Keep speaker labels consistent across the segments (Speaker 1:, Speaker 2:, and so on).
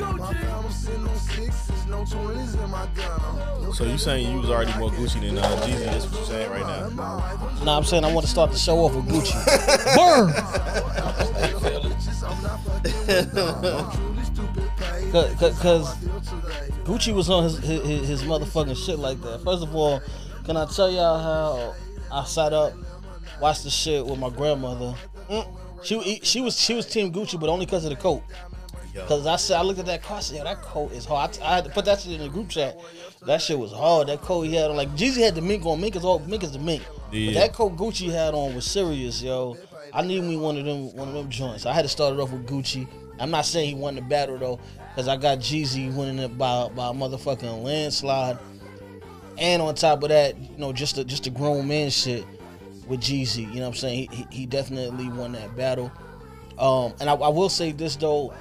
Speaker 1: don't sit on sixes, no twenties in my gun.
Speaker 2: So you saying you was already more Gucci than uh, Jeezy? That's what you saying right now.
Speaker 3: Nah, I'm saying I want to start the show off with Gucci. Burn! Cause, cause Gucci was on his, his his motherfucking shit like that. First of all, can I tell y'all how I sat up, watched the shit with my grandmother? Mm. She she was she was Team Gucci, but only because of the coat.
Speaker 2: Yo,
Speaker 3: Cause I said I looked at that car, I said, yo, that coat is hard. I, I had to put that shit in the group chat. That shit was hard. That coat he had on, like Jeezy had the mink on. Mink is all mink is the mink.
Speaker 2: Yeah.
Speaker 3: But that coat Gucci had on was serious, yo. I need me one of them one of them joints. I had to start it off with Gucci. I'm not saying he won the battle though, cause I got Jeezy winning it by by a motherfucking landslide. And on top of that, you know, just the just the grown man shit with Jeezy. You know what I'm saying? He, he, he definitely won that battle. Um, and I, I will say this though,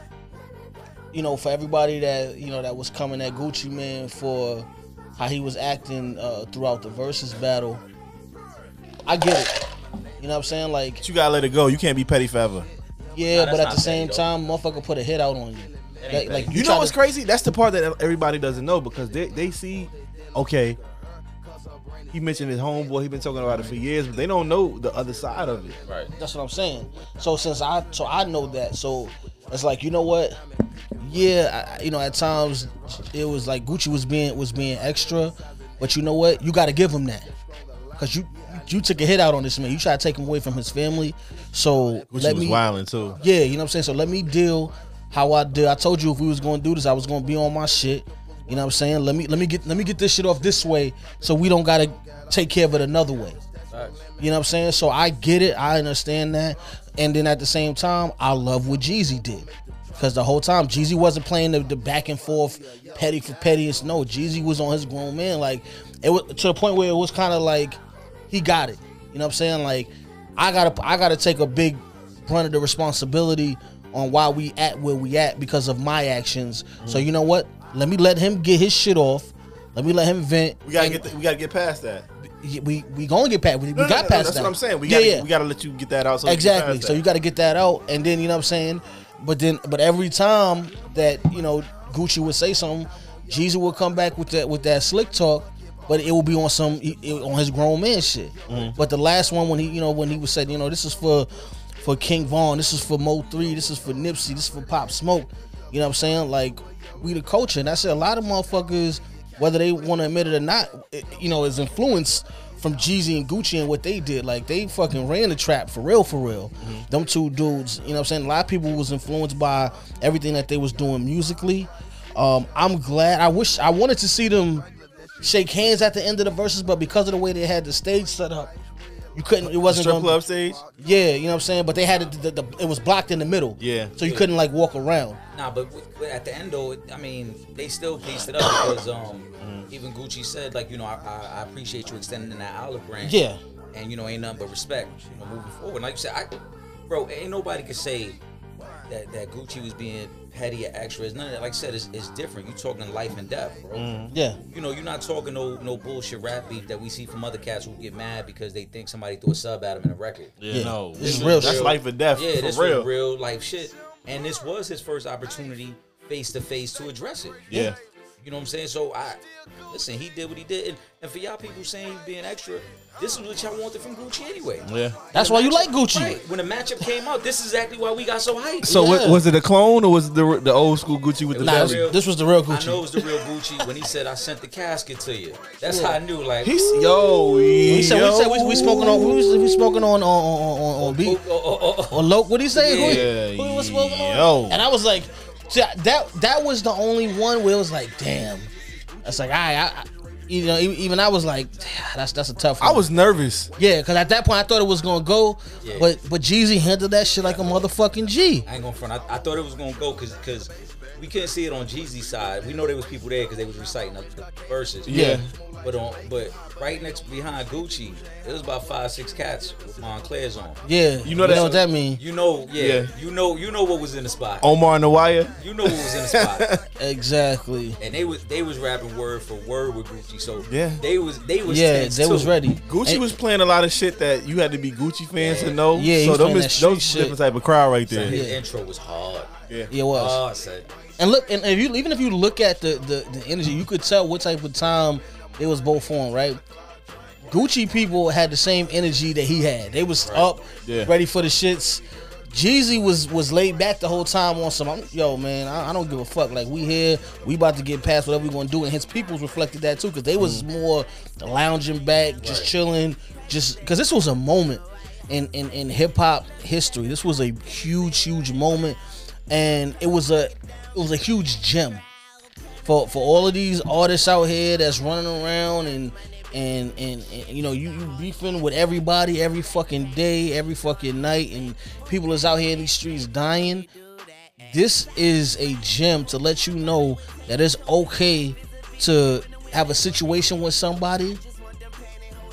Speaker 3: you know, for everybody that you know that was coming at Gucci Man for how he was acting uh, throughout the versus battle, I get it. You know what I'm saying? Like,
Speaker 2: but you gotta let it go. You can't be petty forever.
Speaker 3: yeah,
Speaker 4: Nah,
Speaker 3: but
Speaker 4: that's
Speaker 3: at the
Speaker 4: not
Speaker 3: same
Speaker 4: petty,
Speaker 3: time, motherfucker put a hit out on you. Like,
Speaker 4: ain't
Speaker 3: like,
Speaker 4: petty.
Speaker 3: you
Speaker 5: You
Speaker 3: try
Speaker 5: know what's
Speaker 3: to-
Speaker 5: crazy? That's the part that everybody doesn't know because they, they see, okay, he mentioned his homeboy. He been talking about it for years, but they don't know the other side of it.
Speaker 4: Right.
Speaker 3: That's what I'm saying. So since I so I know that, so it's like you know what? Yeah, I, you know at times it was like Gucci was being was being extra, but you know what? You got to give him that because you you took a hit out on this man. You try to take him away from his family. So
Speaker 2: Gucci
Speaker 3: let
Speaker 2: was
Speaker 3: me
Speaker 2: wilding too.
Speaker 3: yeah, you know what I'm saying. So let me deal how I deal. I told you if we was gonna do this, I was gonna be on my shit. You know what I'm saying? Let me let me get let me get this shit off this way, so we don't gotta take care of it another way.
Speaker 4: Facts.
Speaker 3: You know what I'm saying? So I get it. I understand that. And then at the same time, I love what Jeezy did. Because the whole time, Jeezy wasn't playing the, the back and forth, petty for pettiest. No, Jeezy was on his grown man. Like, it was to the point where it was kind of like he got it. You know what I'm saying? Like, I gotta I gotta take a big brunt of the responsibility on why we at where we at because of my actions. So you know what? Let me let him get his shit off. Let me let him vent.
Speaker 2: We gotta
Speaker 3: And
Speaker 2: get the, we gotta get past that.
Speaker 3: we we gonna get past. We, we
Speaker 2: No, no,
Speaker 3: got
Speaker 2: no, no,
Speaker 3: past that.
Speaker 2: That's what I'm saying. We
Speaker 3: Yeah,
Speaker 2: gotta
Speaker 3: yeah.
Speaker 2: we gotta let you get that out. So
Speaker 3: Exactly. So you
Speaker 2: got
Speaker 3: got to get that out, and then you know what I'm saying. But then, but every time that you know Gucci would say something, Jeezy would come back with that with that slick talk, but it will be on some it- it- on his grown man shit. But the last one when he you know when he was said you know this is for for King Vaughn, this is for Mo Three, this is for Nipsey, this is for Pop Smoke. You know what I'm saying? Like we the culture, and I said a lot of motherfuckers, whether they want to admit it or not, it- you know, is influenced from Jeezy and Gucci and what they did. Like they fucking ran the trap for real, for real.
Speaker 2: Mm-hmm.
Speaker 3: Them two dudes, you know what I'm saying? A lot of people was influenced by everything that they was doing musically. Um, I'm glad. I wish I wanted to see them shake hands at the end of the verses, but because of the way they had the stage set up, you couldn't. It wasn't
Speaker 2: strip
Speaker 3: gonna-
Speaker 2: club stage.
Speaker 3: Yeah, you know what I'm saying. But they had it. The, the, it was blocked in the middle.
Speaker 2: Yeah.
Speaker 3: so you couldn't like walk around.
Speaker 4: Nah, but, w- but at the end though, it- I mean, they still pieced it up because um,
Speaker 3: Mm-hmm.
Speaker 4: even Gucci said like, you know, I, I, I appreciate you extending that olive branch.
Speaker 3: Yeah.
Speaker 4: And you know, ain't nothing but respect. You know, moving forward. Like you said, I, bro, ain't nobody could say that that Gucci was being petty or extra. It's none of that. Like I said, it's, it's different. You talking life and death, bro.
Speaker 3: Yeah,
Speaker 4: You know, you're not talking no no bullshit rap beef that we see from other cats who get mad because they think somebody threw a sub at them in a record.
Speaker 3: Yeah.
Speaker 2: No,
Speaker 3: This is real
Speaker 2: That's
Speaker 3: shit.
Speaker 2: life or death.
Speaker 4: Yeah,
Speaker 2: for
Speaker 4: this
Speaker 2: real.
Speaker 4: was real life shit. And this was his first opportunity face to face to address it.
Speaker 2: Yeah.
Speaker 4: You know what I'm saying? So I listen, he did what he did. And, and for y'all people saying he being extra, this is what y'all wanted from Gucci anyway.
Speaker 2: Yeah.
Speaker 3: that's why you like Gucci.
Speaker 4: Right. When the matchup came out, this is exactly why we got so hyped.
Speaker 5: So
Speaker 3: Yeah.
Speaker 5: wa- was it a clone or was it the the old school Gucci with the
Speaker 4: Nah,
Speaker 3: Nah, this,
Speaker 4: it was
Speaker 5: belly?
Speaker 4: real.
Speaker 3: this was the real
Speaker 4: I know it
Speaker 3: Gucci.
Speaker 4: was the real Gucci when he said I sent the casket to you. That's how I knew like oh,
Speaker 5: He's yo.
Speaker 3: We said we said we, we smoking on we, was- we smoking on on on on, on beat.
Speaker 4: oh, oh, oh, oh, oh.
Speaker 3: on Loke. What he say?
Speaker 2: Yeah,
Speaker 3: who, who was smoking on?
Speaker 2: yo.
Speaker 3: And I was like, see, I- that that was the only one where it was like, damn. That's like, I, I, I you know, e- even I was like, "Damn, that's that's a tough.
Speaker 5: I
Speaker 3: One.
Speaker 5: was nervous.
Speaker 3: yeah, because at that point I thought it was gonna go,
Speaker 4: Yeah.
Speaker 3: but but Jeezy handled that shit like a motherfucking G.
Speaker 4: I ain't gonna front. I, I thought it was gonna go because because we couldn't see it on Jeezy's side. We know there was people there because they was reciting the, the verses.
Speaker 3: Yeah.
Speaker 4: But on but right next behind Gucci, it was about five six cats with Montclair's on.
Speaker 3: Yeah,
Speaker 2: You know that-
Speaker 3: what that mean?
Speaker 4: You know, yeah,
Speaker 2: Yeah.
Speaker 4: You know, you know what was in the spot.
Speaker 5: Oh.
Speaker 2: Omar and the Wire.
Speaker 4: You know what was in the spot,
Speaker 3: Exactly.
Speaker 4: and they was they was rapping word for word with Gucci. So
Speaker 2: Yeah.
Speaker 4: they was they was
Speaker 3: Yeah,
Speaker 4: tense
Speaker 3: they was
Speaker 4: too.
Speaker 3: ready.
Speaker 2: Gucci
Speaker 3: And-
Speaker 2: was playing a lot of shit that you had to be Gucci fans to know.
Speaker 3: Yeah, he
Speaker 2: so
Speaker 3: was
Speaker 2: them
Speaker 3: playing
Speaker 2: is
Speaker 3: that street
Speaker 2: those
Speaker 3: shit.
Speaker 2: different type of crowd right there.
Speaker 4: His
Speaker 3: Yeah.
Speaker 4: intro was hard.
Speaker 2: Yeah.
Speaker 3: It was.
Speaker 4: Oh, I said.
Speaker 3: And look, and if you even if you look at the, the the energy, you could tell what type of time it was both on, right? Gucci people had the same energy that he had. They was up,
Speaker 2: Yeah.
Speaker 3: ready for the shits. Jeezy was was laid back the whole time on some. I'm, yo, man, I, I don't give a fuck. Like we here, we about to get past whatever we gonna do, and his peoples reflected that too, because they was more lounging back, just chilling, just because this was a moment in in, in hip hop history. This was a huge, huge moment, and it was a it was a huge gem for for all of these artists out here that's running around and and and, and, you know you, you beefing with everybody every fucking day every fucking night and people is out here in these streets dying this is a gem to let you know that it's okay to have a situation with somebody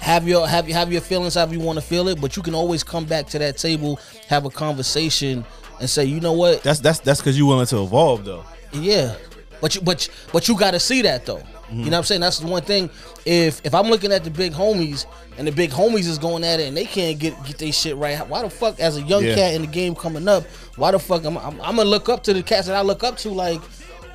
Speaker 3: have your have you have your feelings however you want to feel it but you can always come back to that table have a conversation and say you know what
Speaker 5: That's that's that's because you willing to evolve though.
Speaker 3: yeah, but you but but you got to see that though. You know what I'm saying? That's the one thing. If if I'm looking at the big homies and the big homies is going at it and they can't get get their shit right, why the fuck as a young
Speaker 2: Yeah.
Speaker 3: cat in the game coming up, why the fuck I'm, I'm I'm gonna look up to the cats that I look up to like.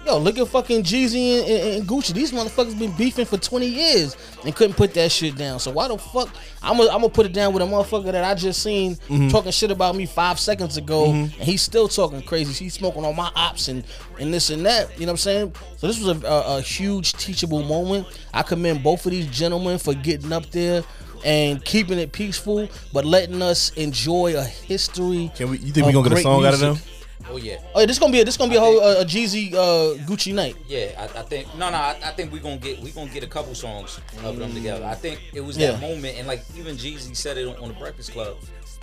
Speaker 3: Yo, look at fucking Jeezy and, and, and Gucci. These motherfuckers been beefing for 20 years and couldn't put that shit down. So why the fuck I'm gonna I'm gonna put it down with a motherfucker that I just seen talking shit about me five seconds ago, and he's still talking crazy. He's smoking on my ops and and this and that. You know what I'm saying? So this was a, a, a huge teachable moment. I commend both of these gentlemen for getting up there and keeping it peaceful, but letting us enjoy a history.
Speaker 5: Can we? You think we gonna get a
Speaker 3: great
Speaker 5: song out of
Speaker 3: music.
Speaker 5: them?
Speaker 4: Oh yeah.
Speaker 3: Oh, this gonna be a, this gonna be a whole uh, a Jeezy uh, Gucci night.
Speaker 4: Yeah, I, I think no, no. I, I think we're gonna get we gonna get a couple songs of them together. I think it was that
Speaker 3: Yeah.
Speaker 4: moment, and like even Jeezy said it on, on the Breakfast Club.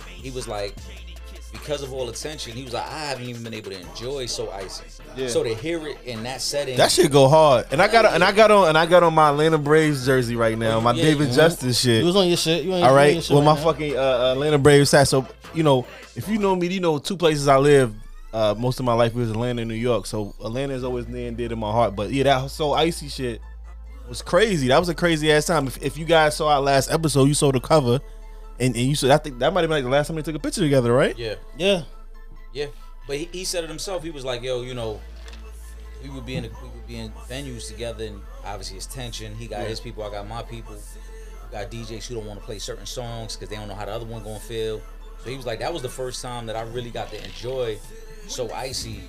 Speaker 4: He was like, because of all the tension, he was like, I haven't even been able to enjoy so icy.
Speaker 5: Yeah.
Speaker 4: So to hear it in that setting,
Speaker 5: That shit go hard. And I got and I got on and I got on my Atlanta Braves jersey right now. My
Speaker 4: Yeah,
Speaker 5: David
Speaker 4: mhm.
Speaker 5: Justice
Speaker 3: It
Speaker 5: shit.
Speaker 3: was on your shit. You ain't,
Speaker 5: All
Speaker 3: you ain't
Speaker 5: right,
Speaker 3: your shit
Speaker 5: well, my
Speaker 3: now.
Speaker 5: fucking uh, Atlanta Braves hat. So you know, if you know me, you know two places I live. Uh, most of my life was Atlanta and New York, so Atlanta is always near and dear to my heart. But yeah, that so icy shit was crazy. That was a crazy ass time. If, if you guys saw our last episode, you saw the cover, and, and you saw I think that might have been like the last time they took a picture together, right?
Speaker 4: yeah,
Speaker 3: Yeah.
Speaker 4: yeah. But he, he said it himself. He was like, yo, you know, we would be in a, we would be in venues together, and obviously it's tension. He got his people, I got my people. We got DJs who don't want to play certain songs because they don't know how the other one gonna feel. So he was like, that was the first time that I really got to enjoy so icy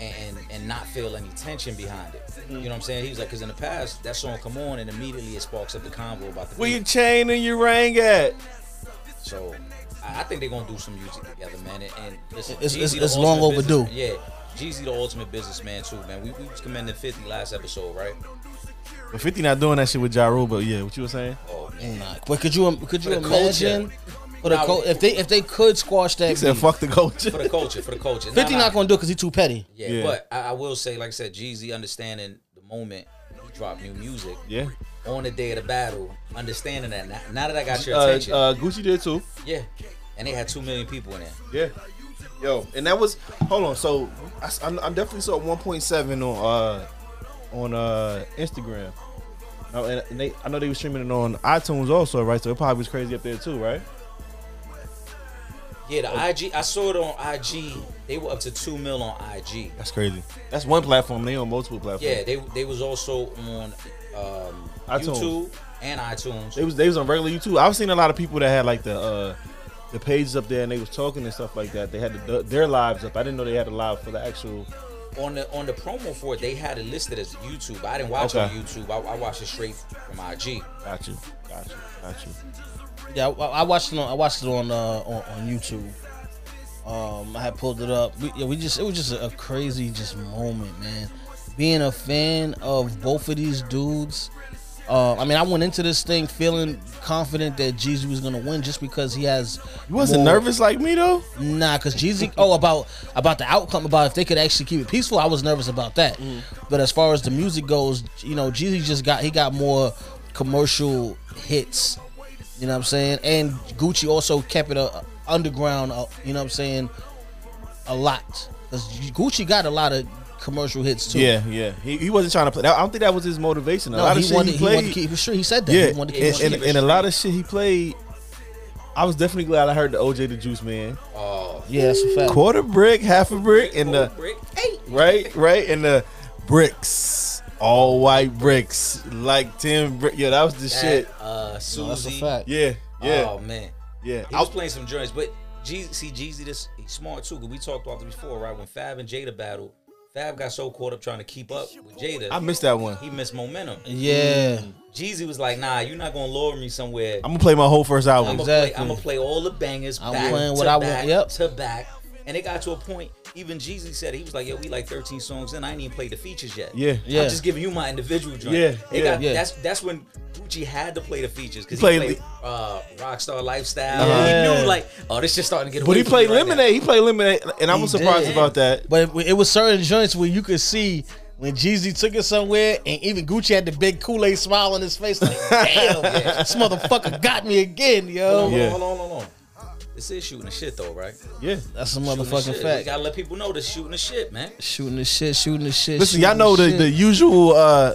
Speaker 4: and and not feel any tension behind it. You know what I'm saying? He was like, because in the past that song come on and immediately it sparks up the convo about the
Speaker 5: Where
Speaker 4: beat.
Speaker 5: your chain and your ring at?
Speaker 4: So I I think they're gonna do some music together, man. And, and listen,
Speaker 3: It's-
Speaker 4: Jeezy
Speaker 3: it's-
Speaker 4: the
Speaker 3: it's
Speaker 4: ultimate
Speaker 3: long
Speaker 4: business-
Speaker 3: overdue.
Speaker 4: Yeah, Jeezy the ultimate businessman too, man. We, we was commending Fifty last episode, right?
Speaker 5: But Fifty not doing that shit with Ja Rule, but yeah, what you were saying?
Speaker 4: Oh man,
Speaker 3: Nah, but could you um, could you
Speaker 4: For the culture.
Speaker 3: imagine? For the
Speaker 4: Nah,
Speaker 3: cul- if they if they could squash that,
Speaker 5: He said,
Speaker 3: beef.
Speaker 5: "Fuck the
Speaker 4: for
Speaker 5: culture."
Speaker 4: the culture, for the culture. Nah,
Speaker 3: Fifty
Speaker 4: nah.
Speaker 3: not gonna do because he too petty.
Speaker 4: Yeah,
Speaker 5: Yeah.
Speaker 4: but I, I will say, like I said, Jeezy understanding the moment he dropped new music
Speaker 5: Yeah,
Speaker 4: on the day of the battle, understanding that now, now that I got your
Speaker 5: uh,
Speaker 4: attention,
Speaker 5: uh, Gucci did too.
Speaker 4: yeah, and they had two million people in there.
Speaker 5: Yeah. Yo, and that was hold on. So I, am I'm definitely saw 1.7 on uh on uh Instagram. Now, and and they, I know they were streaming it on iTunes also, right? So it probably was crazy up there too, right?
Speaker 4: Yeah, the
Speaker 5: uh,
Speaker 4: IG, I saw it on IG. They were up to two mil on IG.
Speaker 5: That's crazy. That's one platform. They on multiple platforms.
Speaker 4: Yeah, they they was also on um,
Speaker 5: iTunes.
Speaker 4: YouTube and iTunes.
Speaker 5: They was they was on regular YouTube. I've seen a lot of people that had like the uh the pages up there and they was talking and stuff like that. They had the, their lives up. I didn't know they had a live for the actual.
Speaker 4: on the on the promo for it, they had it listed as YouTube. I didn't watch
Speaker 5: Okay.
Speaker 4: it on YouTube. I, I watched it straight from IG.
Speaker 5: Got you. Got you. Got you.
Speaker 3: Yeah, I, I watched it. On, I watched it on uh, on, on YouTube. Um, I had pulled it up. We, yeah, we just it was just a, a crazy just moment, man. Being a fan of both of these dudes. Uh, I mean, I went into this thing feeling confident that Jeezy was gonna win just because he has.
Speaker 5: You wasn't
Speaker 3: more-
Speaker 5: nervous like me though.
Speaker 3: Nah, cause Jeezy. Oh, about about the outcome, about if they could actually keep it peaceful. I was nervous about that. But as far as the music goes, you know, Jeezy just got he got more commercial hits. You know what I'm saying? And Gucci also kept it uh, underground. Uh, you know what I'm saying? A lot, cause Gucci got a lot of commercial hits too.
Speaker 5: Yeah, yeah. He, he wasn't trying to play. that- I don't think that was his motivation. A
Speaker 3: No,
Speaker 5: lot of
Speaker 3: he
Speaker 5: shit
Speaker 3: wanted,
Speaker 5: he
Speaker 3: he wanted
Speaker 5: played.
Speaker 3: to keep it straight. He said that.
Speaker 5: yeah,
Speaker 3: he wanted to keep it
Speaker 5: and,
Speaker 4: wanted
Speaker 5: and,
Speaker 3: straight.
Speaker 4: to keep it
Speaker 5: and a lot of shit he played. I was definitely glad I heard the OJ the Juice man.
Speaker 4: Oh
Speaker 3: Yeah, that's a fact.
Speaker 5: Quarter brick, half a brick, and the
Speaker 4: Brick.
Speaker 5: right, right, and the bricks, all white bricks, like ten brick. Yeah, that was the
Speaker 4: That,
Speaker 5: shit.
Speaker 4: Uh, Susie.
Speaker 3: That's a fact.
Speaker 5: Yeah, yeah,
Speaker 4: Oh man,
Speaker 5: yeah.
Speaker 4: he was playing some joints, but Jeezy, see Jeezy, this he's smart too. Cause we talked about this before, right? When Fab and Jada battled, Fab got so caught up trying to keep up with Jada,
Speaker 5: I missed that one.
Speaker 4: he missed momentum.
Speaker 3: Yeah.
Speaker 4: Jeezy was like, "Nah, you're not gonna lure me somewhere.
Speaker 5: I'm gonna play my whole first
Speaker 4: I'm
Speaker 5: album.
Speaker 4: gonna
Speaker 3: Exactly.
Speaker 4: play. I'm gonna play all the bangers.
Speaker 3: I'm
Speaker 4: back
Speaker 3: playing
Speaker 4: to
Speaker 3: what I want,
Speaker 4: back
Speaker 3: yep.
Speaker 4: To back, and it got to a point. Even Jeezy said it. he was like, "Yo, we like 13 songs in. I ain't even played the features yet.
Speaker 5: Yeah.
Speaker 3: Yeah.
Speaker 4: I'm just giving you my individual joint.
Speaker 5: Yeah,
Speaker 4: It
Speaker 5: yeah,
Speaker 4: got-
Speaker 3: yeah.
Speaker 4: That's that's when Gucci had to play the features because he
Speaker 5: Played
Speaker 4: played,
Speaker 5: the-
Speaker 4: uh, Rockstar Lifestyle.
Speaker 3: Uh-huh.
Speaker 4: He knew like, oh, this shit starting to get.
Speaker 5: But
Speaker 4: away
Speaker 5: he
Speaker 4: from
Speaker 5: played
Speaker 4: me right now.
Speaker 5: Lemonade. He played Lemonade, and I was
Speaker 3: He
Speaker 5: surprised
Speaker 3: did.
Speaker 5: about that.
Speaker 3: But it, it was certain joints where you could see when Jeezy took it somewhere, and even Gucci had the big Kool Aid smile on his face, like, damn, this motherfucker got me again, yo.
Speaker 4: Hold on,
Speaker 5: Yeah.
Speaker 4: hold on, hold on. This is shooting the shit though, right?
Speaker 5: Yeah.
Speaker 3: That's a
Speaker 4: Shooting the
Speaker 3: motherfucking
Speaker 4: shit. We
Speaker 3: fact.
Speaker 4: gotta let people know this shooting the shit, man.
Speaker 3: shooting the shit, shooting the shit.
Speaker 5: Listen,
Speaker 3: shooting
Speaker 5: y'all know the,
Speaker 3: shit.
Speaker 5: the usual uh,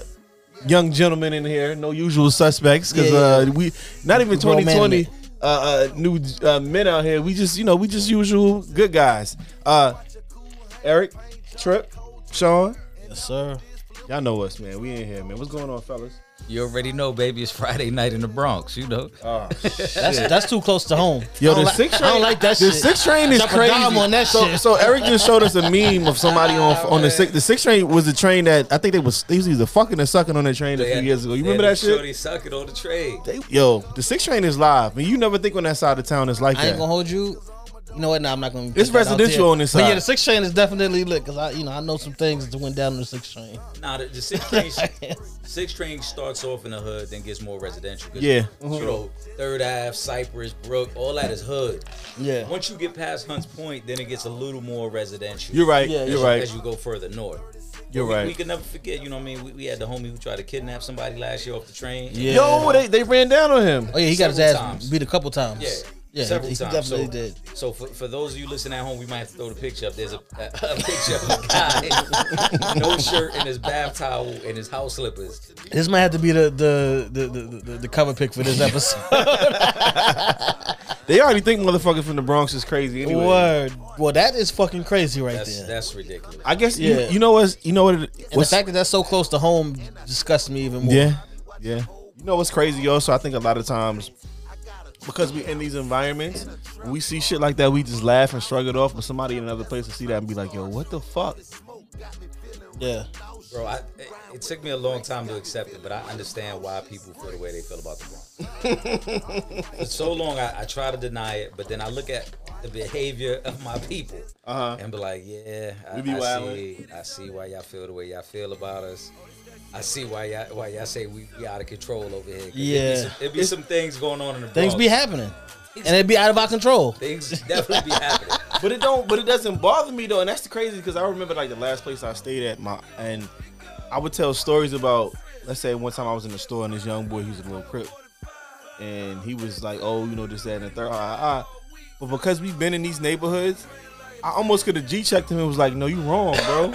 Speaker 5: young gentlemen in here, no usual suspects, because
Speaker 3: Yeah, yeah.
Speaker 5: uh, we not even
Speaker 3: Grown man
Speaker 5: 2020
Speaker 3: in
Speaker 5: uh, uh, new uh, men out here. We just you know we just usual good guys. Uh, Eric, Trip, Sean,
Speaker 3: yes, sir.
Speaker 5: y'all know us, man. We in here, man. What's going on, fellas?
Speaker 4: You already know, baby. It's Friday night in the Bronx. You know.
Speaker 5: Oh,
Speaker 3: That's that's too close to home.
Speaker 5: Yo,
Speaker 3: I don't
Speaker 5: the
Speaker 3: like-
Speaker 5: six
Speaker 3: I don't
Speaker 5: train-
Speaker 3: like that
Speaker 5: the
Speaker 3: shit.
Speaker 5: six train is
Speaker 3: Drop a
Speaker 5: crazy.
Speaker 3: dime on that
Speaker 5: so,
Speaker 3: shit.
Speaker 5: so Eric just showed us a meme of somebody on on the six. The six train was the train that I think they was they was either fucking or sucking on that train a few years ago. You remember that shit?
Speaker 4: Shorty suck it on the trade.
Speaker 5: They, yo, the six train is live, and you never think on that side of town it's like
Speaker 3: I ain't
Speaker 5: that.
Speaker 3: gonna hold you. You know what? Nah, I'm not gonna. put
Speaker 5: It's
Speaker 3: that out
Speaker 5: residential
Speaker 3: there.
Speaker 5: on this
Speaker 3: But yeah,
Speaker 5: side.
Speaker 3: the six train is definitely lit because I, you know, I know some things that went down in the six train.
Speaker 4: Nah, the, the six train six train starts off in the hood, then gets more residential. 'Cause,
Speaker 5: Yeah.
Speaker 4: you know, Third Ave, Cypress, Brook, all that is hood.
Speaker 3: Yeah.
Speaker 4: Once you get past Hunts Point, then it gets a little more residential.
Speaker 5: You're right.
Speaker 3: Yeah,
Speaker 5: you're
Speaker 4: as you-
Speaker 5: right.
Speaker 4: As you go further north,
Speaker 5: you're
Speaker 4: we,
Speaker 5: right.
Speaker 4: we can never forget. You know what I mean? We, we had the homie who tried to kidnap somebody last year off the train.
Speaker 3: Yeah.
Speaker 5: Yo, they, they ran down on him.
Speaker 3: Oh yeah, he got his ass
Speaker 4: Several times.
Speaker 3: beat a couple times.
Speaker 4: Yeah.
Speaker 3: yeah,
Speaker 4: several
Speaker 3: he, he
Speaker 4: times.
Speaker 3: definitely
Speaker 4: so,
Speaker 3: did.
Speaker 4: So for, for those of you listening at home, we might have to throw the picture up. There's a, a, a picture of a guy, no shirt, and his bath towel and his house slippers.
Speaker 3: This might have to be the the the the, the, the cover pick for this episode.
Speaker 5: They already think motherfuckers from the Bronx is crazy anyway.
Speaker 3: Word. Well, that is fucking crazy right
Speaker 4: That's
Speaker 3: there.
Speaker 4: that's ridiculous.
Speaker 5: I guess you,
Speaker 3: Yeah.
Speaker 5: you know what's you know what it,
Speaker 3: and the
Speaker 5: what's
Speaker 3: fact that that's so close to home disgusts me even more.
Speaker 5: Yeah, yeah. You know what's crazy also? I think a lot of times because we in these environments, when we see shit like that, we just laugh and shrug it off. But somebody in another place will see that and be like, "Yo, what the fuck?"
Speaker 3: yeah.
Speaker 4: Bro, I, it, it took me a long time to accept it, but I understand why people feel the way they feel about the Bronx. For so long, I, I try to deny it, but then I look at the behavior of my people
Speaker 5: Uh-huh.
Speaker 4: and be like, yeah, I,
Speaker 5: We be
Speaker 4: I
Speaker 5: wildin'.
Speaker 4: see, I see why y'all feel the way y'all feel about us. I see why y'all, why y'all say we, we out of control over here. 'Cause
Speaker 3: Yeah.
Speaker 4: It'd be, some, it be some things going on in the
Speaker 3: Things
Speaker 4: Bronx.
Speaker 3: be happening, and it be out of our control.
Speaker 4: Things definitely be happening.
Speaker 5: but it don't. But it doesn't bother me though, and that's the crazy because I remember like the last place I stayed at, my and I would tell stories about. Let's say one time I was in the store and this young boy, he was a little crip, and he was like, "Oh, you know this, that, and the third, ah, ah, ah." But because we've been in these neighborhoods, I almost could have g checked him and was like, "No, you wrong, bro."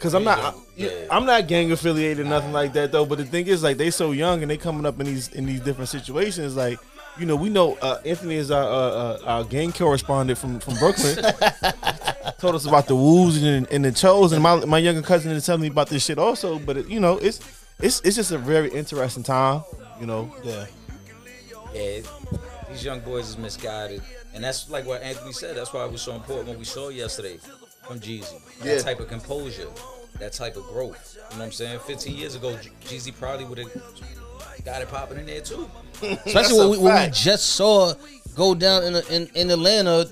Speaker 5: Cause I'm not,
Speaker 4: Yeah.
Speaker 5: I'm not gang affiliated, nothing like that though. But the thing is, like, they so young and they coming up in these in these different situations. Like, you know, we know uh, Anthony is our, uh, uh, our gang correspondent from from Brooklyn. told us about the woos and, and the chos, and my my younger cousin is telling me about this shit also. But it, you know, it's it's it's just a very interesting time. You know,
Speaker 3: Yeah.
Speaker 4: Yeah, it- these young boys is misguided, and that's like what Anthony said. That's why it was so important what we saw yesterday from Jeezy. That
Speaker 5: Yeah.
Speaker 4: type of composure, that type of growth. You know what I'm saying? 15 years ago, Je- Jeezy probably would have got it popping in there too.
Speaker 3: Especially
Speaker 5: That's a
Speaker 3: when we, when we
Speaker 5: fact.
Speaker 3: just saw go down in, in in Atlanta,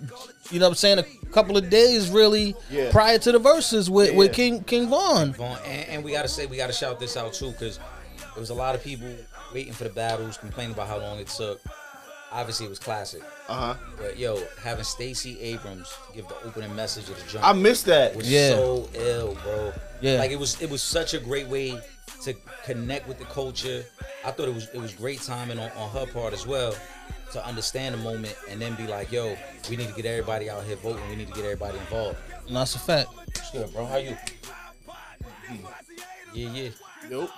Speaker 3: you know what I'm saying, a couple of days really
Speaker 5: Yeah.
Speaker 3: prior to the verses with, with
Speaker 5: Yeah.
Speaker 3: King King Vaughn.
Speaker 4: Vaughn, and, and we gotta say, we gotta shout this out too, because there was a lot of people waiting for the battles, complaining about how long it took. Obviously, it was classic,
Speaker 5: uh huh.
Speaker 4: but yo, having Stacey Abrams give the opening message of the jump.
Speaker 5: I missed that.
Speaker 4: was
Speaker 3: Yeah.
Speaker 4: so ill, bro.
Speaker 3: Yeah.
Speaker 4: Like it was it was such a great way to connect with the culture. I thought it was it was great timing on, on her part as well to understand the moment and then be like, yo, we need to get everybody out here voting. We need to get everybody involved.
Speaker 3: And that's a fact.
Speaker 4: What's good, bro? How you? Yeah, yeah.
Speaker 5: Nope.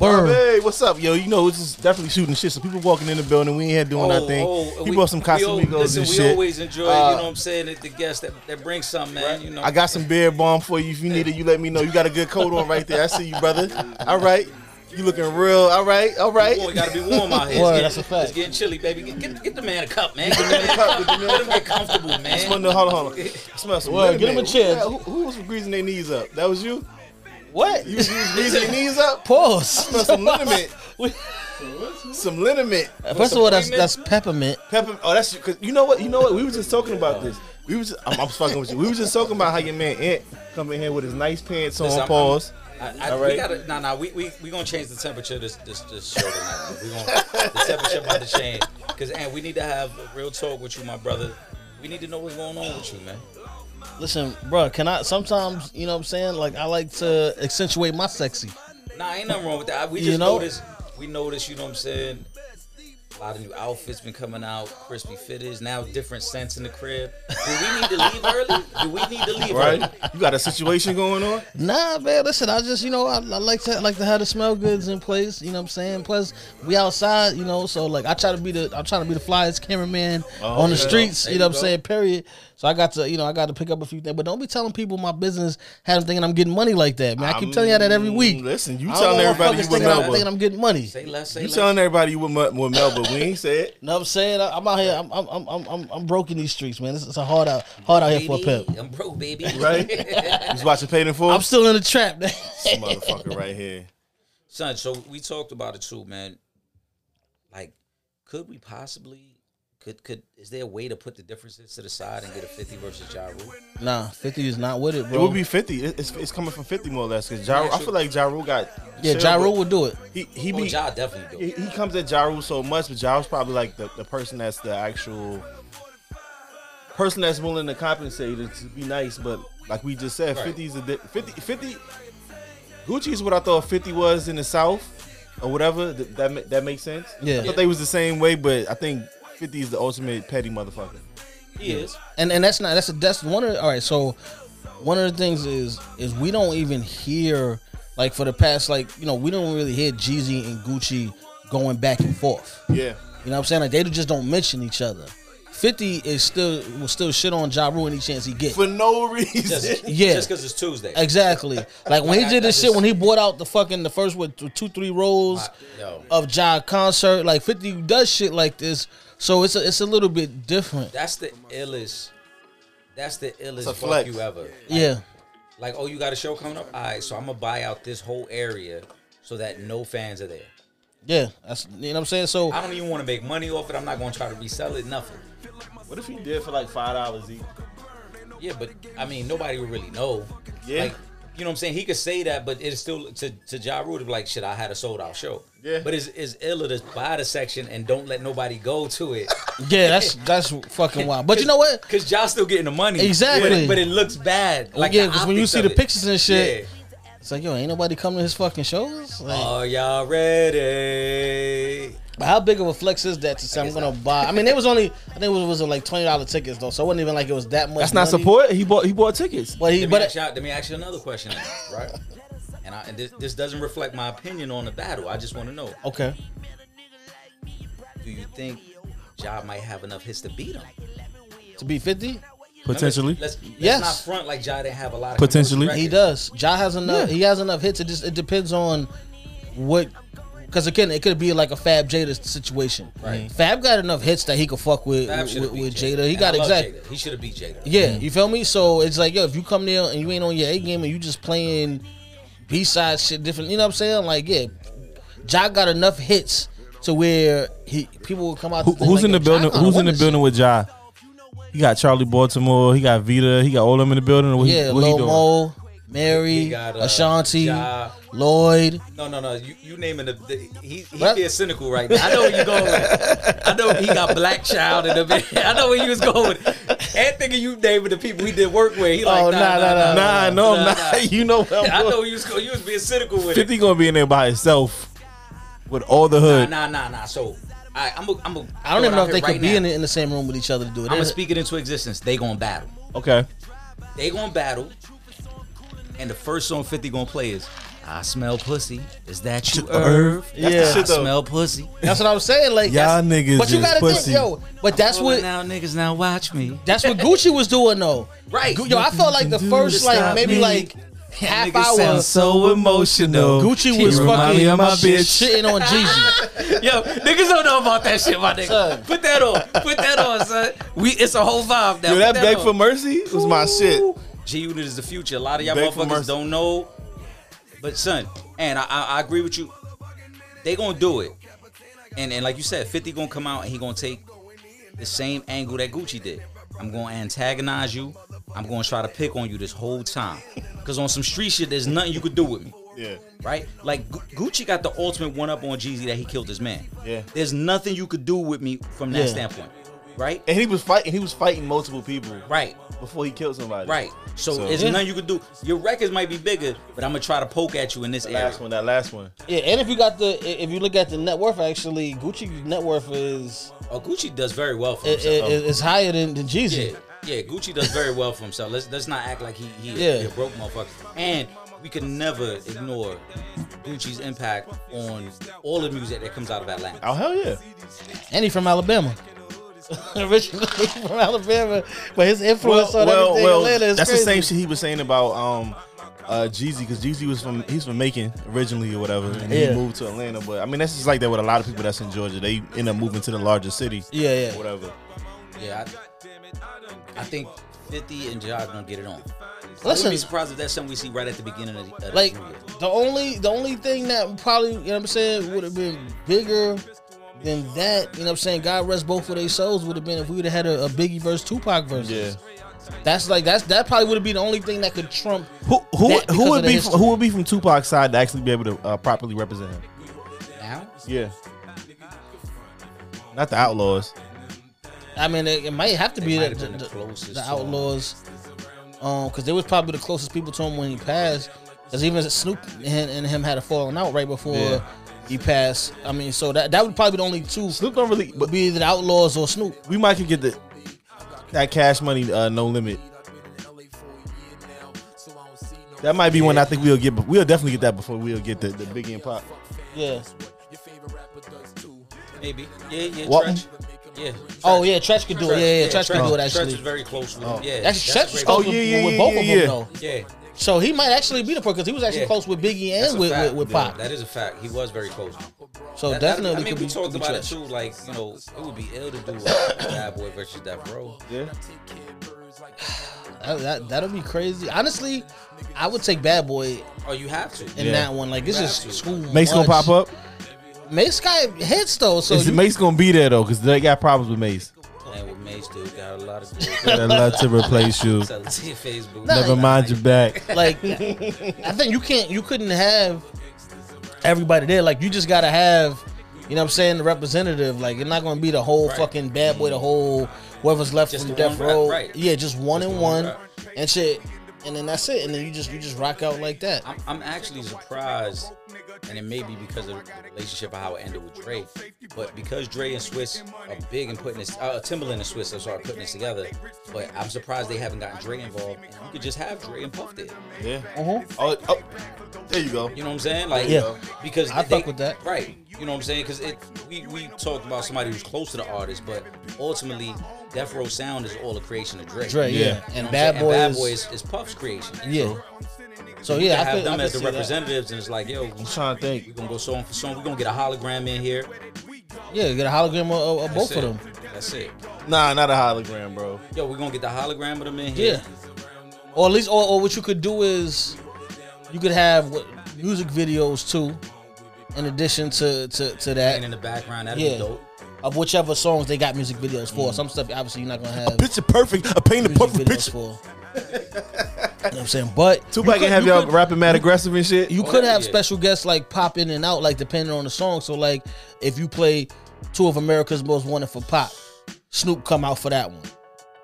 Speaker 3: Bird.
Speaker 5: Hey, what's up, yo? You know, it's just definitely shooting shit. So people walking in the building, we ain't here doing our thing. he brought some Casamigos
Speaker 4: listen,
Speaker 5: and
Speaker 4: Oh, we
Speaker 5: shit. Uh,
Speaker 4: always enjoy, you know what I'm saying, the, the guests that, that bring something, man. You know,
Speaker 5: I got some beer bomb for you. If you need it, you let me know. You got a good coat on right there. I see you, brother. All right, you looking real. All right, all right.
Speaker 4: Boy, it gotta be warm out here.
Speaker 3: Word,
Speaker 4: it's, getting,
Speaker 3: that's a fact.
Speaker 4: it's getting chilly, baby. Get, get, get the man a cup, man. Get the man a cup. Let him get comfortable, man.
Speaker 5: I smell the- hold on, hold on. I smell some.
Speaker 3: Well,
Speaker 5: Wait
Speaker 3: get him a
Speaker 5: minute.
Speaker 3: chair.
Speaker 5: Who, who was greasing their knees up? That was you.
Speaker 3: What?
Speaker 5: You, you was greasing your knees up.
Speaker 3: Pause.
Speaker 5: Smell some liniment.
Speaker 3: We-
Speaker 5: Some liniment.
Speaker 3: First of all, that's that's peppermint.
Speaker 5: Pepper. Oh, that's because you know what? You know what? We were just talking about this. We was. I'm, I'm fucking with you. We was just talking about how your man Ant come in here with his nice pants on.
Speaker 4: Listen, I'm-
Speaker 5: pause.
Speaker 4: I, I,
Speaker 5: All
Speaker 4: We
Speaker 5: right.
Speaker 4: gotta, nah, nah, we, we, we gonna change the temperature this, this, this show tonight. man. We gonna, the temperature about to change. Cause, and we need to have a real talk with you, my brother. We need to know what's going on with you, man.
Speaker 3: Listen, bruh, can I sometimes, you know what I'm saying? Like I like to accentuate my sexy.
Speaker 4: Nah, ain't nothing wrong with that. We
Speaker 3: You
Speaker 4: just
Speaker 3: know?
Speaker 4: noticed, we noticed, you know what I'm saying? A lot of new outfits been coming out, crispy fitters, now different scents in the crib. Do we need to leave early? Do we need to leave
Speaker 5: Right?
Speaker 4: early?
Speaker 5: You got a situation going on.
Speaker 3: Nah, man, listen, I just, you know, I, I like to I like to have the smell goods in place, you know what I'm saying? Plus, we outside, you know, so like I try to be the I'm trying to be the flyest cameraman on the
Speaker 5: yeah.
Speaker 3: streets,
Speaker 4: There
Speaker 3: you know
Speaker 4: you
Speaker 3: what I'm
Speaker 4: go.
Speaker 3: saying? Period. So I got to, you know, I got to pick up a few things, but don't be telling people my business, have them thinking I'm getting money like that, man. I keep telling you that every
Speaker 5: Mm,
Speaker 3: week.
Speaker 5: Listen, you
Speaker 3: I don't
Speaker 5: telling
Speaker 3: want
Speaker 5: everybody
Speaker 3: motherfuckers
Speaker 5: you with
Speaker 3: thinking I'm- thinking
Speaker 5: Melba.
Speaker 3: I'm getting money.
Speaker 4: Say less, say
Speaker 5: You
Speaker 4: less.
Speaker 5: telling everybody you with, Mel- with Melba. We ain't say it.
Speaker 3: know what I'm saying? I, I'm out here. I'm I'm I'm I'm- I'm, I'm broke in these streets, man. This is a hard out hard out here for a pimp.
Speaker 4: I'm broke, baby.
Speaker 5: Right? He's watching Paid in Full.
Speaker 3: I'm still in the trap. man.
Speaker 5: this motherfucker right here.
Speaker 4: Son, so we talked about it too, man. Like, could we possibly could could is there a way to put the differences to the side and get a fifty versus Ja Rule?
Speaker 3: nah, 50 is not with it,
Speaker 5: It
Speaker 3: bro.
Speaker 5: would be fifty. It- It's, it's coming from fifty more or less. Cause ja, Rule- I feel like Ja Rule got
Speaker 3: yeah, Ja Rule would do it.
Speaker 5: He he
Speaker 4: Oh,
Speaker 5: be
Speaker 4: Ja definitely
Speaker 5: he,
Speaker 4: do.
Speaker 5: he comes at Ja Rule so much, but Ja Rule's probably like the, the person that's the actual person that's willing to compensate and to be nice. But like we just said,
Speaker 4: Right.
Speaker 5: 50 is a di- 50, 50 Gucci is what I thought 50 was in the South or whatever. Th- that ma- that makes sense.
Speaker 3: Yeah.
Speaker 5: I thought they was the same way, but I think 50 is the ultimate petty motherfucker.
Speaker 4: He is.
Speaker 3: and and that's not that's a that's one of the, all right so one of the things is is we don't even hear like for the past like you know we don't really hear jeezy and gucci going back and forth you
Speaker 5: Yeah.
Speaker 3: know what i'm saying like they just don't mention each other 50 is still will still shit on Ja Rule any chance he gets
Speaker 5: For no reason.
Speaker 4: Just,
Speaker 3: Yeah.
Speaker 4: Just because it's Tuesday.
Speaker 3: exactly like when he
Speaker 4: I-
Speaker 3: did
Speaker 4: I
Speaker 3: this shit
Speaker 4: just-
Speaker 3: when he bought out the fucking the first what th- two three rolls
Speaker 4: I- yo,
Speaker 3: of Ja concert like 50 does shit like this so it's a, it's a little bit different
Speaker 4: that's the illest. That's the illest
Speaker 5: a
Speaker 4: fuck
Speaker 5: flex.
Speaker 4: you ever. Like,
Speaker 3: yeah
Speaker 4: Like, oh, you got a show coming up? All right, so I'm gonna buy out this whole area so that no fans are there.
Speaker 3: yeah that's you know what i'm saying so
Speaker 4: I don't even want to make money off it. I'm not gonna try to resell it. Nothing.
Speaker 5: What if he did for like five dollars each?
Speaker 4: Yeah, but I mean, nobody would really know.
Speaker 5: Yeah.
Speaker 4: Like, you know what I'm saying? He could say that, but it's still to to Ja Rule to be like, shit, I had a sold out show.
Speaker 5: Yeah.
Speaker 4: But it's it's iller to buy the section and don't let nobody go to it.
Speaker 3: Yeah, that's that's fucking wild. But you know what?
Speaker 4: Cause Ja's still getting the money.
Speaker 3: Exactly.
Speaker 4: But it, but it looks bad. Like
Speaker 3: yeah,
Speaker 4: the
Speaker 3: 'cause when you
Speaker 4: optics
Speaker 3: see
Speaker 4: of
Speaker 3: the
Speaker 4: it.
Speaker 3: pictures and shit.
Speaker 4: Yeah.
Speaker 3: It's like yo, ain't nobody coming to his fucking shows. Like,
Speaker 4: Are y'all ready?
Speaker 3: but how big of a flex is that to say I'm gonna buy? I mean, it was only I think it was, was like twenty dollar tickets though, so it wasn't even like it was that much.
Speaker 5: That's not
Speaker 3: money.
Speaker 5: support. He bought he bought tickets.
Speaker 3: But he
Speaker 4: Let me,
Speaker 3: but
Speaker 4: ask y'all, let me ask you another question, then, right? And, I, and this, this doesn't reflect my opinion on the battle. I just want to know:
Speaker 3: okay.
Speaker 4: Do you think Ja might have enough hits to beat him?
Speaker 3: To be fifty,
Speaker 5: Potentially.
Speaker 4: Let's, let's
Speaker 3: Yes.
Speaker 4: not front like Ja didn't have a lot of
Speaker 5: Potentially.
Speaker 4: commercial
Speaker 3: he
Speaker 4: records.
Speaker 3: does. Ja has enough. He has enough hits. It just it depends on what. Because again, it could be like a Fab Jada situation.
Speaker 5: Mm-hmm.
Speaker 4: Right.
Speaker 3: Fab got enough hits that he could fuck with
Speaker 4: Fab
Speaker 3: with,
Speaker 4: should've beat
Speaker 3: with Jada. He
Speaker 4: And
Speaker 3: got
Speaker 4: I love
Speaker 3: exactly.
Speaker 4: Jada. Mm-hmm. He should have beat Jada.
Speaker 3: Yeah, you feel me? So it's like, yo, if you come there and you ain't on your A game and you just playing B side shit different, you know what I'm saying? Like, yeah, Ja got enough hits to where he people will come out. to
Speaker 5: Who,
Speaker 3: think,
Speaker 5: who's
Speaker 3: like,
Speaker 5: in the
Speaker 3: yo, Ja
Speaker 5: building?
Speaker 3: kinda
Speaker 5: Who's
Speaker 3: won
Speaker 5: in the
Speaker 3: this
Speaker 5: building with Ja? He got Charlie Baltimore. He got Vita. He got all them in the building. Or what
Speaker 3: shit.
Speaker 5: he-
Speaker 3: Yeah,
Speaker 5: what he
Speaker 3: Lil
Speaker 5: doing?
Speaker 3: Mo, Mary,
Speaker 4: He got, uh,
Speaker 3: Ashanti,
Speaker 4: Ja.
Speaker 3: Lloyd.
Speaker 4: No, no, no. You, you naming the, the he he
Speaker 3: What?
Speaker 4: being cynical right now. I know where you going. With. I know he got black child in the. I know where you was going. And thinking you naming the people we did work with. He like
Speaker 3: Oh,
Speaker 4: nah
Speaker 3: nah,
Speaker 4: nah
Speaker 3: nah,
Speaker 4: nah.
Speaker 5: Nah, no, I'm not. You know what
Speaker 4: I
Speaker 5: I'm
Speaker 4: know
Speaker 5: doing.
Speaker 4: where you was going. You was being cynical with it.
Speaker 5: Fifty gonna be in there by himself with all the
Speaker 4: Nah,
Speaker 5: hood.
Speaker 4: nah, nah, nah. So I, I'm a, I'm a,
Speaker 3: I don't even know if they could be in the, in the same room with each other to do it.
Speaker 4: I'm gonna
Speaker 3: They-
Speaker 4: speak it into existence. They gonna battle.
Speaker 5: Okay,
Speaker 4: They gonna battle. And the first song 50 gonna play is I smell pussy. Is that you,
Speaker 5: Uh-huh.
Speaker 4: Irv?
Speaker 3: Yeah.
Speaker 4: I
Speaker 5: shit, though.
Speaker 4: smell pussy.
Speaker 3: That's what I was saying. Like
Speaker 5: Y'all
Speaker 3: that's-
Speaker 5: niggas
Speaker 3: but you
Speaker 5: is
Speaker 3: gotta
Speaker 5: pussy.
Speaker 3: think, yo. But that's
Speaker 4: Well,
Speaker 3: what
Speaker 4: now niggas now watch me.
Speaker 3: that's what Gucci was doing though.
Speaker 4: Right.
Speaker 3: Gu- Yo, I felt like the first
Speaker 4: to
Speaker 3: like
Speaker 4: stop
Speaker 3: maybe
Speaker 4: me.
Speaker 3: like half
Speaker 4: Niggas
Speaker 3: hour.
Speaker 4: sound so emotional.
Speaker 3: Gucci
Speaker 4: He
Speaker 3: was
Speaker 4: remind me
Speaker 3: fucking
Speaker 4: of my
Speaker 3: shit-
Speaker 4: bitch.
Speaker 3: shitting on Jeezy.
Speaker 4: Yo, niggas don't know about that shit, my nigga.
Speaker 3: Son.
Speaker 4: Put that on. Put that on, son. We it's a whole vibe now.
Speaker 5: Yo, that
Speaker 4: Put
Speaker 5: beg
Speaker 4: on.
Speaker 5: for mercy was my shit.
Speaker 4: G Unit is the future. A lot of y'all
Speaker 5: Beg for
Speaker 4: motherfuckers
Speaker 5: mercy.
Speaker 4: don't know. But son, and I, I, I agree with you. They gonna do it. And and like you said, 50 gonna come out and he gonna take the same angle that Gucci did. I'm gonna antagonize you. I'm gonna try to pick on you this whole time. Cause on some street shit, there's nothing you could do with me.
Speaker 5: Yeah.
Speaker 4: Right? Like Gu- Gucci got the ultimate one up on Jeezy that he killed his man.
Speaker 5: Yeah.
Speaker 4: There's nothing you could do with me from that
Speaker 3: Yeah.
Speaker 4: standpoint. Right?
Speaker 5: And he was fighting. He was fighting multiple people
Speaker 4: Right.
Speaker 5: before he killed somebody.
Speaker 4: Right. So,
Speaker 5: So-
Speaker 4: there's nothing you could do. Your records might be bigger, but I'm gonna try to poke at you in this
Speaker 5: That
Speaker 4: area.
Speaker 5: last one. That last one.
Speaker 3: Yeah, and if you got the i- if you look at the net worth, actually Gucci net worth is
Speaker 4: Oh, Gucci does very well for
Speaker 3: i- i-
Speaker 4: himself.
Speaker 3: i- is higher than than Jeezy.
Speaker 4: yeah, yeah. Gucci does very well for himself. Let's let's not act like he he,
Speaker 3: Yeah.
Speaker 4: he a broke motherfucker. And we can never ignore Gucci's impact on all the music that comes out of Atlanta.
Speaker 5: Oh hell yeah.
Speaker 3: And he from Alabama. Originally from Alabama, but his influence on everything in Atlanta is
Speaker 5: that's
Speaker 3: crazy.
Speaker 5: the same shit he was saying about um uh Jeezy because Jeezy was from he's from Macon originally or whatever, and
Speaker 3: Yeah.
Speaker 5: he moved to Atlanta. But I mean that's just like that with a lot of people that's in Georgia. They end up moving to the larger cities.
Speaker 3: Yeah, yeah.
Speaker 5: or Whatever.
Speaker 4: Yeah, I, I think 50 and Ja gonna get it on. I wouldn't
Speaker 3: Listen.
Speaker 4: be surprised if that's something we see right at the beginning of the, of the
Speaker 3: Like
Speaker 4: new year.
Speaker 3: the only the only thing that probably you know what I'm saying would have been bigger than that, you know what I'm saying, God rest both of their souls would have been if we would have had a, a Biggie versus Tupac versus.
Speaker 5: Yeah.
Speaker 3: That's like that's that probably would have been the only thing that could trump
Speaker 5: Who who
Speaker 3: That because
Speaker 5: who
Speaker 3: of
Speaker 5: would
Speaker 3: the
Speaker 5: be from,
Speaker 3: history.
Speaker 5: who would be from Tupac's side to actually be able to uh, properly represent him?
Speaker 4: now.
Speaker 5: Yeah. Not the Outlaws.
Speaker 3: I mean, it, it might have to
Speaker 4: They
Speaker 3: be
Speaker 4: might
Speaker 3: the,
Speaker 4: have
Speaker 3: the,
Speaker 4: been the
Speaker 3: the- the
Speaker 4: closest to him.
Speaker 3: Outlaws, um, because they was probably the closest people to him when he passed. Because even Snoop and, and him had a falling out right before
Speaker 5: Yeah.
Speaker 3: he passed. I mean, so that that would probably be the only two
Speaker 5: Snoop don't really.
Speaker 3: would
Speaker 5: But
Speaker 3: be the Outlaws or Snoop.
Speaker 5: we might could get the that cash money uh, no limit. That might be one I think we'll get. but We'll definitely get that before we'll get the, the Biggie and Pop.
Speaker 3: Yeah.
Speaker 4: Maybe. Yeah, yeah,
Speaker 5: What?
Speaker 4: Tretch. Yeah.
Speaker 3: Oh yeah, Tretch could do it. Yeah, yeah, Tretch could do it
Speaker 4: Tretch is
Speaker 3: actually.
Speaker 4: very close with him. Yeah.
Speaker 3: Actually, Tretch
Speaker 4: that's a
Speaker 3: was
Speaker 4: great-
Speaker 5: Oh,
Speaker 3: close Oh, with,
Speaker 5: yeah, yeah,
Speaker 3: with
Speaker 5: yeah,
Speaker 3: both
Speaker 5: yeah,
Speaker 3: of them
Speaker 5: yeah.
Speaker 3: though.
Speaker 4: Yeah.
Speaker 3: So he might actually be the person because he was actually
Speaker 4: Yeah.
Speaker 3: close with Biggie
Speaker 4: That's
Speaker 3: and
Speaker 4: a
Speaker 3: with, with
Speaker 4: fact.
Speaker 3: with
Speaker 4: Yeah,
Speaker 3: Pop.
Speaker 4: That is a fact. He was very close.
Speaker 3: so
Speaker 4: That- that-
Speaker 3: definitely
Speaker 4: I mean,
Speaker 3: could
Speaker 4: we
Speaker 3: be,
Speaker 4: talked
Speaker 3: could be
Speaker 4: about it
Speaker 3: Tretch.
Speaker 4: too. Like, you know, it would be ill to do a bad boy versus that bro.
Speaker 5: Yeah.
Speaker 3: That, that, that'll be crazy. Honestly, I would take Bad Boy
Speaker 4: Oh, you have to.
Speaker 3: in
Speaker 5: Yeah.
Speaker 3: that one. Like it's
Speaker 4: Rap
Speaker 3: just
Speaker 4: to.
Speaker 3: too
Speaker 5: Mace gonna
Speaker 3: much.
Speaker 5: pop up.
Speaker 3: Mace got hits though, so
Speaker 5: Is
Speaker 3: you,
Speaker 5: Mace gonna be there though? Because they got problems with Mace.
Speaker 4: And with Mace, dude, got a lot of
Speaker 5: Got a lot to replace you.
Speaker 4: Selling to your Facebook.
Speaker 5: Never mind your back.
Speaker 3: like I think you can't you couldn't have everybody there. Like you just gotta have you know what I'm saying, the representative. Like you're not gonna be the whole
Speaker 4: Right.
Speaker 3: fucking bad boy, the whole whoever's left
Speaker 4: Just
Speaker 3: from
Speaker 4: the one
Speaker 3: death
Speaker 4: rap,
Speaker 3: row.
Speaker 4: right.
Speaker 3: Yeah, just one
Speaker 4: Just
Speaker 3: and
Speaker 4: the one
Speaker 3: one
Speaker 4: rap.
Speaker 3: and shit. And then that's it. And then you just you just rock out like that.
Speaker 4: I'm, I'm actually surprised, and it may be because of the relationship of how it ended with Dre, but because Dre and Swiss are big and putting this, uh, Timberland and Swiss, I'm sorry, putting this together, but I'm surprised they haven't gotten Dre involved. And you could just have Dre and Puff there.
Speaker 5: Yeah.
Speaker 3: Uh-huh.
Speaker 5: Oh, oh, there you go.
Speaker 4: You know what I'm saying? Like,
Speaker 3: Yeah.
Speaker 4: because
Speaker 3: I
Speaker 4: they-
Speaker 3: fuck with that.
Speaker 4: Right. You know what I'm saying? Because it, we we talked about somebody who's close to the artist, but ultimately, Death Row Sound is all a creation of Dre.
Speaker 3: Dre,
Speaker 4: You
Speaker 3: yeah.
Speaker 5: Yeah.
Speaker 4: know
Speaker 3: And
Speaker 4: what I'm
Speaker 3: Bad
Speaker 4: saying?
Speaker 3: Boy
Speaker 4: And
Speaker 3: is,
Speaker 4: Bad Boy is, is Puff's creation.
Speaker 3: Yeah. So
Speaker 4: yeah,
Speaker 3: yeah, I
Speaker 4: have
Speaker 3: could,
Speaker 4: them
Speaker 3: I could
Speaker 4: as the
Speaker 3: see that.
Speaker 4: representatives, and it's like, yo,
Speaker 5: I'm trying to
Speaker 4: we're
Speaker 5: think.
Speaker 4: gonna go song for song. We're gonna get a hologram in here.
Speaker 3: Yeah, get a hologram of, of
Speaker 4: That's
Speaker 3: both of them.
Speaker 4: it. That's it.
Speaker 5: Nah, not a hologram, bro.
Speaker 4: Yo, we're gonna get the hologram of them in here.
Speaker 3: Yeah. Or at least, or, or what you could do is, you could have what, music videos too, in addition to to, to
Speaker 4: And in
Speaker 3: that
Speaker 4: the background, that'd
Speaker 3: Yeah.
Speaker 4: be dope.
Speaker 3: of whichever songs they got music videos for. Some stuff obviously you're not gonna have
Speaker 5: Mm-hmm.
Speaker 3: music
Speaker 5: Picture perfect. I paint the
Speaker 3: videos
Speaker 5: perfect picture.
Speaker 3: for. you know what I'm saying, but
Speaker 5: Tupac can have
Speaker 3: you
Speaker 5: y'all
Speaker 3: could,
Speaker 5: rapping mad aggressive and shit.
Speaker 3: you
Speaker 4: Oh,
Speaker 3: could
Speaker 4: yeah,
Speaker 3: have
Speaker 4: yeah.
Speaker 3: special guests like pop in and out, like depending on the song. So like, if you play two of America's Most Wanted for pop, Snoop come out for that one.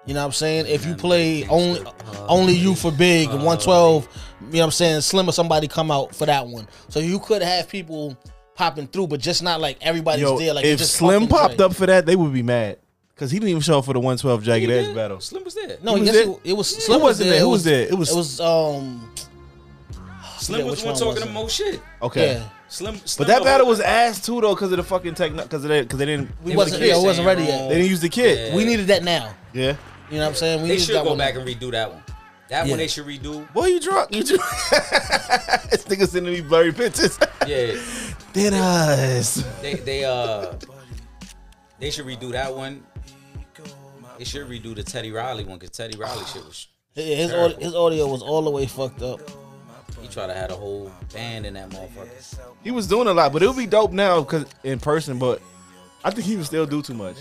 Speaker 3: You know what I'm saying? If you play only
Speaker 4: uh,
Speaker 3: only you for big and 112, you know what I'm saying? Slim or somebody come out for that one. So you could have people popping through, but just not like everybody's
Speaker 5: Yo,
Speaker 3: there. Like
Speaker 5: if
Speaker 3: it's just
Speaker 5: Slim
Speaker 3: fucking
Speaker 5: popped
Speaker 3: Dre.
Speaker 5: up for that, they would be mad because he didn't even show up for the 112 Jagged Edge battle.
Speaker 4: Slim was there.
Speaker 3: no,
Speaker 5: who was
Speaker 3: yes,
Speaker 5: there?
Speaker 3: it, it was
Speaker 5: Who
Speaker 3: Slim
Speaker 5: wasn't
Speaker 3: was
Speaker 5: there?
Speaker 3: It
Speaker 5: Who was
Speaker 3: was
Speaker 5: there? It
Speaker 3: It
Speaker 5: was-
Speaker 3: was um.
Speaker 4: Slim
Speaker 3: forget
Speaker 4: was
Speaker 3: which
Speaker 4: the one
Speaker 3: one
Speaker 4: talking
Speaker 3: was
Speaker 4: the
Speaker 3: it.
Speaker 4: most shit.
Speaker 5: Okay.
Speaker 3: Yeah,
Speaker 4: Slim, Slim
Speaker 5: But that
Speaker 4: the-
Speaker 5: battle was ass too though because of the fucking tech because they because they didn't
Speaker 3: we
Speaker 4: It was
Speaker 3: wasn't.
Speaker 4: the kid
Speaker 3: Yeah, it wasn't
Speaker 4: saying
Speaker 3: ready
Speaker 5: they
Speaker 4: wrong.
Speaker 3: yet.
Speaker 5: didn't use the kid.
Speaker 4: Yeah.
Speaker 3: We needed that now.
Speaker 5: Yeah.
Speaker 3: You know what I'm saying? We
Speaker 4: They
Speaker 3: needed
Speaker 4: should
Speaker 3: that
Speaker 4: go
Speaker 3: one
Speaker 4: back
Speaker 3: now.
Speaker 4: and redo that one. That
Speaker 3: Yeah.
Speaker 4: one they should redo.
Speaker 5: Boy, you drunk? You drunk? this nigga sending me blurry pictures.
Speaker 4: Yeah,
Speaker 5: Then us.
Speaker 4: they they uh they should redo that one. They should redo the Teddy Riley one because Teddy Riley shit was
Speaker 3: Yeah, his, audio, his audio was all the way fucked up.
Speaker 4: he tried to had a whole band in that motherfucker.
Speaker 5: He was doing a lot, but it would be dope now because in person. But I think he would still do too much.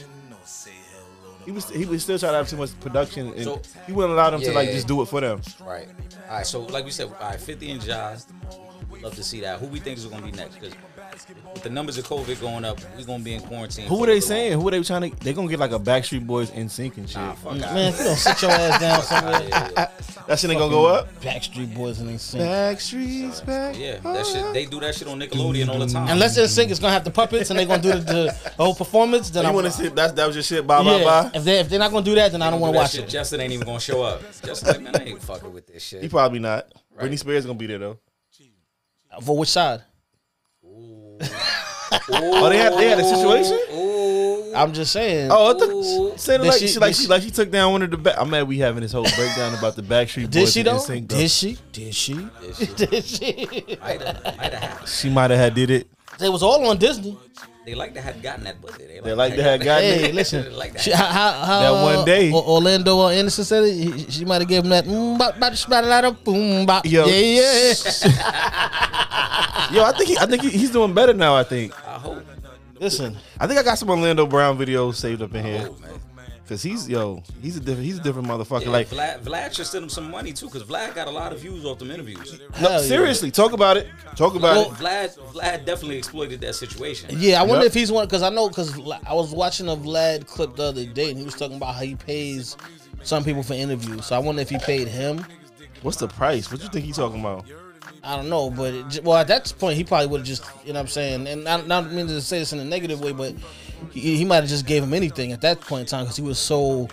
Speaker 5: He was he was still trying to have too much production, and
Speaker 4: So-
Speaker 5: he wouldn't allow them to like
Speaker 4: Yeah.
Speaker 5: just do it for them.
Speaker 4: Right. All right. So like we said, all right, 50 and Jaws. Love to see that. Who we think is going to be next? Because with the numbers of COVID going up, we're going to be in quarantine.
Speaker 5: Who
Speaker 4: for
Speaker 5: were they
Speaker 4: a little
Speaker 5: saying? Who were they trying to? They gonna get like a Backstreet Boys in sync and shit.
Speaker 4: while. Nah, fuck out.
Speaker 3: Man, if you don't sit your ass down
Speaker 4: Yeah,
Speaker 3: somewhere,
Speaker 4: yeah, yeah.
Speaker 5: that shit ain't gonna go up.
Speaker 3: Backstreet Boys and NSYNC.
Speaker 5: Backstreet's back.
Speaker 4: Yeah, that shit. They do that shit on Nickelodeon all the time.
Speaker 3: Unless NSYNC is gonna have the puppets and they're gonna do the, the, the whole performance, then
Speaker 5: you
Speaker 3: I'm.
Speaker 5: want to sit? That that was your shit. Bye
Speaker 3: yeah,
Speaker 5: bye bye.
Speaker 3: If, they, if they're not gonna do that, then I don't want
Speaker 4: do
Speaker 3: to
Speaker 4: that
Speaker 3: watch
Speaker 4: shit,
Speaker 3: it.
Speaker 4: Justin ain't even gonna show up. Justin, like, man, I ain't fucking with this
Speaker 5: He
Speaker 4: shit.
Speaker 5: probably not.
Speaker 4: Right.
Speaker 5: Britney Spears gonna be there though.
Speaker 3: For which side?
Speaker 5: Oh, they had they had a situation.
Speaker 4: Ooh,
Speaker 3: I'm just saying.
Speaker 5: Oh, I thought saying
Speaker 3: Did
Speaker 5: like she,
Speaker 3: she-
Speaker 5: like
Speaker 3: did
Speaker 5: she
Speaker 3: she-
Speaker 5: like she took down one of the back. I'm mad we having this whole breakdown about the Backstreet Boys.
Speaker 3: did she
Speaker 5: and
Speaker 3: though?
Speaker 5: NSYNC, though.
Speaker 3: Did she? Did she? Did she?
Speaker 4: might have, might have happened.
Speaker 5: She might have had did it.
Speaker 3: they was all on Disney.
Speaker 4: They like to have gotten that, but they like,
Speaker 5: They like they had gotten
Speaker 3: Hey,
Speaker 5: it.
Speaker 3: listen.
Speaker 4: Like that.
Speaker 3: she, how, how, how,
Speaker 5: That one day.
Speaker 3: O- Orlando or Anderson said it. he- She might have given that. Mm, bop, bop, spat it out of boom, bop.
Speaker 5: Yo.
Speaker 3: Yeah, yeah.
Speaker 5: Yo, I think he, I think he, he's doing better now. I think
Speaker 4: I hope.
Speaker 3: Listen,
Speaker 5: I think I got some Orlando Brown videos saved up in here
Speaker 4: Oh, man.
Speaker 5: because he's yo he's a different he's a different motherfucker.
Speaker 4: Yeah,
Speaker 5: like
Speaker 4: Vlad, Vlad should send him some money too, because Vlad got a lot of views off them interviews.
Speaker 5: no,
Speaker 3: hell yeah.
Speaker 5: seriously, talk about it. Talk about
Speaker 4: Well,
Speaker 5: it.
Speaker 4: Vlad, Vlad definitely exploited that situation.
Speaker 3: Yeah, I wonder
Speaker 5: Yep.
Speaker 3: if he's one because I know because I was watching a Vlad clip the other day and he was talking about how he pays some people for interviews. So I wonder if he paid him.
Speaker 5: What's the price? What you think he talking about?
Speaker 3: I don't know, but it, j- well, at that point he probably would have just you know what I'm saying, and I not mean to say this in a negative way, but he, he might have just gave him anything at that point in time because he was so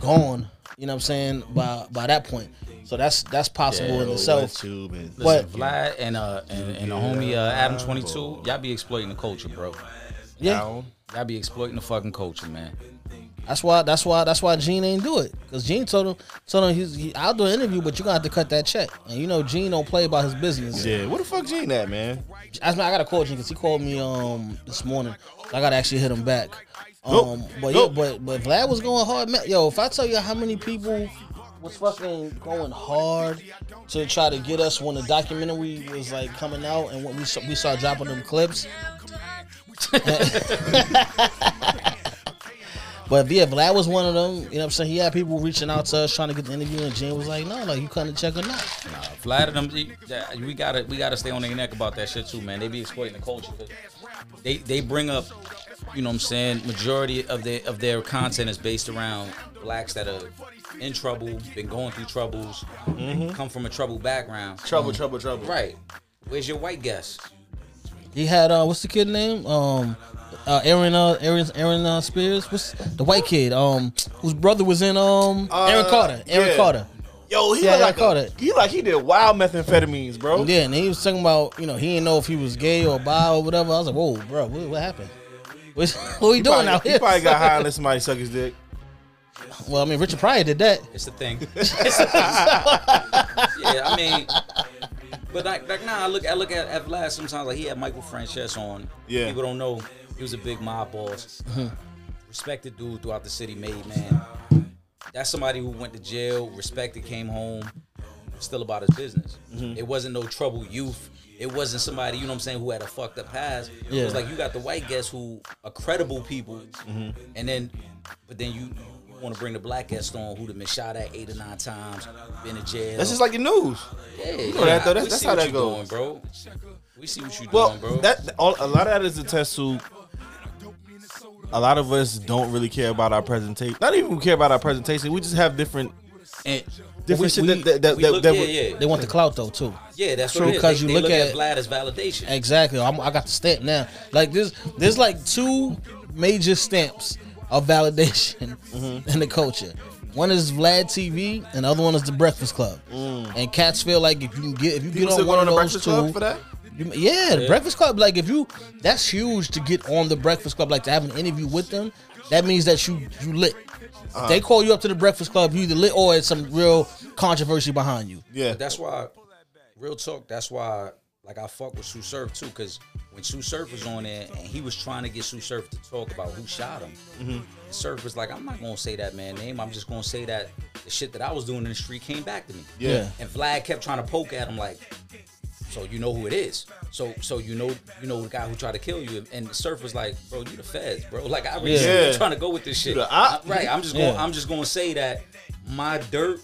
Speaker 3: gone. You know what I'm saying by by that point. So that's that's possible in itself.
Speaker 5: YouTube and-
Speaker 3: But
Speaker 4: Vlad and uh and, and the homie uh, Adam Twenty Two, y'all be exploiting the culture, bro.
Speaker 3: yeah,
Speaker 4: Y'all be exploiting the fucking culture, man.
Speaker 3: that's why that's why that's why Gene ain't do it because Gene told him told him he's he, I'll do an interview, but you gonna have to cut that check. And you know Gene don't play about his business.
Speaker 5: yeah, where the fuck Gene at, man?
Speaker 3: I, I gotta call Gene because he called me um this morning. I gotta actually hit him back. Um,
Speaker 5: Go.
Speaker 3: but
Speaker 5: Go.
Speaker 3: yeah, but but Vlad was going hard. Man, yo, if I tell you how many people was fucking going hard to try to get us when the documentary was like coming out and when we saw, we started dropping them clips. But yeah, Vlad was one of them. You know what I'm saying? He had people reaching out to us trying to get the interview, and Gene was like, "No, like you couldn't check or not."
Speaker 4: Nah, Vlad and them, he- that- we gotta we gotta stay on their neck about that shit too, man. They be exploiting the culture. 'cause They they bring up, you know, what I'm saying, majority of their of their content is based around blacks that are in trouble, been going through troubles, come from a troubled background.
Speaker 5: Trouble, trouble, trouble.
Speaker 4: Right. Where's your white guest?
Speaker 3: He had uh, what's the kid name? Um, uh, Aaron, uh, Aaron, Aaron uh, Spears. What's the white kid? Um, whose brother was in um, Aaron Carter. Aaron
Speaker 5: Uh, yeah.
Speaker 3: Carter.
Speaker 5: Yo, he
Speaker 3: Yeah,
Speaker 5: look
Speaker 3: I
Speaker 5: like
Speaker 3: caught
Speaker 5: a,
Speaker 3: it.
Speaker 5: he like he did wild methamphetamines, bro.
Speaker 3: Yeah, and he was talking about you know he didn't know if he was gay or bi or whatever. I was like, whoa, bro, what, what happened? What's, what we
Speaker 5: He
Speaker 3: doing
Speaker 5: probably,
Speaker 3: out
Speaker 5: he
Speaker 3: here?
Speaker 5: probably got high and let somebody suck his dick.
Speaker 3: well, I mean, Richard Pryor did that.
Speaker 4: It's the thing. It's the thing. yeah, I mean, but like, like nah, I look, I look at, at Vlad sometimes. Like he had Michael Frances on.
Speaker 5: Yeah.
Speaker 4: people don't know he was a big mob boss, respected dude throughout the city. Made man, that's somebody who went to jail, respected, came home, still about his business. It wasn't no trouble youth. It wasn't somebody, you know what I'm saying, who had a fucked up past. It
Speaker 3: Yeah.
Speaker 4: was like you got the white guests who are credible people, and then, but then you, you want to bring the black guest on who done been shot at eight or nine times, been in jail.
Speaker 5: That's just like the news.
Speaker 4: yeah,
Speaker 5: know that, though. That's-
Speaker 4: we
Speaker 5: that's
Speaker 4: see
Speaker 5: how
Speaker 4: what
Speaker 5: that
Speaker 4: you
Speaker 5: goes.
Speaker 4: doing, bro. We see what you
Speaker 5: Well,
Speaker 4: doing, bro.
Speaker 5: that all, a lot of that is a test to. A lot of us don't really care about our presentation. Not even care about our presentation. We just have different
Speaker 4: and
Speaker 5: different
Speaker 3: We-
Speaker 5: shit
Speaker 3: we-
Speaker 5: that that that,
Speaker 4: we
Speaker 5: that,
Speaker 4: look,
Speaker 5: that
Speaker 4: yeah,
Speaker 5: would-
Speaker 4: yeah,
Speaker 3: They want the clout though too.
Speaker 4: yeah, that's
Speaker 3: True,
Speaker 4: true.
Speaker 3: 'cause
Speaker 4: Because
Speaker 3: you
Speaker 4: they
Speaker 3: look
Speaker 4: look at,
Speaker 3: at-
Speaker 4: Vlad as validation.
Speaker 3: Exactly. I'm, I got the stamp now. Like this, there's
Speaker 5: Mm-hmm.
Speaker 3: like two major stamps of validation in the culture. One is Vlad TV, and the other one is The Breakfast Club. And cats feel like if you can get if you
Speaker 5: Mm. People
Speaker 3: get
Speaker 5: still
Speaker 3: on one
Speaker 5: going on the
Speaker 3: of
Speaker 5: Breakfast
Speaker 3: those
Speaker 5: Club
Speaker 3: two,
Speaker 5: for that?
Speaker 3: you- yeah, The Breakfast Club. Like if you, that's huge to get on The Breakfast Club. Like to have an interview with them, that means that you you lit. If
Speaker 5: Uh-huh.
Speaker 3: they call you up to The Breakfast Club, you either lit or it's some real controversy behind you.
Speaker 5: Yeah.
Speaker 4: That's why, real talk. That's why, like, I fuck with Sue Surf too, because when Sue Surf was on there and he was trying to get Sue Surf to talk about who shot him, Surf was like, "I'm not gonna say that man name. I'm just gonna say that the shit that I was doing in the street came back to me."
Speaker 5: Yeah.
Speaker 4: And Vlad kept trying to poke at him, like, "So you know who it is? So so you know you know the guy who tried to kill you?" And Surf was like, "Bro, you the feds, bro. Like I really
Speaker 5: Yeah.
Speaker 4: yeah. trying to go with this shit.
Speaker 5: the op.
Speaker 4: right? I'm just going.
Speaker 3: Yeah.
Speaker 4: to I'm just going to say that my dirt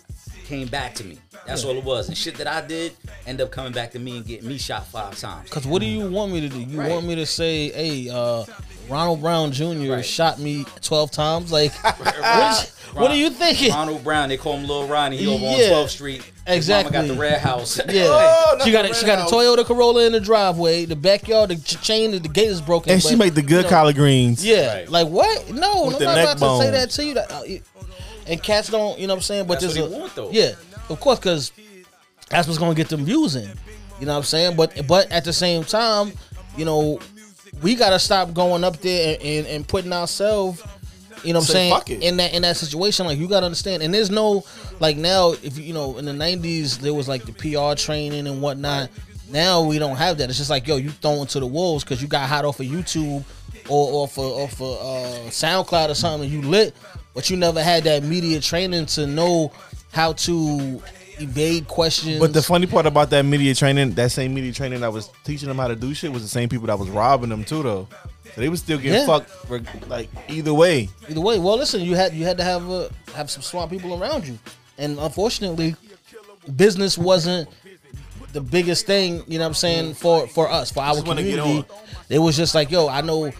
Speaker 4: came back to me. That's all it was. And shit that I did end up coming back to me and getting me shot five times.
Speaker 3: Cause what do you want me to do? You
Speaker 4: Right.
Speaker 3: want me to say, "Hey, uh, Ronald Brown Jr.
Speaker 4: Right.
Speaker 3: shot me twelve times"? Like, what,
Speaker 4: Ron-
Speaker 3: is, what are you thinking?
Speaker 4: Ronald Brown, they call him Lil Ronnie. He over
Speaker 3: Yeah.
Speaker 4: on 12th Street. His
Speaker 3: Exactly.
Speaker 4: Mama got the red house.
Speaker 3: Yeah,
Speaker 5: Oh,
Speaker 3: she got a,
Speaker 5: not the
Speaker 3: she got a Toyota Corolla in the driveway. The backyard, the ch- chain, the gate is broken.
Speaker 5: And she
Speaker 3: but,
Speaker 5: made the
Speaker 3: you
Speaker 5: good
Speaker 3: know,
Speaker 5: collard greens.
Speaker 3: Yeah,
Speaker 4: Right.
Speaker 3: like what? No,
Speaker 5: With
Speaker 3: I'm
Speaker 5: the
Speaker 3: not
Speaker 5: neck
Speaker 3: about to
Speaker 5: bones.
Speaker 3: say that to you. That- uh, it- And cats don't, you know what I'm saying? But
Speaker 4: That's
Speaker 3: there's
Speaker 4: what
Speaker 3: a
Speaker 4: they want, though.
Speaker 3: yeah, of course, because that's what's gonna get them views in. You know what I'm saying? But but at the same time, you know, we gotta stop going up there and, and, and putting ourselves. You know what I'm
Speaker 5: Say,
Speaker 3: saying?
Speaker 5: "Fuck it."
Speaker 3: In that in that situation, like you gotta understand. And there's no like now, if you you know, in the '90s there was like the PR training and whatnot. Now we don't have that. It's just like yo, you thrown to the wolves because you got hot off of YouTube or off of, off of uh, SoundCloud or something. And you lit, but you never had that media training to know how to evade questions.
Speaker 5: But the funny part about that media training, that same media training that was teaching them how to do shit, was the same people that was robbing them too, though. So they was still getting
Speaker 3: Yeah.
Speaker 5: fucked, reg- like either way.
Speaker 3: Either way, well, listen, you had you had to have uh, have some smart people around you, and unfortunately, business wasn't the biggest thing. You know what I'm saying for for us for our
Speaker 5: Just wanna get
Speaker 3: community. It was just like, yo, I know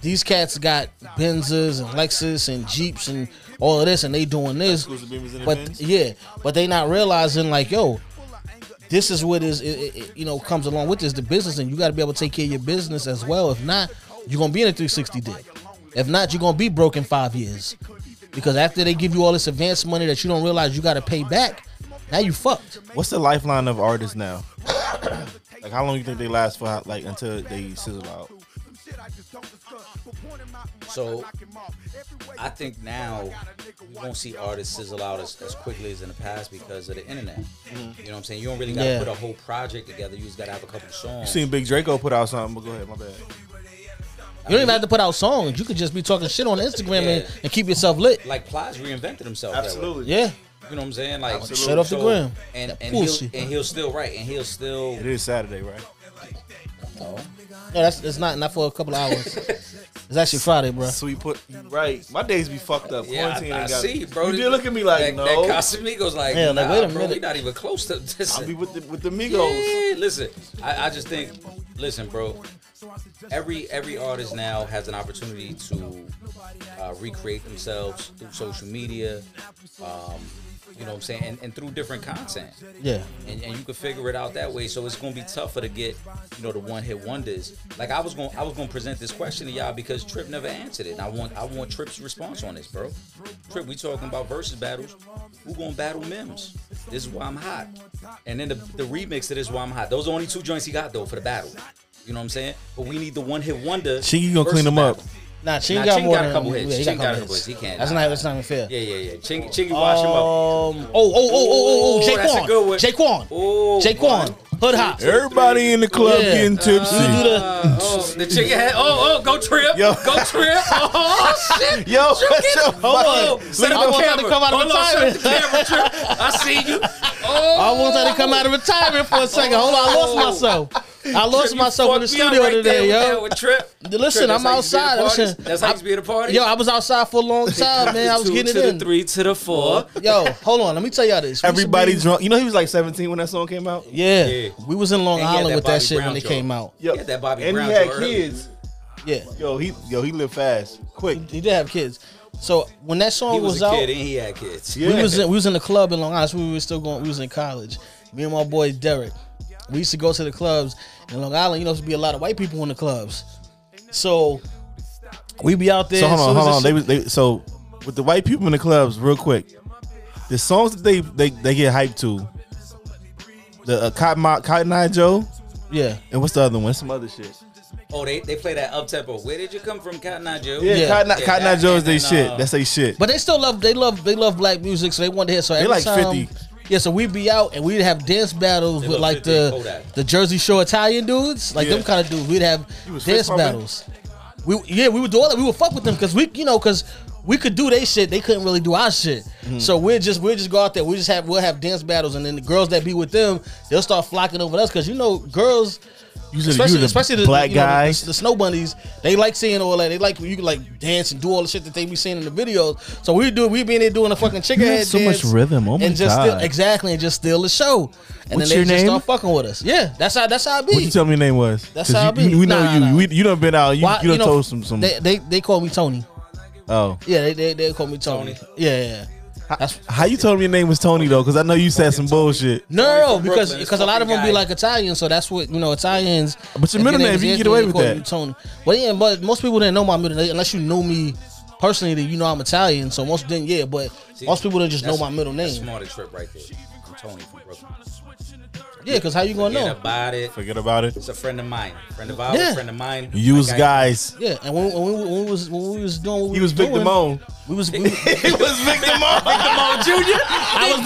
Speaker 3: these cats got Benzes and Lexus and Jeeps and all of this, and they doing this,
Speaker 5: Exclusive beamers in the
Speaker 3: but
Speaker 5: Benz?
Speaker 3: yeah, but they not realizing like, yo. This is what is it, it- it, you know comes along with this the business, and you got to be able to take care of your business as well. If not, you're gonna be in a 360 dick. If not, you're gonna be broke in five years. Because after they give you all this advance money that you don't realize you gotta pay back, now you fucked.
Speaker 5: What's the lifeline of artists now? like how long you think they last for? Like until they sizzle out?
Speaker 4: So I think now we won't see artists sizzle out as, as quickly as in the past because of the internet.
Speaker 5: Mm-hmm.
Speaker 4: You know what I'm saying? You don't really gotta
Speaker 3: Yeah.
Speaker 4: put a whole project together. You just gotta have a couple songs.
Speaker 5: Seen Big Draco put out something, but go ahead, my bad.
Speaker 3: You don't even have to put out songs. You could just be talking shit on Instagram and,
Speaker 4: Yeah.
Speaker 3: and keep yourself lit.
Speaker 4: like Plies reinvented himself. that way.
Speaker 5: Absolutely.
Speaker 3: Yeah.
Speaker 4: You know what I'm saying? Like
Speaker 5: Absolutely.
Speaker 3: Straight off the gram.
Speaker 4: And
Speaker 3: That
Speaker 4: and he'll,
Speaker 3: pussy.
Speaker 4: and he'll still write and he'll still
Speaker 5: It is Saturday, right?
Speaker 3: No, that's it's not not for a couple of hours. it's actually Friday, bro.
Speaker 5: Sweet put you right. My days be fucked up.
Speaker 4: yeah,
Speaker 5: Quarantine
Speaker 4: I, I
Speaker 5: ain't got
Speaker 4: see, bro.
Speaker 5: You
Speaker 4: This-
Speaker 5: did look at me like
Speaker 4: that,
Speaker 5: no.
Speaker 4: That Casamigos, like,
Speaker 3: Yeah, like,
Speaker 4: nah,
Speaker 3: wait a
Speaker 4: bro,
Speaker 3: minute.
Speaker 4: we not even close to this.
Speaker 5: I'll be with the with the Migos.
Speaker 4: Yeah, listen, I, I just think, listen, bro. Every every artist now has an opportunity to uh, recreate themselves through social media, um, you know what I'm saying, and, and through different content,
Speaker 3: Yeah.
Speaker 4: and, and you can figure it out that way. So it's gonna be tougher to get, you know, the one hit wonders. Like I was gonna I was gonna present this question to y'all because Trip never answered it, and I want I want Trip's response on this, bro. Trip, we talking about versus battles. Who gonna battle Mims? This is why I'm hot. And then the, the remix of this is why I'm hot. Those are only two joints he got though for the battle. You know what I'm saying? But we need the one hit wonder.
Speaker 5: She gonna
Speaker 4: versus
Speaker 5: clean them up.
Speaker 4: battle.
Speaker 3: Nah, she
Speaker 4: Nah,
Speaker 3: got
Speaker 4: Ching
Speaker 3: more
Speaker 4: got a
Speaker 3: than
Speaker 4: couple hits.
Speaker 3: Yeah, he
Speaker 4: Ching
Speaker 3: got,
Speaker 4: got a
Speaker 3: a
Speaker 4: couple hits. He can't-
Speaker 3: That's
Speaker 4: nah,
Speaker 3: not that's not even fair.
Speaker 4: Yeah, yeah, yeah. Chingy, Chingy,
Speaker 3: Um,
Speaker 4: wash him up.
Speaker 3: oh, oh, oh, oh, oh,
Speaker 4: Oh, that's a good
Speaker 3: oh,
Speaker 4: one.
Speaker 3: Jaquan. Jaquan.
Speaker 4: Oh,
Speaker 3: Jaquan. Hood hop.
Speaker 5: Everybody in the club
Speaker 3: Yeah.
Speaker 5: getting tipsy.
Speaker 3: You do the
Speaker 4: Uh, oh, Uh, the chicken head. Oh, oh, go trip.
Speaker 5: Yo.
Speaker 4: Go trip. Oh, shit.
Speaker 5: Yo,
Speaker 4: Trip.
Speaker 5: yo,
Speaker 4: Hold on.
Speaker 5: fucking-
Speaker 4: Set
Speaker 3: I
Speaker 4: up the
Speaker 3: want her to
Speaker 4: camera.
Speaker 3: come out of
Speaker 4: Hold on. Set up the camera,
Speaker 3: retirement.
Speaker 4: trip. I see you. Oh.
Speaker 3: I want her to come out of retirement for a second. Hold on, I lost myself. I lost
Speaker 4: Oh, You
Speaker 3: myself in the
Speaker 4: fucked me up
Speaker 3: studio
Speaker 4: right there
Speaker 3: today,
Speaker 4: with
Speaker 3: yo.
Speaker 4: that With trip.
Speaker 3: Listen,
Speaker 4: Trip, that's
Speaker 3: I'm
Speaker 4: how you used to be at
Speaker 3: outside.
Speaker 4: parties.
Speaker 3: Listen,
Speaker 4: That's how you used to be at a party.
Speaker 3: Yo, I was outside for a long time, man. I was
Speaker 4: Two
Speaker 3: getting
Speaker 4: to
Speaker 3: it in.
Speaker 4: the three to the four.
Speaker 3: Yo, hold on. Let me tell y'all this. We used to
Speaker 5: Everybody
Speaker 3: be-
Speaker 5: drunk. You know he was like 17 when that song came out.
Speaker 3: Yeah.
Speaker 4: Yeah.
Speaker 3: we was in Long
Speaker 4: And he had
Speaker 3: Island
Speaker 4: that
Speaker 3: with that
Speaker 4: Bobby
Speaker 3: shit
Speaker 4: Brown
Speaker 3: when it
Speaker 4: joke.
Speaker 3: came out.
Speaker 5: Yo,
Speaker 4: Yeah, that Bobby
Speaker 5: and
Speaker 4: Brown
Speaker 5: he had
Speaker 4: joint early.
Speaker 5: kids.
Speaker 3: Yeah,
Speaker 5: Yo, he yo he lived fast, quick.
Speaker 3: he did have kids. So when that song
Speaker 4: He was, a
Speaker 3: out,
Speaker 4: kid and he had kids.
Speaker 5: Yeah.
Speaker 3: We was in, we was in the club in Long Island. We were still going. We was in college. Me and my boy Derek. We used to go to the clubs in Long Island. You know, there be a lot of white people in the clubs. So we be out there.
Speaker 5: So hold
Speaker 3: as
Speaker 5: on,
Speaker 3: soon
Speaker 5: hold
Speaker 3: as the
Speaker 5: on.
Speaker 3: shit-
Speaker 5: They was they so with the white people in the clubs, real quick. the songs that they they, they get hyped to. The uh, Cotton, Mo- Cotton Eye Joe
Speaker 3: Yeah.
Speaker 5: and what's the other one? Some other shit.
Speaker 4: Oh, they, they play that up tempo. Where did you come from, Cotton Eye Joe?
Speaker 5: Yeah,
Speaker 3: Yeah.
Speaker 5: Cotton, Eye-
Speaker 4: Yeah,
Speaker 5: Cotton Eye
Speaker 4: that-
Speaker 5: Joe is
Speaker 4: and
Speaker 5: they
Speaker 4: then,
Speaker 5: shit.
Speaker 4: uh,
Speaker 5: That's they shit.
Speaker 3: But they still love they love they love black music, so they want to hear. So every
Speaker 5: like
Speaker 3: time,
Speaker 5: 50.
Speaker 3: Yeah, so we'd be out and we'd have dance battles
Speaker 4: They
Speaker 3: with
Speaker 4: love
Speaker 3: like
Speaker 4: 50 and
Speaker 3: the
Speaker 4: Kodak.
Speaker 3: the Jersey Shore Italian dudes, like them
Speaker 5: Yeah.
Speaker 3: kind of dudes. We'd have
Speaker 5: was
Speaker 3: dance
Speaker 5: fist pumping?
Speaker 3: battles. We yeah, we would do all that. We would fuck with them because we you know because we could do they shit. They couldn't really do our shit.
Speaker 5: Mm-hmm.
Speaker 3: So we'll just we'll just go out there. We just have we'll have dance battles, and then the girls that be with them, they'll start flocking over us because you know girls
Speaker 5: Usually,
Speaker 3: especially,
Speaker 5: usually
Speaker 3: especially the
Speaker 5: black
Speaker 3: you know, the-
Speaker 5: guys.
Speaker 3: the, snow bunnies. They like seeing all that. They like you can like dance and do all the shit that they be seeing in the videos. So we do we being there doing a fucking chicken
Speaker 5: You have
Speaker 3: head
Speaker 5: so
Speaker 3: dance
Speaker 5: much rhythm. Oh my
Speaker 3: and just
Speaker 5: God.
Speaker 3: steal- exactly and just steal the show. And
Speaker 5: What's
Speaker 3: then they
Speaker 5: your
Speaker 3: just
Speaker 5: name?
Speaker 3: start fucking with us. Yeah, that's how that's how I be.
Speaker 5: what you tell me your name was?
Speaker 3: That's
Speaker 5: 'Cause
Speaker 3: how
Speaker 5: you,
Speaker 3: I be.
Speaker 5: You, we know
Speaker 3: Nah,
Speaker 5: you.
Speaker 3: nah.
Speaker 5: We, you done been out. You,
Speaker 3: Why-
Speaker 5: you done
Speaker 3: know,
Speaker 5: told some some.
Speaker 3: They, they they call me Tony.
Speaker 5: oh,
Speaker 3: Yeah, they they, they call me Tony.
Speaker 4: Tony.
Speaker 3: Yeah, yeah. That's
Speaker 5: how you told me your name was Tony though? Because I know you said some bullshit.
Speaker 3: no,
Speaker 4: Tony
Speaker 3: no, no,
Speaker 4: from
Speaker 3: because
Speaker 4: Brooklyn, this
Speaker 3: because a lot of them
Speaker 4: fucking
Speaker 3: be
Speaker 4: guy.
Speaker 3: like Italian, so that's what you know Italians.
Speaker 5: But your
Speaker 3: if
Speaker 5: middle name,
Speaker 3: is
Speaker 5: you can get
Speaker 3: Anthony,
Speaker 5: away
Speaker 3: they
Speaker 5: with
Speaker 3: call
Speaker 5: that.
Speaker 3: you Tony. Well, yeah, but most people didn't know my middle name unless you know me personally. Then you know I'm Italian, so most didn't. Yeah, but most people didn't just know
Speaker 4: That's-
Speaker 3: my middle
Speaker 4: That's
Speaker 3: name.
Speaker 4: smarter trip right there. I'm Tony from Brooklyn.
Speaker 3: Yeah, because how you gonna
Speaker 4: Forget
Speaker 3: know?
Speaker 4: about it.
Speaker 5: Forget about it.
Speaker 4: It's a friend of mine. Friend of ours,
Speaker 3: Yeah.
Speaker 4: friend of mine.
Speaker 5: Use
Speaker 4: Like I-
Speaker 5: guys.
Speaker 3: Yeah, and when, when, we, when we was when we was doing what we
Speaker 5: He was Big
Speaker 3: doing,
Speaker 5: Damone.
Speaker 3: We was we,
Speaker 5: He
Speaker 3: I
Speaker 5: was Big Damone.
Speaker 3: was Big Damone Jr. I
Speaker 4: You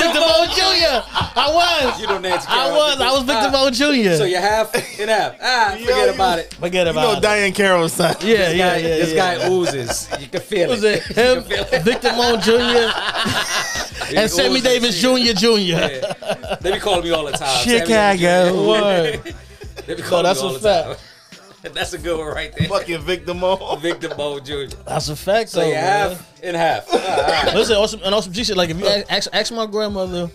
Speaker 3: was.
Speaker 4: know Nancy
Speaker 3: I
Speaker 4: Carol.
Speaker 3: was. I was Big Damone Jr.
Speaker 4: So you're half and half. Ah, forget
Speaker 5: you-
Speaker 4: about it.
Speaker 3: Forget
Speaker 5: You know
Speaker 3: about it.
Speaker 5: Diane Carroll's son.
Speaker 3: Yeah,
Speaker 4: This
Speaker 3: yeah,
Speaker 4: guy,
Speaker 3: yeah.
Speaker 4: this
Speaker 3: yeah.
Speaker 4: guy oozes. You can feel
Speaker 3: was
Speaker 4: it.
Speaker 3: it him, Victor Moan Jr.
Speaker 4: He
Speaker 3: and Sammy
Speaker 4: oozes.
Speaker 3: Davis Jr. Jr.
Speaker 4: Yeah. They be calling me all the time. Sammy
Speaker 5: Chicago.
Speaker 3: Word.
Speaker 4: Davis Jr. They be
Speaker 3: Oh,
Speaker 4: calling
Speaker 3: that's
Speaker 4: me
Speaker 3: a
Speaker 4: all
Speaker 3: fact.
Speaker 4: the time. That's a good one right there.
Speaker 5: Fucking Vic Damone.
Speaker 4: Victor Bo Jr.
Speaker 3: That's a fact.
Speaker 4: So
Speaker 3: though,
Speaker 4: you're
Speaker 3: Oh, man.
Speaker 4: half and half. Ah,
Speaker 3: Listen, also, and also, she said, like, if you ask, ask, ask my grandmother,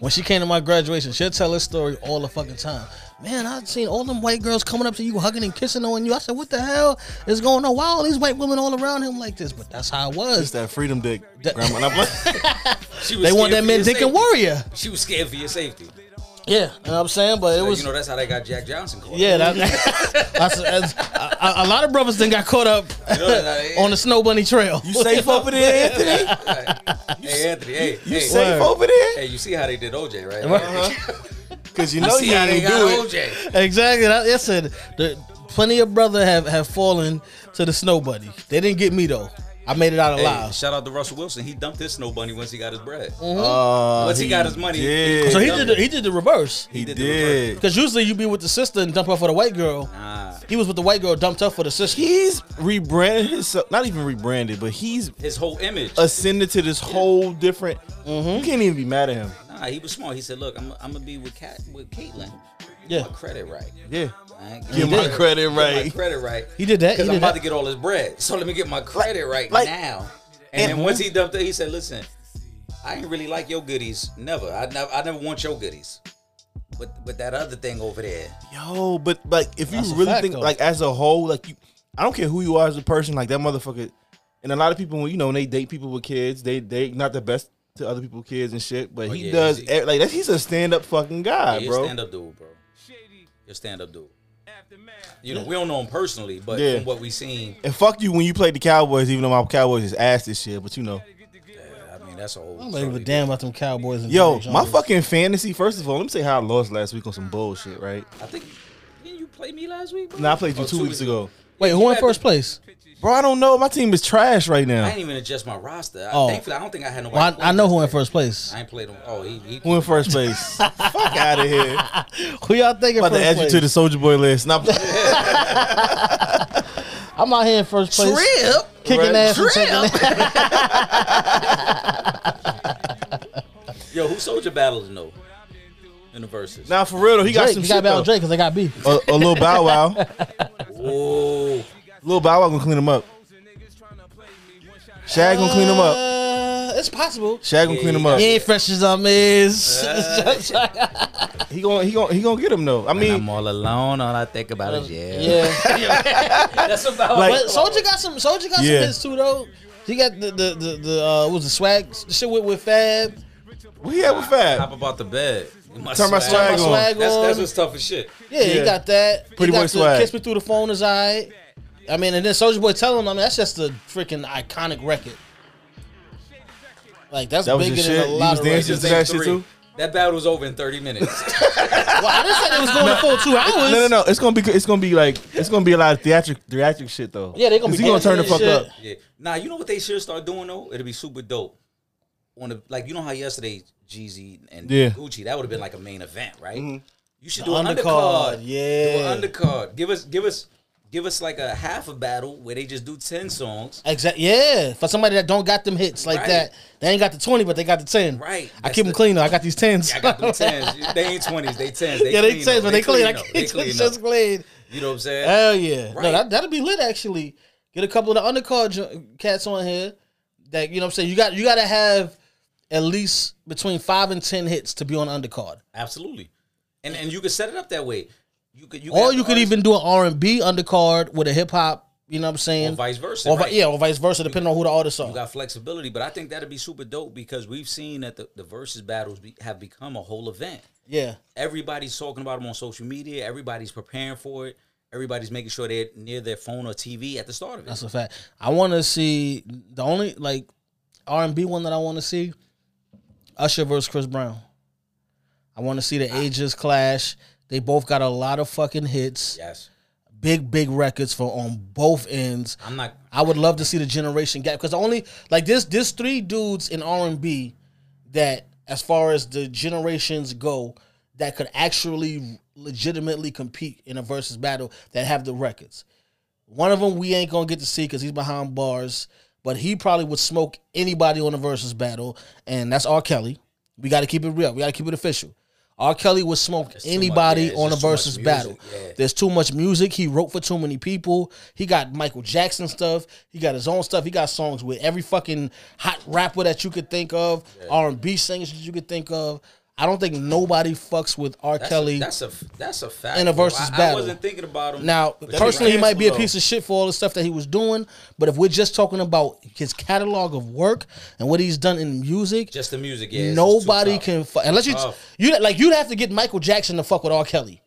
Speaker 3: when she came to my graduation, she'll tell this story all the fucking time. Man, I've seen all them white girls coming up to you, hugging and kissing on you. I said, what the hell is going on? Why all these white women all around him like this? But that's how it
Speaker 5: It's
Speaker 3: was.
Speaker 5: that freedom dick,
Speaker 3: That-
Speaker 5: grandma. And I'm like,
Speaker 4: She was
Speaker 3: They want that
Speaker 4: scared for your
Speaker 3: man dick and
Speaker 4: safety.
Speaker 3: warrior.
Speaker 4: She was scared for your safety.
Speaker 3: Yeah, you know what I'm saying? But it
Speaker 4: Like,
Speaker 3: was,
Speaker 4: you know, that's how they got Jack Johnson caught.
Speaker 3: yeah, that, that's, that's, a, a lot of brothers then got caught up
Speaker 4: know that,
Speaker 3: on the Snow Bunny Trail.
Speaker 5: you safe over there, Anthony?
Speaker 4: Hey, Anthony, hey, hey,
Speaker 5: Safe over there?
Speaker 4: hey, you see how they did OJ, right?
Speaker 5: uh-huh. Because you
Speaker 4: You
Speaker 5: know
Speaker 4: see
Speaker 5: you
Speaker 4: how they
Speaker 5: ain't
Speaker 4: got
Speaker 5: do it.
Speaker 4: OJ.
Speaker 3: Exactly. That, that's it. The, plenty of brother have, have fallen to the snow buddy. They didn't get me though. I made it out
Speaker 4: Hey,
Speaker 3: alive.
Speaker 4: shout out to Russell Wilson. He dumped his snow bunny once he got his bread.
Speaker 5: Uh,
Speaker 4: Once he got his money,
Speaker 5: did.
Speaker 3: so he did the, he did the reverse.
Speaker 5: He
Speaker 4: did the
Speaker 5: did.
Speaker 3: Because usually you be with the sister and dump her for the white girl.
Speaker 4: Nah.
Speaker 3: He was with the white girl, dumped her for the sister.
Speaker 5: He's rebranded himself. Not even rebranded, but he's
Speaker 4: His whole image.
Speaker 5: ascended to this whole different. You can't even be mad at him.
Speaker 4: Nah, he was smart. He said, "Look, I'm, I'm gonna be with Cat with Caitlyn.
Speaker 3: Yeah.
Speaker 4: my credit right.
Speaker 5: Yeah.
Speaker 4: man.
Speaker 5: Get my credit
Speaker 4: Get my
Speaker 5: right.
Speaker 4: credit right.
Speaker 3: He did that. He
Speaker 4: because I'm
Speaker 3: did
Speaker 4: about
Speaker 3: that.
Speaker 4: to get all his bread. So let me get my credit right
Speaker 5: like-
Speaker 4: now. And then
Speaker 5: Mhm.
Speaker 4: once he dumped it, he said, "Listen, I ain't really like your goodies. Never. I never. I never want your goodies. But but that other thing over there,
Speaker 5: Yo, but like, if you
Speaker 3: That's a
Speaker 5: really
Speaker 3: fact,
Speaker 5: think,
Speaker 3: though.
Speaker 5: like, as a whole, like, you, I don't care who you are as a person, like that motherfucker. And a lot of people, when you know, when they date people with kids, they they not the best to other people's kids and shit. But
Speaker 4: Oh,
Speaker 5: he
Speaker 4: yeah,
Speaker 5: does
Speaker 4: he's-
Speaker 5: e- like that. He's a stand up fucking guy,
Speaker 4: you're
Speaker 5: bro.
Speaker 4: stand up dude, bro. You're stand up dude. You know, we don't know him personally, but
Speaker 5: Yeah.
Speaker 4: from what we seen,
Speaker 5: And fuck you when you played the Cowboys, even though my Cowboys is ass this shit. But you know,
Speaker 4: I mean, that's a whole.
Speaker 3: I don't give a
Speaker 4: story.
Speaker 3: damn about them Cowboys. And
Speaker 5: yo,
Speaker 3: Jerry
Speaker 5: my
Speaker 3: Jones.
Speaker 5: fucking fantasy. First of all, let me say how I lost last week on some bullshit, right?
Speaker 4: I think didn't you play me last week? Bro?
Speaker 5: Nah, I played you
Speaker 4: Oh,
Speaker 5: two weeks ago,
Speaker 3: Wait, who in first place?
Speaker 5: bro. I don't know. My team is trash right
Speaker 4: I
Speaker 5: now.
Speaker 4: didn't even adjust my roster. I-
Speaker 3: Oh.
Speaker 4: Thankfully, I don't think I had nobody.
Speaker 3: Well, I, I
Speaker 4: playing
Speaker 3: know who in
Speaker 4: last
Speaker 3: first place.
Speaker 4: night. I ain't played him. Oh, he, he
Speaker 5: Who in first place? Fuck out of here.
Speaker 3: Who y'all thinking
Speaker 5: About
Speaker 3: first
Speaker 5: to add you
Speaker 3: place?
Speaker 5: to the Soldier Boy list. Not
Speaker 3: I'm out here in first place,
Speaker 4: Trip.
Speaker 3: kicking
Speaker 5: Right.
Speaker 3: ass. and taking ass.
Speaker 4: Yo, who soldier battling though? In the verses.
Speaker 5: Now for real though, he got
Speaker 3: Drake,
Speaker 5: some
Speaker 3: you
Speaker 5: shit
Speaker 3: got
Speaker 5: though.
Speaker 3: battle Drake because I got beef.
Speaker 5: A, a little Bow Wow,
Speaker 4: Oh,
Speaker 5: little Bow Wow gonna clean him up. Shag gonna clean him up.
Speaker 3: Uh, it's possible.
Speaker 5: Shag gonna clean him up.
Speaker 3: He ain't fresh as I'm is. Uh,
Speaker 5: He gonna he gonna he gonna get him though. I mean,
Speaker 4: all alone. All I think about is
Speaker 3: yeah.
Speaker 4: That's about
Speaker 5: Like-
Speaker 4: it.
Speaker 3: But Soldier got some. Soldier got
Speaker 5: Yeah.
Speaker 3: some hits too, though. He got the the the, the uh, what was the swag the shit with with Fab.
Speaker 5: what he had with
Speaker 4: Hop
Speaker 5: Fab?
Speaker 4: about the bed. My
Speaker 5: Turn my
Speaker 3: Got my
Speaker 5: Swag on.
Speaker 3: swag
Speaker 4: That's
Speaker 3: on.
Speaker 4: that's what's tough as shit.
Speaker 3: yeah,
Speaker 5: Yeah.
Speaker 3: he got that. He
Speaker 5: Pretty
Speaker 3: got
Speaker 5: Boy
Speaker 3: the
Speaker 5: swag.
Speaker 3: Kiss me through the phone is alright. I mean, and then Soldier Boy telling him, I mean, that's just a freaking iconic record. Like that's
Speaker 5: That was
Speaker 3: bigger
Speaker 5: your
Speaker 3: than
Speaker 5: shit?
Speaker 3: a
Speaker 5: You
Speaker 3: lot
Speaker 5: was
Speaker 3: of
Speaker 5: dancing
Speaker 3: records.
Speaker 5: to
Speaker 4: Just
Speaker 5: that
Speaker 4: name
Speaker 5: shit
Speaker 4: three.
Speaker 5: too?
Speaker 4: That battle was over in 30 minutes.
Speaker 3: Well, I didn't say it was going to full two hours.
Speaker 5: No, no, no. It's gonna be. It's gonna be like. It's gonna be a lot of theatric, theatric shit though.
Speaker 3: Yeah, they gonna
Speaker 5: 'Cause
Speaker 3: be
Speaker 5: he gonna turn the
Speaker 3: dancing
Speaker 5: fuck
Speaker 3: and
Speaker 5: up.
Speaker 3: shit.
Speaker 4: yeah. Nah, you know what they should start doing though? It'll be super dope. On the like, you know how yesterday Jeezy and
Speaker 5: Yeah.
Speaker 4: Gucci that would have been like a main event, right? You should
Speaker 3: Mm-hmm. The
Speaker 4: do an
Speaker 3: undercard,
Speaker 4: undercard.
Speaker 3: yeah.
Speaker 4: do an undercard. Give us, give us, give us like a half a battle where they just do ten songs.
Speaker 3: Exactly. Yeah, for somebody that don't got them hits like
Speaker 4: Right.
Speaker 3: that, they ain't got the twenty, but they got the ten.
Speaker 4: Right.
Speaker 3: I
Speaker 4: That's
Speaker 3: keep them
Speaker 4: the-
Speaker 3: clean though. I got these tens.
Speaker 4: I got them tens. they ain't twenties. They tens. They
Speaker 3: yeah, they
Speaker 4: clean,
Speaker 3: tens,
Speaker 4: though.
Speaker 3: but they, clean. Uh, I
Speaker 4: though.
Speaker 3: can't
Speaker 4: They clean,
Speaker 3: just
Speaker 4: though.
Speaker 3: clean.
Speaker 4: You know what I'm saying?
Speaker 3: Hell yeah.
Speaker 4: Right.
Speaker 3: No, that, that'll be lit actually. Get a couple of the undercard ju- cats on here. That you know what I'm saying. You got you got to have at least between five and ten hits to be on undercard.
Speaker 4: Absolutely. And and you could set it up that way. You could, you
Speaker 3: or
Speaker 4: have
Speaker 3: you
Speaker 4: the
Speaker 3: could
Speaker 4: artist-
Speaker 3: even do an R and B undercard with a hip hop. You know what I'm saying?
Speaker 4: Or vice versa,
Speaker 3: Or vi-
Speaker 4: right.
Speaker 3: yeah, or vice versa, depending on who the artists are.
Speaker 4: You got flexibility, but I think that'd be super dope because we've seen that the, the versus battles be, have become a whole event.
Speaker 3: yeah,
Speaker 4: Everybody's talking about them on social media. Everybody's preparing for it. Everybody's making sure they're near their phone or TV at the start of it.
Speaker 3: that's a fact. I want to see the only like R and B one that I want to see Usher versus Chris Brown. I want to see the ages clash. They both got a lot of fucking hits,
Speaker 4: yes,
Speaker 3: big big records for on both ends.
Speaker 4: I'm not.
Speaker 3: I would love to see the generation gap because the only like this this three dudes in R and B that as far as the generations go that could actually legitimately compete in a versus battle that have the records. One of them we ain't gonna get to see because he's behind bars, but he probably would smoke anybody on a versus battle, and that's R. Kelly. We got to keep it real. We got to keep it official. R. Kelly would smoke
Speaker 4: too much- yeah,
Speaker 3: anybody
Speaker 4: it's
Speaker 3: on a
Speaker 4: just too much
Speaker 3: versus
Speaker 4: music,
Speaker 3: battle.
Speaker 4: yeah.
Speaker 3: There's too much music. He wrote for too many people. He got Michael Jackson stuff. He got his own stuff. He got songs with every fucking hot rapper that you could think of, R and B singers that you could think of. I don't think nobody fucks with R.
Speaker 4: That's
Speaker 3: Kelly.
Speaker 4: A, that's a that's a fact.
Speaker 3: in a
Speaker 4: bro.
Speaker 3: versus
Speaker 4: I, I
Speaker 3: battle.
Speaker 4: wasn't thinking about him
Speaker 3: Now,
Speaker 4: but
Speaker 3: personally, he
Speaker 4: you're right.
Speaker 3: might be a
Speaker 5: though.
Speaker 3: piece of shit for all the stuff that he was doing. But if we're just talking about his catalog of work and what he's done in music,
Speaker 4: just the music. Yeah, it's just too
Speaker 3: nobody
Speaker 4: tough.
Speaker 3: can fu- unless you
Speaker 4: tough.
Speaker 3: you like you'd have to get Michael Jackson to fuck with R. Kelly.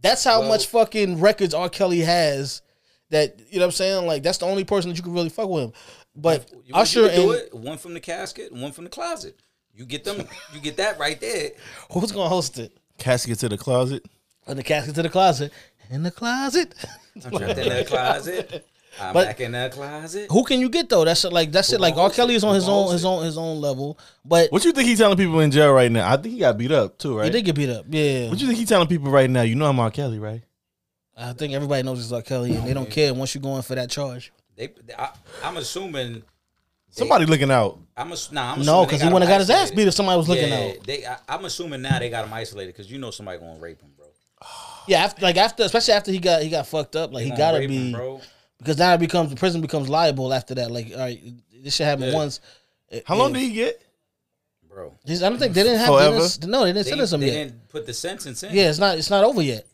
Speaker 3: That's how
Speaker 4: Well-
Speaker 3: much fucking records R. Kelly has. That you know what I'm saying? Like that's the only person that you can really fuck with him. But
Speaker 4: You- you
Speaker 3: Usher
Speaker 4: could do
Speaker 3: and
Speaker 4: it, one from the casket, one from the closet. You get them. you get that right there.
Speaker 3: who's gonna host it?
Speaker 5: Casket to the closet.
Speaker 3: In the casket to the closet. In the closet.
Speaker 4: I'm trapped in that closet. I'm
Speaker 3: But-
Speaker 4: back in that closet.
Speaker 3: Who can you get though? That's it, like that's it. Like R.
Speaker 4: hosts it?
Speaker 3: Kelly is on
Speaker 4: Who
Speaker 3: his own
Speaker 4: hosts
Speaker 3: his
Speaker 4: it?
Speaker 3: own his own level. But
Speaker 5: What you think he telling people in jail right now? I think he got beat up too,
Speaker 3: He
Speaker 5: right?
Speaker 3: did get beat up. Yeah.
Speaker 5: What you think he telling people right now? You know I'm R. Kelly, right?
Speaker 3: I think everybody knows it's R. Kelly, and they don't care once you go in for that charge.
Speaker 4: They, I, I'm assuming.
Speaker 5: Somebody looking out.
Speaker 4: I'm ass- nah, I'm
Speaker 3: No,
Speaker 4: assuming they
Speaker 3: because he
Speaker 4: got
Speaker 3: wouldn't
Speaker 4: him
Speaker 3: have got his ass
Speaker 4: isolated.
Speaker 3: beat if somebody was looking
Speaker 4: yeah,
Speaker 3: out.
Speaker 4: They, I, I'm assuming now they got him isolated because you know somebody gonna rape him, bro.
Speaker 3: Yeah, after, like after, especially after he got he got fucked up, like
Speaker 4: They
Speaker 3: he
Speaker 4: gonna
Speaker 3: gotta
Speaker 4: rape
Speaker 3: be
Speaker 4: him, bro.
Speaker 3: because now it becomes the prison becomes liable after that. Like, all right, this shit happened
Speaker 4: Yeah.
Speaker 3: once.
Speaker 5: How long did he get?
Speaker 4: Bro,
Speaker 3: he? I don't think they didn't have. They
Speaker 5: Forever?
Speaker 3: didn't, no, they didn't
Speaker 4: they,
Speaker 3: sentence him
Speaker 4: they
Speaker 3: yet.
Speaker 4: didn't put the sentence in.
Speaker 3: Yeah, it's not it's not over yet.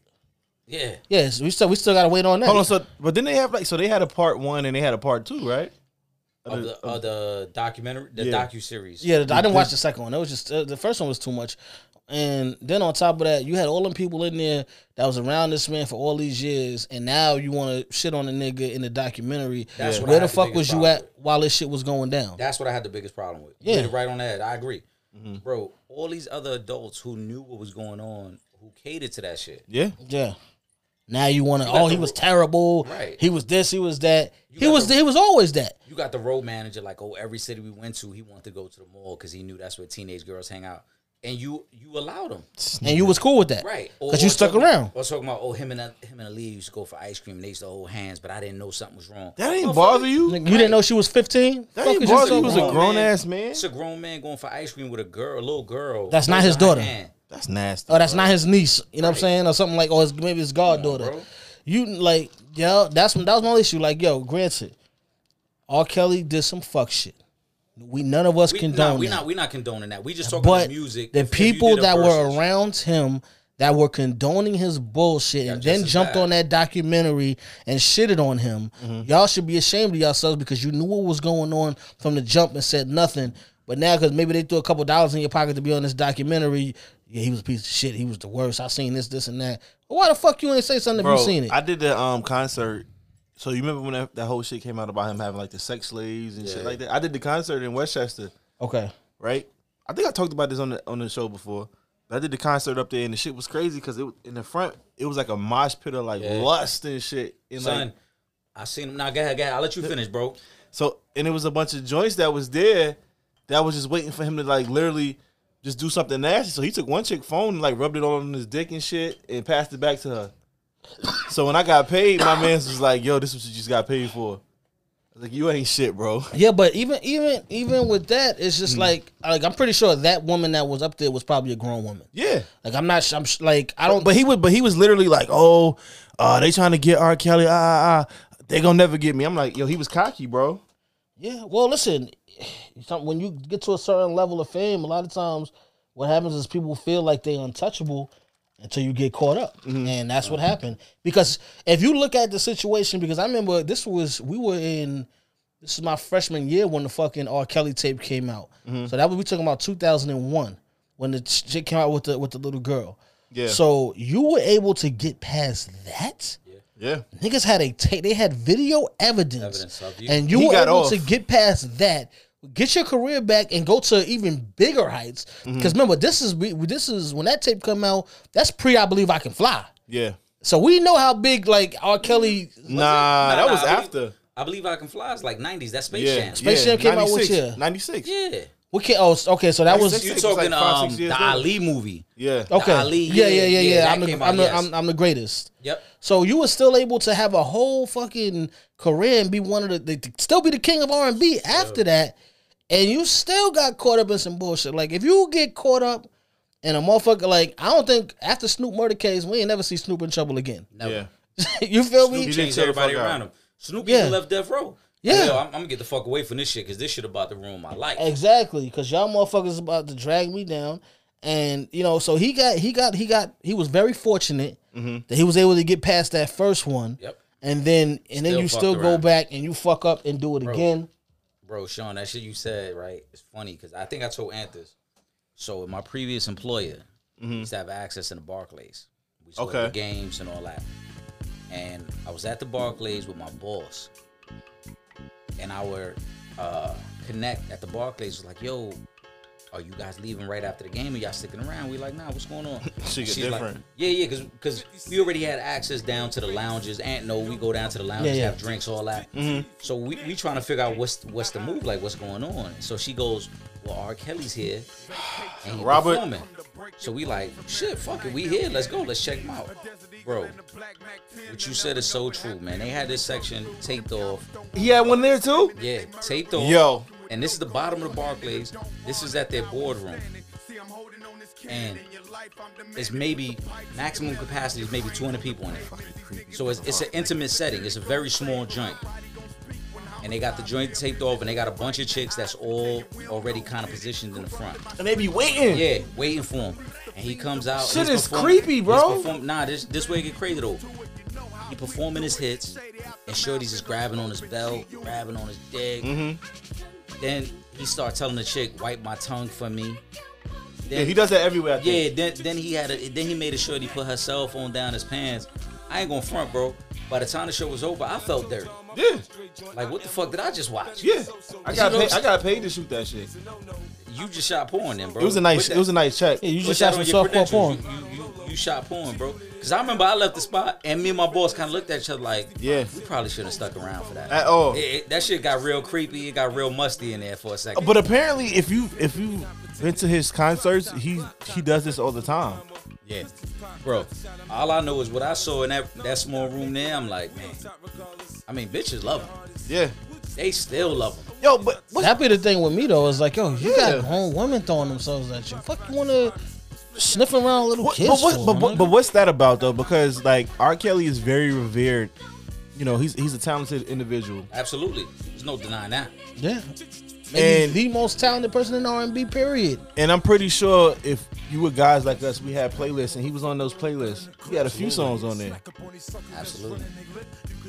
Speaker 4: yeah.
Speaker 3: Yes, we still we still gotta wait on that.
Speaker 5: Hold on, so but then they have like so they had a part one and they had a part two, right?
Speaker 4: Of the, of the documentary, the
Speaker 5: Yeah.
Speaker 4: docu series.
Speaker 3: Yeah, I didn't watch the second one. It was just uh, the first one was too much. And then on top of that, you had all them people in there that was around this man for all these years, and now you want to shit on the nigga in the documentary.
Speaker 4: That's what I
Speaker 3: Where the
Speaker 4: had the
Speaker 3: fuck
Speaker 4: biggest
Speaker 3: was you
Speaker 4: problem
Speaker 3: at while this shit was going down?
Speaker 4: That's what I had the biggest problem with. You
Speaker 3: Yeah.
Speaker 4: hit it right on that. I agree, bro. All these other adults who knew what was going on, who catered to that shit.
Speaker 5: Yeah.
Speaker 3: yeah. Now you want to? Oh, he
Speaker 4: the-
Speaker 3: was terrible.
Speaker 4: Right.
Speaker 3: He was this. He was that. He
Speaker 4: got
Speaker 3: was.
Speaker 4: the-
Speaker 3: he was always that.
Speaker 4: You got the road manager like, oh, every city we went to, he wanted to go to the mall because he knew that's where teenage girls hang out, and you you allowed him,
Speaker 3: And you was cool with that,
Speaker 4: right? Or-
Speaker 3: Because you
Speaker 4: or
Speaker 3: stuck
Speaker 4: talking-
Speaker 3: around.
Speaker 4: Or talking about oh, him and him and Ali used to go for ice cream and they used to hold hands, but I didn't know something was wrong.
Speaker 5: That ain't
Speaker 4: Motherfucker,
Speaker 5: bother you.
Speaker 3: Nigga, You didn't know she was fifteen.
Speaker 5: That ain't bother you. was a grown ass man.
Speaker 4: It's a grown man going for ice cream with a girl, a little girl.
Speaker 3: That's not
Speaker 4: Holding
Speaker 3: his
Speaker 4: her
Speaker 3: daughter.
Speaker 4: hand.
Speaker 5: That's nasty.
Speaker 3: Oh, that's not his niece. You know what I'm saying, or something like, or his, maybe his goddaughter.
Speaker 4: bro.
Speaker 3: you like, yo, that's that was my issue. Like, yo, granted, R. Kelly did some fuck shit. We none of us
Speaker 4: We,
Speaker 3: condone
Speaker 4: nah, we
Speaker 3: that.
Speaker 4: not we not condoning that. We just talking
Speaker 3: but
Speaker 4: about music.
Speaker 3: the
Speaker 4: If- if you
Speaker 3: people
Speaker 4: did a
Speaker 3: that were
Speaker 4: versus-
Speaker 3: around him that were condoning his bullshit and
Speaker 4: That's
Speaker 3: then
Speaker 4: just as
Speaker 3: jumped
Speaker 4: bad. Mm-hmm.
Speaker 3: on that documentary and shitted on him, y'all should be ashamed of yourselves because you knew what was going on from the jump and said nothing. But now, because maybe they threw a couple dollars in your pocket to be on this documentary, yeah, he was a piece of shit. He was the worst. I seen this, this, and that. Well, why the fuck you ain't say something
Speaker 5: Bro,
Speaker 3: if you seen it?
Speaker 5: I did the um concert. So you remember when that, that whole shit came out about him having like the sex slaves and shit like that? I did the concert in Westchester.
Speaker 3: okay.
Speaker 5: right? I think I talked about this on the on the show before. I did the concert up there, and the shit was crazy because it was- in the front it was like a mosh pit of like
Speaker 4: Yeah.
Speaker 5: lust and shit. And
Speaker 4: Son,
Speaker 5: like
Speaker 4: I seen him. Now, go ahead, go ahead. I'll let you finish, bro.
Speaker 5: so, and it was a bunch of joints that was there that was just waiting for him to like literally just do something nasty. So he took one chick phone and like rubbed it on his dick and shit and passed it back to her. so when I got paid, my man's was like, "Yo, this is what you just got paid for." I was like, "You ain't shit, bro."
Speaker 3: Yeah, but even even even with that, it's just
Speaker 4: Hmm.
Speaker 3: like like I'm pretty sure that woman that was up there was probably a grown woman.
Speaker 5: Yeah.
Speaker 3: Like I'm not. su- I'm su- like I don't.
Speaker 5: But he was, but he was literally like, "Oh, uh, they trying to get R. Kelly. Ah, ah, ah, they gonna never get me." I'm like, "Yo, he was cocky, bro."
Speaker 3: Yeah. Well, listen. some- When you get to a certain level of fame, a lot of times what happens is people feel like they're untouchable until you get caught up, and that's what happened. Because if you look at the situation, because I remember this was we were in. This is my freshman year when the fucking R. Kelly tape came out. So that would be talking about 2001 when the ch- chick came out with the with the little girl.
Speaker 5: Yeah.
Speaker 3: So you were able to get past that.
Speaker 5: Yeah.
Speaker 3: Niggas had a tape. They had video evidence,
Speaker 4: Evidence of you.
Speaker 3: and you
Speaker 5: He
Speaker 3: were
Speaker 5: got
Speaker 3: able
Speaker 5: off.
Speaker 3: to get past that, get your career back, and go to even bigger heights.
Speaker 4: Mm-hmm.
Speaker 3: Because remember, this is we- this is when that tape come out. That's pre I believe I can fly.
Speaker 5: Yeah.
Speaker 3: So we know how big like R. Kelly.
Speaker 5: Nah,
Speaker 4: Nah,
Speaker 5: that
Speaker 4: nah,
Speaker 5: was
Speaker 4: I
Speaker 5: after.
Speaker 4: I believe I can fly. It's like '90s. That's Space
Speaker 5: Yeah.
Speaker 4: Jam.
Speaker 3: Space
Speaker 5: yeah.
Speaker 3: Jam came out which
Speaker 5: 96,
Speaker 3: year?
Speaker 5: 96.
Speaker 4: Yeah.
Speaker 3: We can't. Oh, okay. So that was
Speaker 5: Six
Speaker 4: You
Speaker 5: years, like
Speaker 4: talking
Speaker 5: five,
Speaker 4: um
Speaker 5: six
Speaker 4: the
Speaker 5: years later.
Speaker 4: Ali movie?
Speaker 5: Yeah.
Speaker 3: okay.
Speaker 4: Ali,
Speaker 3: yeah, yeah, yeah,
Speaker 4: yeah,
Speaker 3: yeah.
Speaker 4: that
Speaker 3: I'm, the,
Speaker 4: came
Speaker 3: I'm,
Speaker 4: out,
Speaker 3: the,
Speaker 4: yes.
Speaker 3: I'm, I'm the greatest.
Speaker 4: Yep.
Speaker 3: So you were still able to have a whole fucking career and be one of the, the still be the king of R and B after that, and you still got caught up in some bullshit. Like if you get caught up in a motherfucker, like I don't think after Snoop murder case, we ain't never see Snoop in trouble again.
Speaker 4: Never.
Speaker 5: Yeah.
Speaker 3: you feel
Speaker 4: Snoop
Speaker 3: me?
Speaker 5: did
Speaker 4: changed
Speaker 5: chill the
Speaker 4: everybody
Speaker 5: fuck out.
Speaker 4: around him. Snoop
Speaker 3: Yeah.
Speaker 4: even left Death Row.
Speaker 3: Yeah.
Speaker 4: Yo, I'm, I'm gonna get the fuck away from this shit because this shit about to ruin my life.
Speaker 3: Exactly, because y'all motherfuckers about to drag me down, and you know, so he got he got he got he was very fortunate that he was able to get past that first one.
Speaker 4: Mm-hmm. Yep.
Speaker 3: And then and then
Speaker 4: Still
Speaker 3: you
Speaker 4: fucked
Speaker 3: still go
Speaker 4: around.
Speaker 3: back and you fuck up and do it again.
Speaker 4: Bro, Sean, that shit you said, right? It's funny because I think I told Anthus. So, with my previous employer, we used to have access in the Barclays. We used to go to
Speaker 5: Mm-hmm. Okay.
Speaker 4: the games and all that. And I was at the Barclays with my boss. And our uh, connect at the Barclays was like, yo, are you guys leaving right after the game? Or y'all sticking around? We like, nah, what's going on?
Speaker 5: Shit get
Speaker 4: Like,
Speaker 5: different.
Speaker 4: yeah, yeah, because we already had access down to the lounges. Aunt no, we go down to the lounges,
Speaker 3: Yeah, Mm-hmm. yeah.
Speaker 4: have drinks, all that. So we, we trying to figure out what's what's the move, like what's going on. So she goes, well, R. Kelly's here, and he's
Speaker 5: Robert.
Speaker 4: performing. So we like, shit, fuck it, we here, let's go, let's check him out, bro. What you said is so true, man. They had this section taped off,
Speaker 5: He had one there too.
Speaker 4: yeah, taped off.
Speaker 5: Yo.
Speaker 4: and this is the bottom of the Barclays. This is at their boardroom. And it's maybe maximum capacity is maybe 200 people in it. So it's, it's an intimate setting. It's a very small joint. And they got the joint taped off, and they got a bunch of chicks that's all already kind of positioned in the front.
Speaker 5: And they be waiting.
Speaker 4: Yeah, waiting for him. And he comes out. and
Speaker 5: Shit
Speaker 4: he's
Speaker 5: is
Speaker 4: performing-
Speaker 5: creepy,
Speaker 4: he's
Speaker 5: bro.
Speaker 4: perform- nah, this this way it get crazy though. He performing his hits, and Shorty's just grabbing on his belt, grabbing on his dick.
Speaker 5: Mm-hmm.
Speaker 4: Then he start telling the chick, "Wipe my tongue for me." Then,
Speaker 5: Yeah, he does that everywhere. I think.
Speaker 4: Yeah, then then he had a then he made a Shorty put her cell phone down his pants. I ain't gonna front, bro. By the time the show was over, I felt dirty.
Speaker 5: Yeah.
Speaker 4: Like, what the fuck did I just watch?
Speaker 5: Yeah. I
Speaker 4: You
Speaker 5: got
Speaker 4: know
Speaker 5: paid,
Speaker 4: what
Speaker 5: I got paid to shoot that shit.
Speaker 4: You just shot porn, then, bro.
Speaker 5: It was a nice
Speaker 4: Put
Speaker 5: it was
Speaker 4: that-
Speaker 5: a nice check.
Speaker 3: Yeah, you
Speaker 4: Put
Speaker 3: just
Speaker 4: that
Speaker 3: shot some
Speaker 4: on your
Speaker 3: softcore porn.
Speaker 4: credentials. You, you, you, you shot porn, bro. Because I remember I left the spot and me and my boss kind of looked at each other like,
Speaker 5: Yeah.
Speaker 4: we probably should have stuck around for that.
Speaker 5: At all.
Speaker 4: It- it- that shit got real creepy. It got real musty in there for a second.
Speaker 5: But apparently if you if you been to his concerts, he he does this all the time.
Speaker 4: yeah, bro. All I know is what I saw in that, that small room there. I'm like, man. I mean, bitches love him.
Speaker 5: Yeah.
Speaker 4: They still love him.
Speaker 5: Yo, but what's
Speaker 3: That be the thing with me though is like, yo, you
Speaker 5: Yeah.
Speaker 3: got grown women throwing themselves at you. Fuck, you wanna sniff around little
Speaker 5: What-
Speaker 3: kids?
Speaker 5: but, what,
Speaker 3: for,
Speaker 5: but, what-
Speaker 3: man?
Speaker 5: but what's that about though? Because like R. Kelly is very revered. You know, he's he's a talented individual.
Speaker 4: Absolutely. There's no denying that.
Speaker 3: yeah, maybe
Speaker 5: And-
Speaker 3: the most talented person in R and B. Period.
Speaker 5: And I'm pretty sure if you were guys like us, we had playlists and he was on those playlists. He had a few songs on there.
Speaker 4: Absolutely.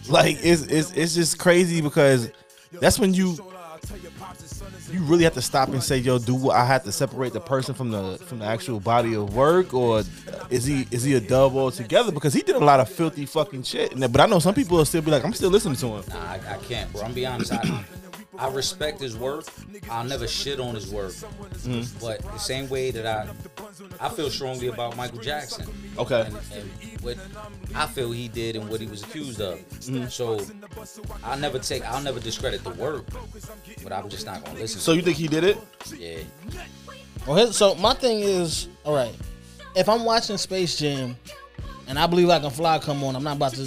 Speaker 5: Like it's it's it's just crazy because that's when you you really have to stop and say, yo, do I have to separate the person from the from the actual body of work or is he is he a dub altogether? Because he did a lot of filthy fucking shit. And- But I know some people will still be like, I'm still listening to him.
Speaker 4: Nah, I, I can't, bro. I'm gonna be honest. I, I respect his work. I'll never shit on his work.
Speaker 3: Mm-hmm.
Speaker 4: But the same way that I I feel strongly about Michael Jackson
Speaker 5: Okay.
Speaker 4: and, and what I feel he did and what he was accused of.
Speaker 3: Mm-hmm.
Speaker 4: So I'll never take I'll never discredit the work, but I'm just not gonna listen.
Speaker 5: So
Speaker 4: So
Speaker 5: you think he did it?
Speaker 4: yeah,
Speaker 3: Well, here- so my thing is, all right. If I'm watching Space Jam, and I believe I can fly, come on, I'm not about to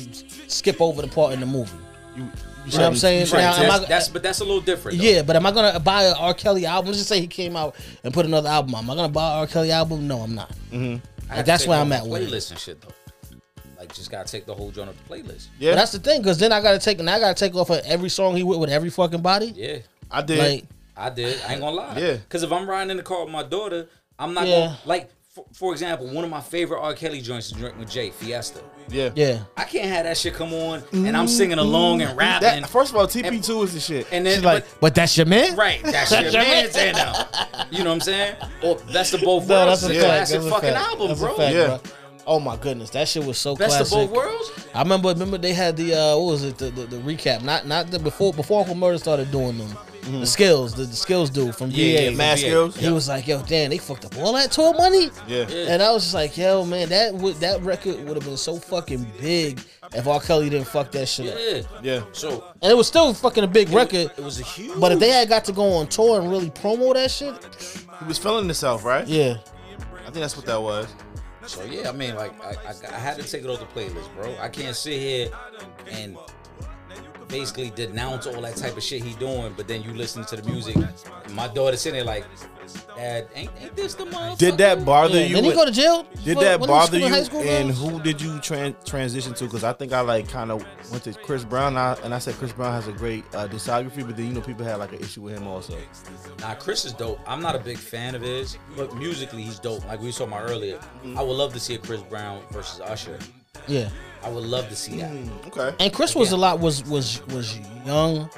Speaker 3: skip over the part in the movie.
Speaker 5: You, you
Speaker 3: know what I'm saying? Now,
Speaker 4: that's,
Speaker 3: am I-
Speaker 4: that's- but that's a little different. though.
Speaker 3: Yeah, but am I gonna buy a R. Kelly album? Let's just say he came out and put another album. out. Am I gonna buy a R. Kelly album? No, I'm not.
Speaker 4: I have to
Speaker 3: that's
Speaker 4: take
Speaker 3: where
Speaker 4: the
Speaker 3: I'm
Speaker 4: whole
Speaker 3: at with it.
Speaker 4: Playlist and shit though. Like just gotta take the whole joint of the playlist.
Speaker 3: But
Speaker 5: Yeah,
Speaker 3: that's the thing, because then I gotta take and I gotta take off of every song he with with every fucking body.
Speaker 4: Yeah.
Speaker 5: I did.
Speaker 3: Like,
Speaker 4: I did. I ain't gonna lie.
Speaker 5: Yeah.
Speaker 4: Because if I'm riding in the car with my daughter, I'm not
Speaker 3: Yeah.
Speaker 4: gonna like. For, for example, one of my favorite R. Kelly joints to drink with Jay Fiesta.
Speaker 5: yeah.
Speaker 3: yeah.
Speaker 4: I can't have that shit come on and I'm singing along and rapping.
Speaker 5: That, first of all, TP2 is the shit.
Speaker 4: and then
Speaker 5: She's like,
Speaker 3: But that's your man,
Speaker 4: right, that's your man's in now. You know what I'm saying? Or best of both
Speaker 3: No,
Speaker 4: worlds.
Speaker 3: that's
Speaker 4: is
Speaker 3: a
Speaker 4: a
Speaker 3: fact.
Speaker 4: classic
Speaker 3: that's a
Speaker 4: fucking
Speaker 3: fact.
Speaker 4: album,
Speaker 3: That's a
Speaker 4: bro.
Speaker 3: fact,
Speaker 5: Yeah.
Speaker 3: bro. Oh my goodness, that shit was so
Speaker 4: Best
Speaker 3: classic.
Speaker 4: of both worlds.
Speaker 3: I remember, remember they had the uh, what was it? The, the, the recap, not not the before before Uncle Murder started doing them. The skills, the, the skills dude from
Speaker 4: Yeah,
Speaker 3: VA.
Speaker 4: yeah,
Speaker 5: Mass
Speaker 4: Yeah.
Speaker 5: skills.
Speaker 3: He was like, "Yo, damn, they fucked up all that tour money."
Speaker 5: Yeah.
Speaker 4: Yeah.
Speaker 3: And I was just like, "Yo, man, that would that record would have been so fucking big if R. Kelly didn't fuck that shit up."
Speaker 4: Yeah.
Speaker 5: Yeah.
Speaker 4: So
Speaker 3: And it was still fucking a big record.
Speaker 4: It was a huge.
Speaker 3: But if they had got to go on tour and really promo that shit,
Speaker 5: He was feeling himself, right?
Speaker 3: yeah,
Speaker 5: I think that's what that was.
Speaker 4: So yeah, I mean, like I, I, I had to take it off the playlist, bro. I can't sit here and basically denounce all that type of shit he doing, but then you listen to the music. My daughter sitting there like, Dad, ain't, ain't this the motherfucker?
Speaker 5: Did that bother
Speaker 3: yeah.
Speaker 5: you?
Speaker 3: Did he
Speaker 5: with-
Speaker 3: go to jail?
Speaker 5: did
Speaker 3: for-
Speaker 5: that
Speaker 3: when he was
Speaker 5: bother
Speaker 3: in
Speaker 5: you?
Speaker 3: high school, bro?
Speaker 5: And who did you tran- transition to? Because I think I like kind of went to Chris Brown, and I, and I said Chris Brown has a great uh, discography, but then you know people had like an issue with him also.
Speaker 4: Nah, Chris is dope. I'm not a big fan of his, but musically he's dope. Like we saw about earlier, I would love to see a Chris Brown versus Usher.
Speaker 3: Yeah.
Speaker 4: I would love to see that.
Speaker 3: Mm.
Speaker 5: Okay.
Speaker 3: And Chris was a lot was was was young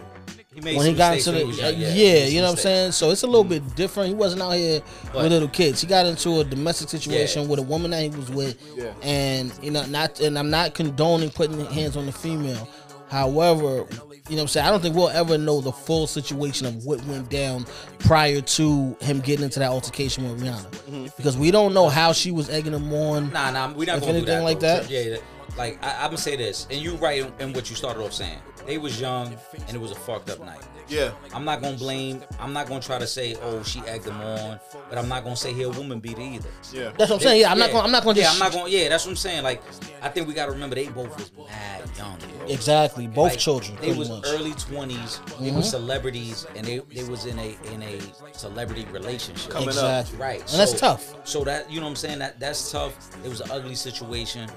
Speaker 4: He made
Speaker 3: when
Speaker 4: some
Speaker 3: he got
Speaker 4: mistakes
Speaker 3: into the
Speaker 4: when he was
Speaker 3: yeah,
Speaker 4: young, he made some
Speaker 3: you know what I'm
Speaker 4: mistakes.
Speaker 3: saying. So it's a little bit different. He wasn't out here
Speaker 4: But-
Speaker 3: with little kids. He got into a domestic situation
Speaker 4: Yeah.
Speaker 3: with a woman that he was with,
Speaker 5: Yeah.
Speaker 3: and you know not. And I'm not condoning putting hands on the female. However, you know what I'm saying. I don't think we'll ever know the full situation of what went down prior to him getting into that altercation with Rihanna, because we don't know how she was egging him on.
Speaker 4: Nah, nah, we're not
Speaker 3: If
Speaker 4: gonna do
Speaker 3: anything
Speaker 4: that.
Speaker 3: like
Speaker 4: though.
Speaker 3: that?
Speaker 4: Yeah, yeah. Like I, I'm gonna say this, and you right in, in what you started off saying. They was young, and it was a fucked up night.
Speaker 5: Yeah.
Speaker 4: I'm not gonna blame. I'm not gonna try to say, oh, she egged them on, but I'm not gonna say here a woman beat it either.
Speaker 5: Yeah.
Speaker 3: That's what I'm saying. Yeah, I'm not gonna. I'm not gonna
Speaker 4: Yeah,
Speaker 3: just.
Speaker 4: I'm not gonna. Yeah, that's what I'm saying. Like, I think we gotta remember they both was mad young. Bro.
Speaker 3: exactly. Both
Speaker 4: Like,
Speaker 3: children.
Speaker 4: They
Speaker 3: pretty
Speaker 4: was
Speaker 3: much. Mm-hmm.
Speaker 4: early 20s. They were celebrities, and they, they was in a in a celebrity relationship.
Speaker 5: Coming up.
Speaker 3: exactly.
Speaker 4: Right.
Speaker 3: And that's
Speaker 4: so-
Speaker 3: tough.
Speaker 4: So that you know what I'm saying? That that's tough. It was an ugly situation.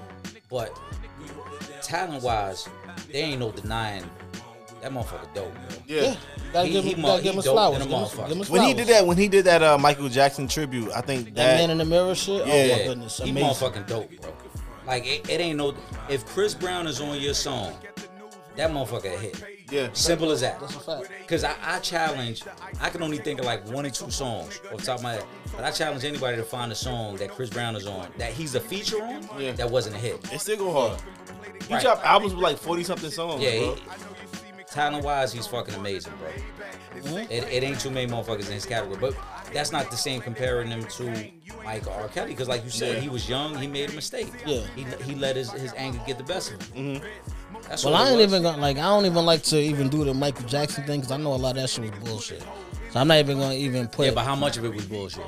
Speaker 4: But talent wise, there ain't no denying that motherfucker dope, man.
Speaker 5: Yeah.
Speaker 3: Yeah. Gotta
Speaker 4: He-
Speaker 3: give
Speaker 4: he
Speaker 3: him,
Speaker 4: mo-
Speaker 3: gotta
Speaker 4: he
Speaker 3: give him his
Speaker 4: dope
Speaker 3: flowers.
Speaker 4: than a
Speaker 3: Give him, his-
Speaker 4: motherfucker.
Speaker 3: give him his
Speaker 5: When he
Speaker 3: flowers.
Speaker 5: did that, when he did that uh, Michael Jackson tribute, I think
Speaker 3: that man
Speaker 5: that
Speaker 3: in the mirror shit. Oh
Speaker 5: Yeah.
Speaker 3: my goodness,
Speaker 4: He
Speaker 3: amazing.
Speaker 4: motherfucking dope, bro. Like it, it ain't no if Chris Brown is on your song, that motherfucker a hit.
Speaker 5: yeah.
Speaker 4: Simple as that.
Speaker 3: That's a fact.
Speaker 4: Cause I, I challenge, I can only think of like one or two songs off the top of my head. But I challenge anybody to find a song that Chris Brown is on that he's a feature on
Speaker 5: Yeah.
Speaker 4: that wasn't a hit.
Speaker 5: It still go hard. He
Speaker 4: Right.
Speaker 5: dropped albums with like forty something songs.
Speaker 4: Yeah,
Speaker 5: bro.
Speaker 4: he, talent wise, he's fucking amazing, bro.
Speaker 3: Mm-hmm.
Speaker 4: It, it ain't too many motherfuckers in his category, but that's not the same comparing him to Mike or R. Kelly because, like you said,
Speaker 5: Yeah.
Speaker 4: he was young, he made a mistake.
Speaker 3: Yeah. Mm-hmm.
Speaker 4: he, he let his, his anger get the best of him. That's
Speaker 3: Well,
Speaker 4: all
Speaker 3: I
Speaker 4: it
Speaker 3: ain't
Speaker 4: was.
Speaker 3: even gonna like. I don't even like to even do the Michael Jackson thing because I know a lot of that shit was bullshit. So I'm not even gonna even put.
Speaker 4: Yeah, but how much of it was bullshit?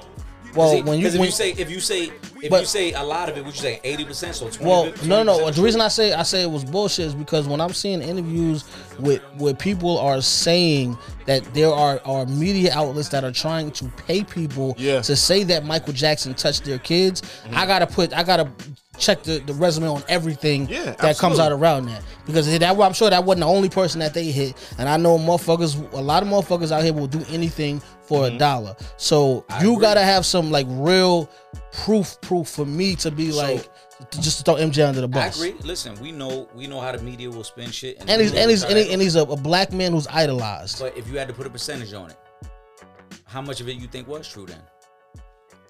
Speaker 4: 'Cause
Speaker 3: well,
Speaker 4: he-
Speaker 3: when you
Speaker 4: 'cause if
Speaker 3: when,
Speaker 4: you say if you say if
Speaker 3: But-
Speaker 4: you say a lot of it, would you say eighty percent? So twenty.
Speaker 3: well, no, no, no. The reason I say I say it was bullshit is because when I'm seeing interviews with where people are saying that there are are media outlets that are trying to pay people
Speaker 5: Yeah. Mm-hmm.
Speaker 3: to say that Michael Jackson touched their kids, I gotta put I gotta check the, the resume on everything
Speaker 5: Yeah,
Speaker 3: that comes
Speaker 5: absolutely.
Speaker 3: out around that because that I'm sure that wasn't the only person that they hit, and I know motherfuckers, a lot of motherfuckers out here will do anything for
Speaker 5: Mm-hmm.
Speaker 3: a dollar. So you
Speaker 4: agree.
Speaker 3: gotta have some like real proof proof for me to be like to just to throw MJ under the
Speaker 4: I
Speaker 3: bus.
Speaker 4: agree. Listen, we know we know how the media will spin shit,
Speaker 3: And he's
Speaker 4: we know
Speaker 3: and he's
Speaker 4: how
Speaker 3: and,
Speaker 4: that-
Speaker 3: he, and he's a, a black man who's idolized.
Speaker 4: But if you had to put a percentage on it, how much of it you think was true then?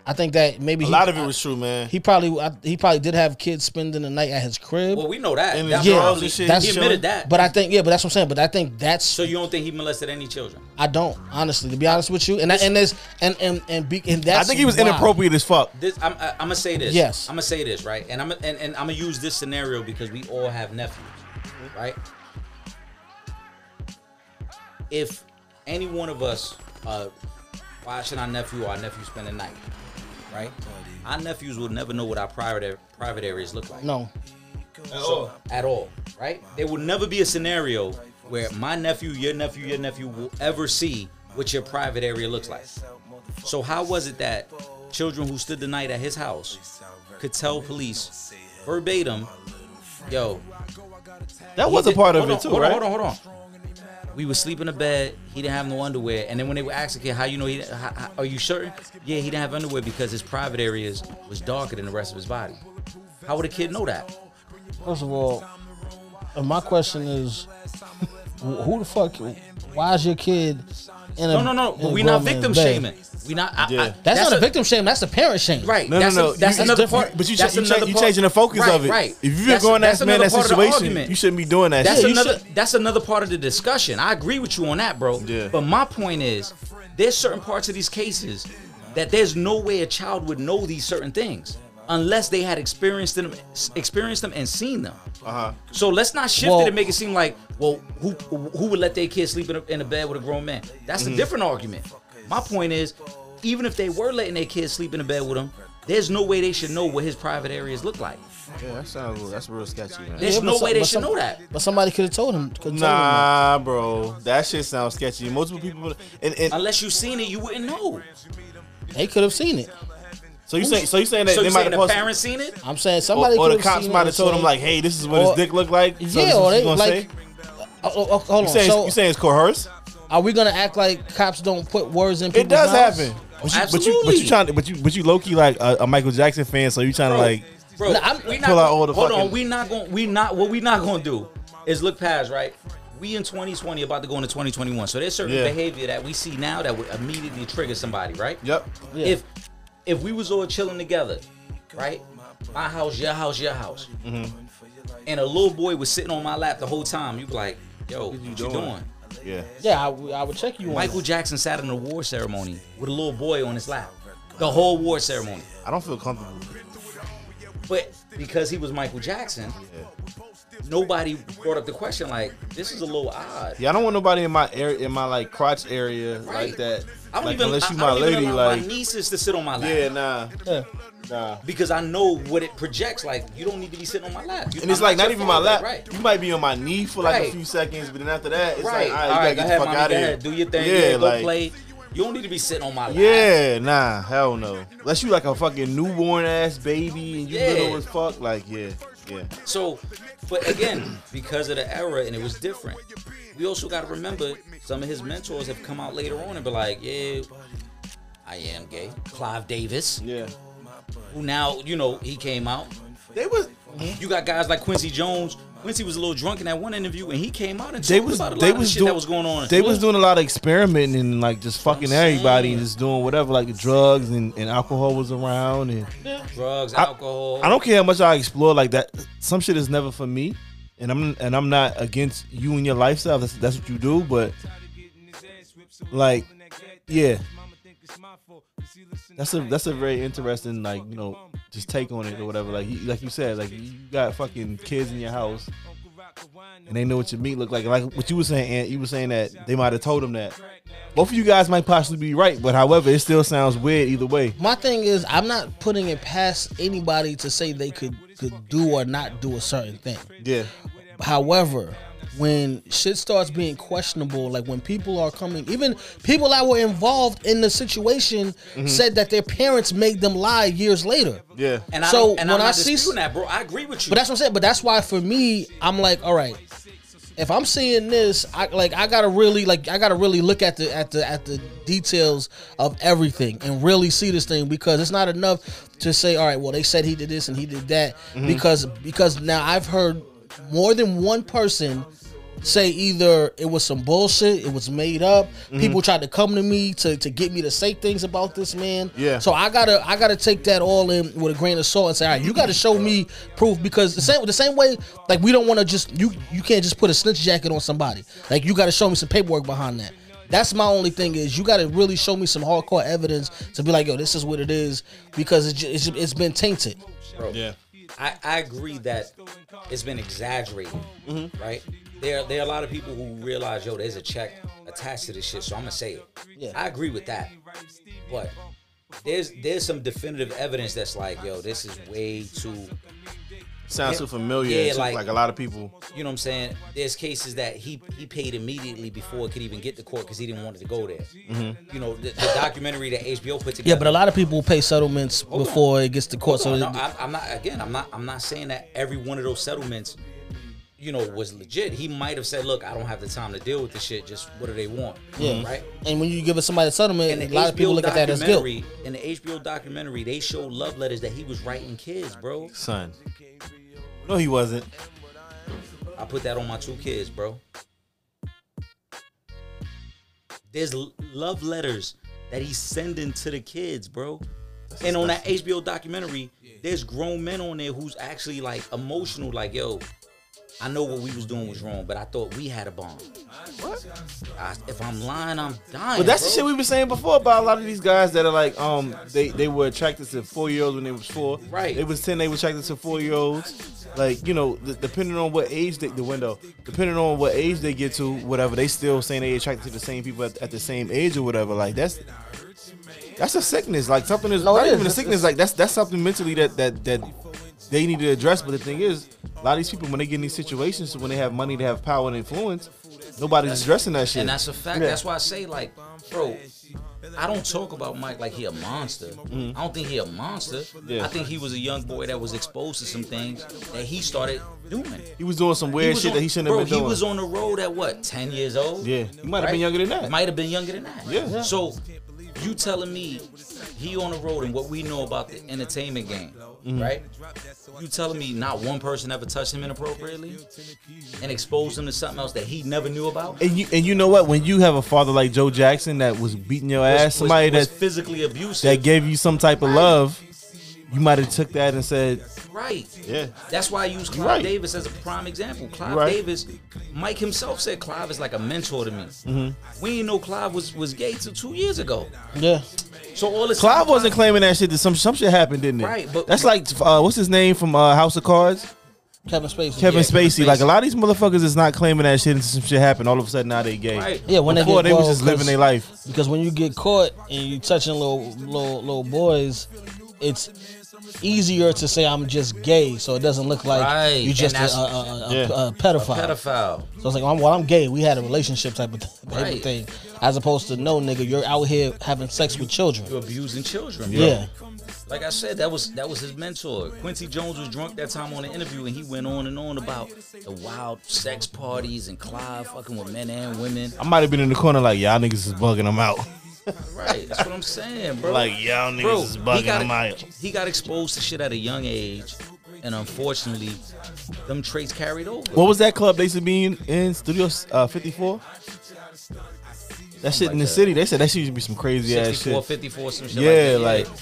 Speaker 3: I think that maybe
Speaker 5: A
Speaker 3: he,
Speaker 5: lot of it was true, man.
Speaker 3: he probably I, he probably did have kids spending the night at his crib.
Speaker 4: Well, we know that.
Speaker 5: And
Speaker 4: That's
Speaker 5: his
Speaker 4: what
Speaker 3: drugs
Speaker 4: I'm
Speaker 3: and
Speaker 4: saying.
Speaker 3: shit,
Speaker 4: he
Speaker 3: that's-
Speaker 4: admitted that.
Speaker 3: but I think yeah, but that's what I'm saying. But I think that's
Speaker 4: so you don't think he molested any children?
Speaker 3: I don't honestly to be honest with you. And I, and there's and and and, be, and
Speaker 6: I
Speaker 3: that's
Speaker 6: think he was
Speaker 3: why.
Speaker 6: inappropriate as fuck.
Speaker 4: This I'm I, am i gonna say this.
Speaker 3: Yes.
Speaker 4: I'm gonna say this right, and I'm and, and I'm gonna use this scenario because we all have nephews, right? If any one of us uh watching our nephew or our nephew spend the night, right? Our nephews will never know what our private private areas look like.
Speaker 3: No,
Speaker 4: So,
Speaker 6: Oh.
Speaker 4: at all, right? There will never be a scenario where my nephew, your nephew, your nephew will ever see what your private area looks like. So how was it that children who stood the night at his house could tell police verbatim, "Yo,
Speaker 6: That
Speaker 4: he
Speaker 6: was a
Speaker 4: did-
Speaker 6: part of
Speaker 4: hold
Speaker 6: it
Speaker 4: on,
Speaker 6: too,
Speaker 4: hold
Speaker 6: right?
Speaker 4: On, hold on, hold on. We would sleep in a bed. He didn't have no underwear. And then when they were asking kid, how you know he, didn't- how, how- are you certain? Yeah, he didn't have underwear because his private areas was darker than the rest of his body. How would a kid know that?
Speaker 3: first of all, and my question is, wh- who the fuck? Why is your kid? In a,
Speaker 4: No, no, no.
Speaker 3: in a
Speaker 4: But we
Speaker 3: grown
Speaker 4: not
Speaker 3: man's
Speaker 4: victim
Speaker 3: bed?
Speaker 4: shaming. We not. I,
Speaker 5: Yeah.
Speaker 4: I,
Speaker 3: That's, not a,
Speaker 4: a-
Speaker 3: victim shame. That's the parent shame.
Speaker 4: Right.
Speaker 6: No, no,
Speaker 4: that's
Speaker 6: no.
Speaker 4: A, that's
Speaker 6: You-
Speaker 4: another
Speaker 3: different.
Speaker 4: part.
Speaker 6: But you,
Speaker 4: that's
Speaker 6: you,
Speaker 4: another
Speaker 6: you
Speaker 4: part-
Speaker 6: changing the focus
Speaker 4: right,
Speaker 6: of it.
Speaker 4: Right.
Speaker 6: If you've been
Speaker 4: That's-
Speaker 6: going
Speaker 4: that's
Speaker 6: ass man in
Speaker 4: another
Speaker 6: that
Speaker 4: part of the
Speaker 6: situation,
Speaker 4: argument.
Speaker 6: you shouldn't be doing that.
Speaker 4: That's
Speaker 6: shit. You
Speaker 4: another.
Speaker 6: should-
Speaker 4: That's another part of the discussion. I agree with you on that, bro.
Speaker 5: Yeah.
Speaker 4: But my point is, there's certain parts of these cases that there's no way a child would know these certain things unless they had experienced them, experienced them and seen them. Uh-huh. So let's not shift
Speaker 3: Well-
Speaker 4: it and make it seem like, well, who who would let their kid sleep in a, in a bed with a grown man? That's a different argument. My point is, even if they were letting their kids sleep in a bed with him, there's no way they should know what his private areas look like.
Speaker 5: Yeah, that sounds that's real sketchy, man.
Speaker 4: There's
Speaker 3: but
Speaker 4: no
Speaker 3: some-
Speaker 4: way they
Speaker 3: but
Speaker 4: should
Speaker 3: some-
Speaker 4: know that.
Speaker 3: But somebody could have told him. could've told him that.
Speaker 5: Nah, bro, that shit sounds sketchy. Multiple people, and, and
Speaker 4: Unless you've seen it, you wouldn't know.
Speaker 3: They could have seen it.
Speaker 5: so you saying so you saying that
Speaker 4: So
Speaker 5: they
Speaker 4: you
Speaker 5: might have
Speaker 4: saying the
Speaker 5: posted,
Speaker 4: parents seen it?
Speaker 3: I'm saying
Speaker 5: or,
Speaker 3: somebody
Speaker 5: or
Speaker 3: could
Speaker 5: the
Speaker 3: have
Speaker 5: cops
Speaker 3: seen it
Speaker 5: might
Speaker 3: and
Speaker 5: have told
Speaker 3: said-
Speaker 5: him like, hey, this is what
Speaker 3: Or-
Speaker 5: his dick look like. So this
Speaker 3: yeah,
Speaker 5: is
Speaker 3: or
Speaker 5: what
Speaker 3: they
Speaker 5: you gonna
Speaker 3: like.
Speaker 5: say?
Speaker 3: Oh, oh, oh, hold
Speaker 5: You
Speaker 3: on.
Speaker 5: saying,
Speaker 3: so
Speaker 5: you saying it's coerced?
Speaker 3: are we gonna act like cops don't put words in people's
Speaker 5: It does
Speaker 3: mouths?
Speaker 5: happen. But you, but you,
Speaker 4: Absolutely.
Speaker 5: but you trying to, but you, but you low key like a, a Michael Jackson fan, so you trying to like,
Speaker 4: Bro,
Speaker 3: Nah, I'm-
Speaker 4: we not
Speaker 5: Pull out
Speaker 4: gonna-
Speaker 5: all the
Speaker 4: hold on.
Speaker 5: fucking-
Speaker 4: We not going. to We not. What we not going to do is look past right. We in 2020 about to go into 2021. So there's certain
Speaker 5: Yeah.
Speaker 4: behavior that we see now that would immediately trigger somebody, right?
Speaker 5: yep,
Speaker 3: Yeah.
Speaker 4: If if we was all chilling together, right? My house, your house, your house,
Speaker 5: Mm-hmm.
Speaker 4: and a little boy was sitting on my lap the whole time, you'd be like, "Yo, what you, doing?
Speaker 5: yeah.
Speaker 3: Yeah, I, w- I would check you on.
Speaker 4: Michael
Speaker 3: Michael,
Speaker 4: Jackson sat in a war ceremony with a little boy on his lap, the whole war ceremony.
Speaker 5: I don't feel comfortable.
Speaker 4: But because he was Michael Jackson, nobody brought up the question like, this is a little odd.
Speaker 5: Yeah, I don't want nobody in my area, in my like crotch area like
Speaker 4: Right.
Speaker 5: that.
Speaker 4: I don't
Speaker 5: like,
Speaker 4: even
Speaker 5: unless you
Speaker 4: I-
Speaker 5: my
Speaker 4: I don't
Speaker 5: lady,
Speaker 4: even allow
Speaker 5: like,
Speaker 4: my nieces to sit on my lap.
Speaker 5: yeah, nah,
Speaker 3: yeah.
Speaker 5: nah.
Speaker 4: Because I know what it projects. Like, you don't need to be sitting on my lap. You-
Speaker 5: And it's
Speaker 4: I'm
Speaker 5: like not
Speaker 4: your
Speaker 5: even my
Speaker 4: father,
Speaker 5: lap.
Speaker 4: Right.
Speaker 5: You might be on my knee for like
Speaker 4: Right.
Speaker 5: a few seconds, but then after that, it's
Speaker 4: Right.
Speaker 5: like,
Speaker 4: All
Speaker 5: all
Speaker 4: right,
Speaker 5: right,
Speaker 4: go
Speaker 5: you gotta get
Speaker 4: ahead,
Speaker 5: the fuck
Speaker 4: mommy,
Speaker 5: out
Speaker 4: go
Speaker 5: of here.
Speaker 4: ahead, do your thing.
Speaker 5: Yeah,
Speaker 4: Yeah, go
Speaker 5: like-
Speaker 4: play. You don't need to be sitting on my lap.
Speaker 5: Yeah, nah, hell no. Unless you like a fucking newborn ass baby and you
Speaker 4: Yeah.
Speaker 5: little as fuck, like yeah, yeah.
Speaker 4: So, but again, because of the era and it was different, we also got to remember some of his mentors have come out later on and be like, yeah, I am gay. Clive Davis,
Speaker 5: Yeah.
Speaker 4: who now, you know, he came out.
Speaker 5: They was
Speaker 4: You got guys like Quincy Jones. Quincy was a little drunk in that one interview and he came out and
Speaker 5: they
Speaker 4: talked
Speaker 5: was
Speaker 4: about a lot
Speaker 5: they
Speaker 4: of the
Speaker 5: was
Speaker 4: shit
Speaker 5: doing
Speaker 4: that was going on.
Speaker 5: They was doing a lot of experimenting and like just fucking
Speaker 4: saying.
Speaker 5: everybody and just doing whatever like the drugs and, and alcohol was around and
Speaker 4: drugs,
Speaker 5: I-
Speaker 4: alcohol.
Speaker 5: I don't care how much I explore like that. Some shit is never for me, and I'm and I'm not against you and your lifestyle. That's that's what you do, but like, yeah, that's a that's a very interesting like you know just take on it or whatever. Like you, like you said, like you got fucking kids in your house, and they know what your meat look like. Like what you were saying, Ant, you were saying that they might have told them that. Both of you guys might possibly be right, but however, it still sounds weird either way.
Speaker 3: My thing is, I'm not putting it past anybody to say they could could do or not do a certain thing.
Speaker 5: Yeah,
Speaker 3: However, when shit starts being questionable, like when people are coming, even people that were involved in the situation said that their parents made them lie years later.
Speaker 5: yeah.
Speaker 4: and I
Speaker 3: so
Speaker 4: don't- and
Speaker 3: when
Speaker 4: I'm not
Speaker 3: I see-
Speaker 4: disputing that, bro, I agree with you.
Speaker 3: But that's what I'm saying. But that's why for me, I'm like, all right. If I'm seeing this, I like I gotta really like I gotta really look at the at the at the details of everything and really see this thing because it's not enough to say, all right, well they said he did this and he did that because because now I've heard more than one person say either it was some bullshit, it was made up. People tried to come to me to, to get me to say things about this man.
Speaker 7: Yeah.
Speaker 3: So I gotta I gotta take that all in with a grain of salt and say, all right, you gotta show me proof because the same the same way like we don't want to just you you can't just put a snitch jacket on somebody. Like you gotta show me some paperwork behind that. That's my only thing is you got to really show me some hardcore evidence to be like, yo, this is what it is because it's just, it's, it's been tainted.
Speaker 4: bro.
Speaker 7: Yeah.
Speaker 4: I, I agree that it's been exaggerated, right? There, there are a lot of people who realize, yo, there's a check attached to this shit, so I'm gonna say it.
Speaker 3: Yeah.
Speaker 4: I agree with that, but there's there's some definitive evidence that's like, yo, this is way too
Speaker 7: Sounds so
Speaker 4: Yeah.
Speaker 7: familiar.
Speaker 4: Yeah,
Speaker 7: too,
Speaker 4: like-
Speaker 7: like, a lot of people.
Speaker 4: You know what I'm saying? There's cases that he he paid immediately before it could even get to court because he didn't want it to go there. You know, the, the documentary that HBO
Speaker 3: Yeah,
Speaker 4: put together.
Speaker 3: but a lot of people pay settlements
Speaker 4: on.
Speaker 3: before it gets to court. So
Speaker 4: No, no,
Speaker 3: it-
Speaker 4: I'm, I'm not. Again, I'm not. I'm not saying that every one of those settlements, you know, was legit. He might have said, "Look, I don't have the time to deal with this shit. Just what do they want?"
Speaker 5: Mm-hmm.
Speaker 3: Yeah.
Speaker 4: Right.
Speaker 3: And when you give it somebody a settlement,
Speaker 4: And
Speaker 3: a
Speaker 4: the
Speaker 3: lot of people
Speaker 4: HBO
Speaker 3: look at that as guilt.
Speaker 4: documentary- In the HBO documentary, they show love letters that he was writing kids, bro.
Speaker 7: Son. No, he wasn't.
Speaker 4: I put that on my two kids, bro. There's l- love letters that he's sending to the kids, bro. and on that HBO documentary, there's grown men on there who's actually like emotional, like, yo, I know what we was doing was wrong, but I thought we had a bond. I, if I'm lying, I'm dying.
Speaker 5: But that's
Speaker 4: bro.
Speaker 5: the shit we were saying before about a lot of these guys that are like, um, they, they were attracted to four year olds when they was four.
Speaker 4: Right.
Speaker 5: They was ten, they were attracted to four year olds. Like you know, d- depending on what age they, the window, depending on what age they get to, whatever, they still saying they attracted to the same people at, at the same age or whatever. Like that's that's a sickness. Like something is
Speaker 3: No, it
Speaker 5: not
Speaker 3: is.
Speaker 5: even a
Speaker 3: It's-
Speaker 5: sickness. Like that's that's something mentally that that that they need to address. But the thing is, a lot of these people when they get in these situations, when they have money, they have power and influence. Nobody's addressing that shit.
Speaker 4: And that's a fact.
Speaker 5: Yeah.
Speaker 4: That's why I say, like, bro, I don't talk about Mike like he a monster. I don't think he a monster.
Speaker 5: Mm-hmm. Yeah.
Speaker 4: I think he was a young boy that was exposed to some things that he started doing.
Speaker 5: He was doing some
Speaker 4: He
Speaker 5: weird
Speaker 4: was
Speaker 5: shit
Speaker 4: on-
Speaker 5: that he shouldn't
Speaker 4: bro,
Speaker 5: have been doing.
Speaker 4: He was on the road at what, 10 years old?
Speaker 5: Yeah, he might have been younger than that.
Speaker 4: Might have been younger than that.
Speaker 5: Yeah. Yeah.
Speaker 4: So you telling me he on the road and what we know about the entertainment game,
Speaker 5: Mm-hmm.
Speaker 4: right? You telling me not one person ever touched him inappropriately and exposed him to something else that he never knew about?
Speaker 5: and you and you know what? When you have a father like Joe Jackson that was beating your
Speaker 4: was-
Speaker 5: ass,
Speaker 4: was-
Speaker 5: somebody
Speaker 4: was
Speaker 5: that
Speaker 4: physically abusive.
Speaker 5: that gave you some type of love, you might have took that and said,
Speaker 4: right.
Speaker 5: "Yeah,
Speaker 4: That's why I use Clive
Speaker 5: right.
Speaker 4: Davis as a prime example. Clive
Speaker 5: right.
Speaker 4: Davis, Mike himself said Clive is like a mentor to me.
Speaker 5: Mm-hmm.
Speaker 4: We didn't know Clive was was gay till two years ago.
Speaker 3: Yeah.
Speaker 4: So all this
Speaker 5: Clive wasn't claiming that shit. That some some shit happened, didn't it?
Speaker 4: Right, but-
Speaker 5: that's like uh, what's his name from uh, House of Cards,
Speaker 3: Kevin Spacey.
Speaker 5: Kevin
Speaker 4: Yeah, Kevin
Speaker 5: Spacey. Like
Speaker 4: Spacey.
Speaker 5: a lot of these motherfuckers is not claiming that shit, and some shit happened. All of a sudden now they gay.
Speaker 4: Right.
Speaker 3: Yeah, when
Speaker 5: Before
Speaker 3: they,
Speaker 5: they
Speaker 3: get
Speaker 5: was
Speaker 3: well,
Speaker 5: just living
Speaker 3: 'cause-
Speaker 5: their life.
Speaker 3: Because when you get caught and you touching little little little boys, it's easier to say I'm just gay, so it doesn't look like
Speaker 4: Right,
Speaker 3: you just
Speaker 4: and
Speaker 3: a, a,
Speaker 4: that's-
Speaker 3: a, a-
Speaker 5: Yeah.
Speaker 3: a pedophile.
Speaker 4: pedophile.
Speaker 3: So it's like, well I'm, well, I'm gay. We had a relationship type of th- type of
Speaker 4: Right.
Speaker 3: thing, as opposed to no, nigga, you're out here having sex with children.
Speaker 4: You're abusing children. bro.
Speaker 3: Yeah,
Speaker 4: Like I said, that was that was his mentor. Quincy Jones was drunk that time on the interview, and he went on and on about the wild sex parties and Clive fucking with men and women.
Speaker 5: I might have been in the corner like, "Y'all niggas is bugging them out."
Speaker 4: Right. That's what I'm saying, bro.
Speaker 5: Like y'all niggas
Speaker 4: bro,
Speaker 5: is
Speaker 4: he
Speaker 5: bugging
Speaker 4: got,
Speaker 5: them out.
Speaker 4: he got exposed to shit at a young age, and unfortunately, them traits carried over.
Speaker 5: What was that club they used to be in, in Studio uh, 54? That shit in the
Speaker 4: that.
Speaker 5: city. They said that shit used to be some crazy ass
Speaker 4: 64,
Speaker 5: shit.
Speaker 4: 54, some shit
Speaker 5: Yeah,
Speaker 4: like
Speaker 5: like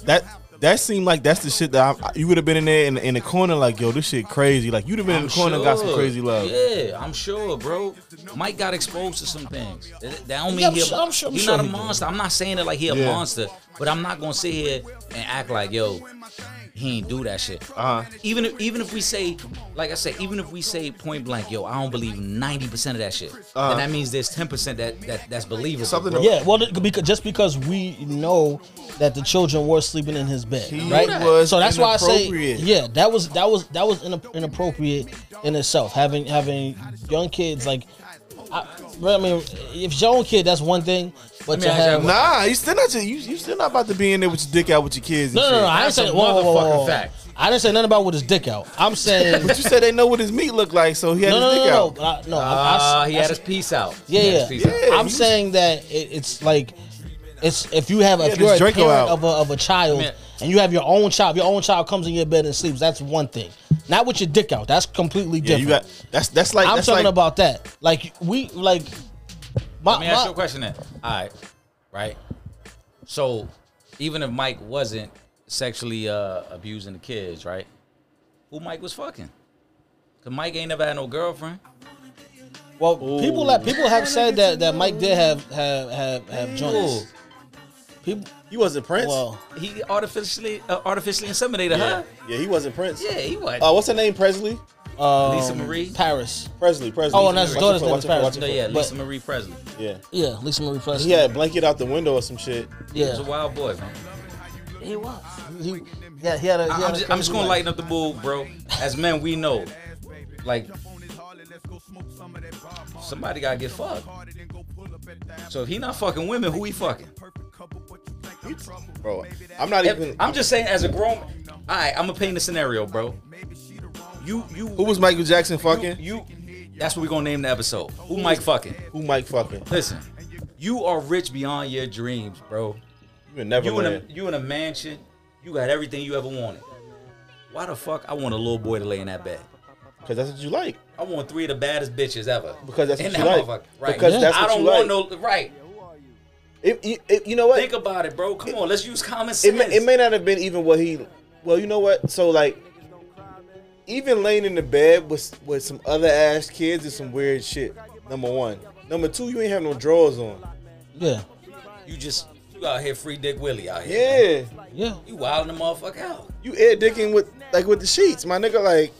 Speaker 4: that.
Speaker 5: that. That seemed like that's the shit that I, you would have been in there in, in the corner like, yo, this shit crazy. Like you'd have been in the corner and got some
Speaker 4: Sure.
Speaker 5: crazy love.
Speaker 4: Yeah, I'm sure, bro. Mike got exposed to some things. That that don't mean
Speaker 3: Yeah, I'm
Speaker 4: he a-
Speaker 3: sure- I'm sure- I'm
Speaker 4: he
Speaker 3: sure
Speaker 4: not a
Speaker 3: he did.
Speaker 4: monster. I'm not saying it like he a
Speaker 5: Yeah.
Speaker 4: monster, but I'm not gonna sit here and act like yo, he ain't do that shit.
Speaker 5: Uh-huh.
Speaker 4: Even if even if we say, like I said, even if we say point blank, yo, I don't believe 90 percent of that shit,
Speaker 5: Uh-huh.
Speaker 4: then that means there's 10 percent that, that that's believable.
Speaker 5: Something
Speaker 4: bro.
Speaker 3: yeah. Well, because, just because we know that the children were sleeping in his bed,
Speaker 5: He
Speaker 3: right?
Speaker 5: was
Speaker 3: so that's why I say,
Speaker 5: inappropriate.
Speaker 3: yeah, that was that was that was inap- inappropriate in itself. Having having young kids like, I, I mean, if it's your own kid, that's one thing, but
Speaker 4: me
Speaker 3: to
Speaker 4: ask you a
Speaker 3: have.
Speaker 4: question.
Speaker 5: Nah, you still not you, you still not about to be in there with your dick out with your kids. And
Speaker 3: No, no, no,
Speaker 5: shit.
Speaker 3: I didn't
Speaker 4: That's
Speaker 3: say
Speaker 4: a
Speaker 3: whoa, whoa, whoa, whoa, whoa.
Speaker 4: motherfucking fact.
Speaker 3: I didn't say nothing about with his dick out. I'm saying
Speaker 5: But you said they know what his meat looked like, so he had
Speaker 3: no, no,
Speaker 5: his
Speaker 3: no,
Speaker 5: dick
Speaker 3: no,
Speaker 5: out.
Speaker 3: but I, no. I,
Speaker 4: Uh,
Speaker 3: I,
Speaker 4: he
Speaker 3: I,
Speaker 4: had his piece out. He had
Speaker 3: Yeah,
Speaker 4: his piece
Speaker 3: yeah.
Speaker 4: out.
Speaker 5: Yeah,
Speaker 3: I'm
Speaker 5: you-
Speaker 3: saying that it, it's like it's if you have
Speaker 5: Yeah,
Speaker 3: if you're a
Speaker 5: this Draco out.
Speaker 3: parent of a, of a child
Speaker 4: Man,
Speaker 3: and you have your own child, your own child comes in your bed and sleeps. That's one thing. Not with your dick out. That's completely
Speaker 5: Yeah,
Speaker 3: different.
Speaker 5: you got that's that's like
Speaker 3: I'm
Speaker 5: that's
Speaker 3: talking
Speaker 5: like,
Speaker 3: about that. Like we like my,
Speaker 4: Let me ask
Speaker 3: my-
Speaker 4: you a question then. All right, right. So, even if Mike wasn't sexually uh, abusing the kids, right? Who Mike was fucking? Cause Mike ain't never had no girlfriend.
Speaker 3: well people like people have said that that Mike did have have have have joints. People
Speaker 5: he wasn't Prince.
Speaker 3: well
Speaker 4: He artificially uh, artificially
Speaker 5: yeah.
Speaker 4: inseminated her.
Speaker 5: yeah, he wasn't Prince.
Speaker 4: Yeah, he was.
Speaker 3: Oh.
Speaker 5: Uh, what's her name? Presley.
Speaker 3: um,
Speaker 4: Lisa Marie.
Speaker 3: Paris.
Speaker 5: Presley. Presley.
Speaker 3: Oh, and that's
Speaker 5: Watch
Speaker 3: daughter's
Speaker 5: it,
Speaker 3: name
Speaker 5: watch
Speaker 3: is
Speaker 5: it,
Speaker 3: Paris.
Speaker 5: watch it,
Speaker 4: No, yeah,
Speaker 5: watch it.
Speaker 4: Lisa Marie Presley.
Speaker 5: Yeah.
Speaker 3: Yeah, Lisa Marie Presley.
Speaker 5: He had a blanket out the window or some shit.
Speaker 4: He was a
Speaker 3: yeah.
Speaker 4: wild boy, man.
Speaker 3: He was. He, yeah, he had a. He
Speaker 4: I,
Speaker 3: had
Speaker 4: am
Speaker 3: a
Speaker 4: just, I'm just
Speaker 3: crazy
Speaker 4: gonna
Speaker 3: life.
Speaker 4: lighten up the mood, bro. As men, we know, like, somebody gotta get fucked. So if he not fucking women, who he fucking?
Speaker 5: Bro, I'm not even.
Speaker 4: If- I'm just saying, as a grown, all right, I'm gonna paint the scenario, bro. You, you,
Speaker 5: Who was Michael Jackson fucking?
Speaker 4: you? That's what we gonna name the episode. Who Mike fucking?
Speaker 5: Who Mike fucking?
Speaker 4: Listen, you are rich beyond your dreams, bro.
Speaker 5: You in never
Speaker 4: You in a
Speaker 5: win.
Speaker 4: you in a mansion. You got everything you ever wanted. Why the fuck I want a little boy to lay in that bed?
Speaker 5: Because that's what you like.
Speaker 4: I want three of the baddest bitches ever.
Speaker 5: Because that's
Speaker 4: In
Speaker 5: what you
Speaker 4: that
Speaker 5: like.
Speaker 4: motherfucker. Right.
Speaker 5: Because that's
Speaker 4: I
Speaker 5: what
Speaker 4: don't
Speaker 5: you like.
Speaker 4: want no right.
Speaker 5: It, it, it- you know what?
Speaker 4: Think about it, bro. Come on, let's use common sense.
Speaker 5: it may, it may not have been even what he. Well, you know what? So like, even laying in the bed with with some other ass kids is some weird shit. Number one. Number two, you ain't have no drawers on.
Speaker 3: Yeah,
Speaker 4: you just you out here free dick Willie out here. man.
Speaker 5: Yeah,
Speaker 3: yeah.
Speaker 4: You wilding the motherfucker out.
Speaker 5: you air dicking with like with the sheets, my nigga. Like,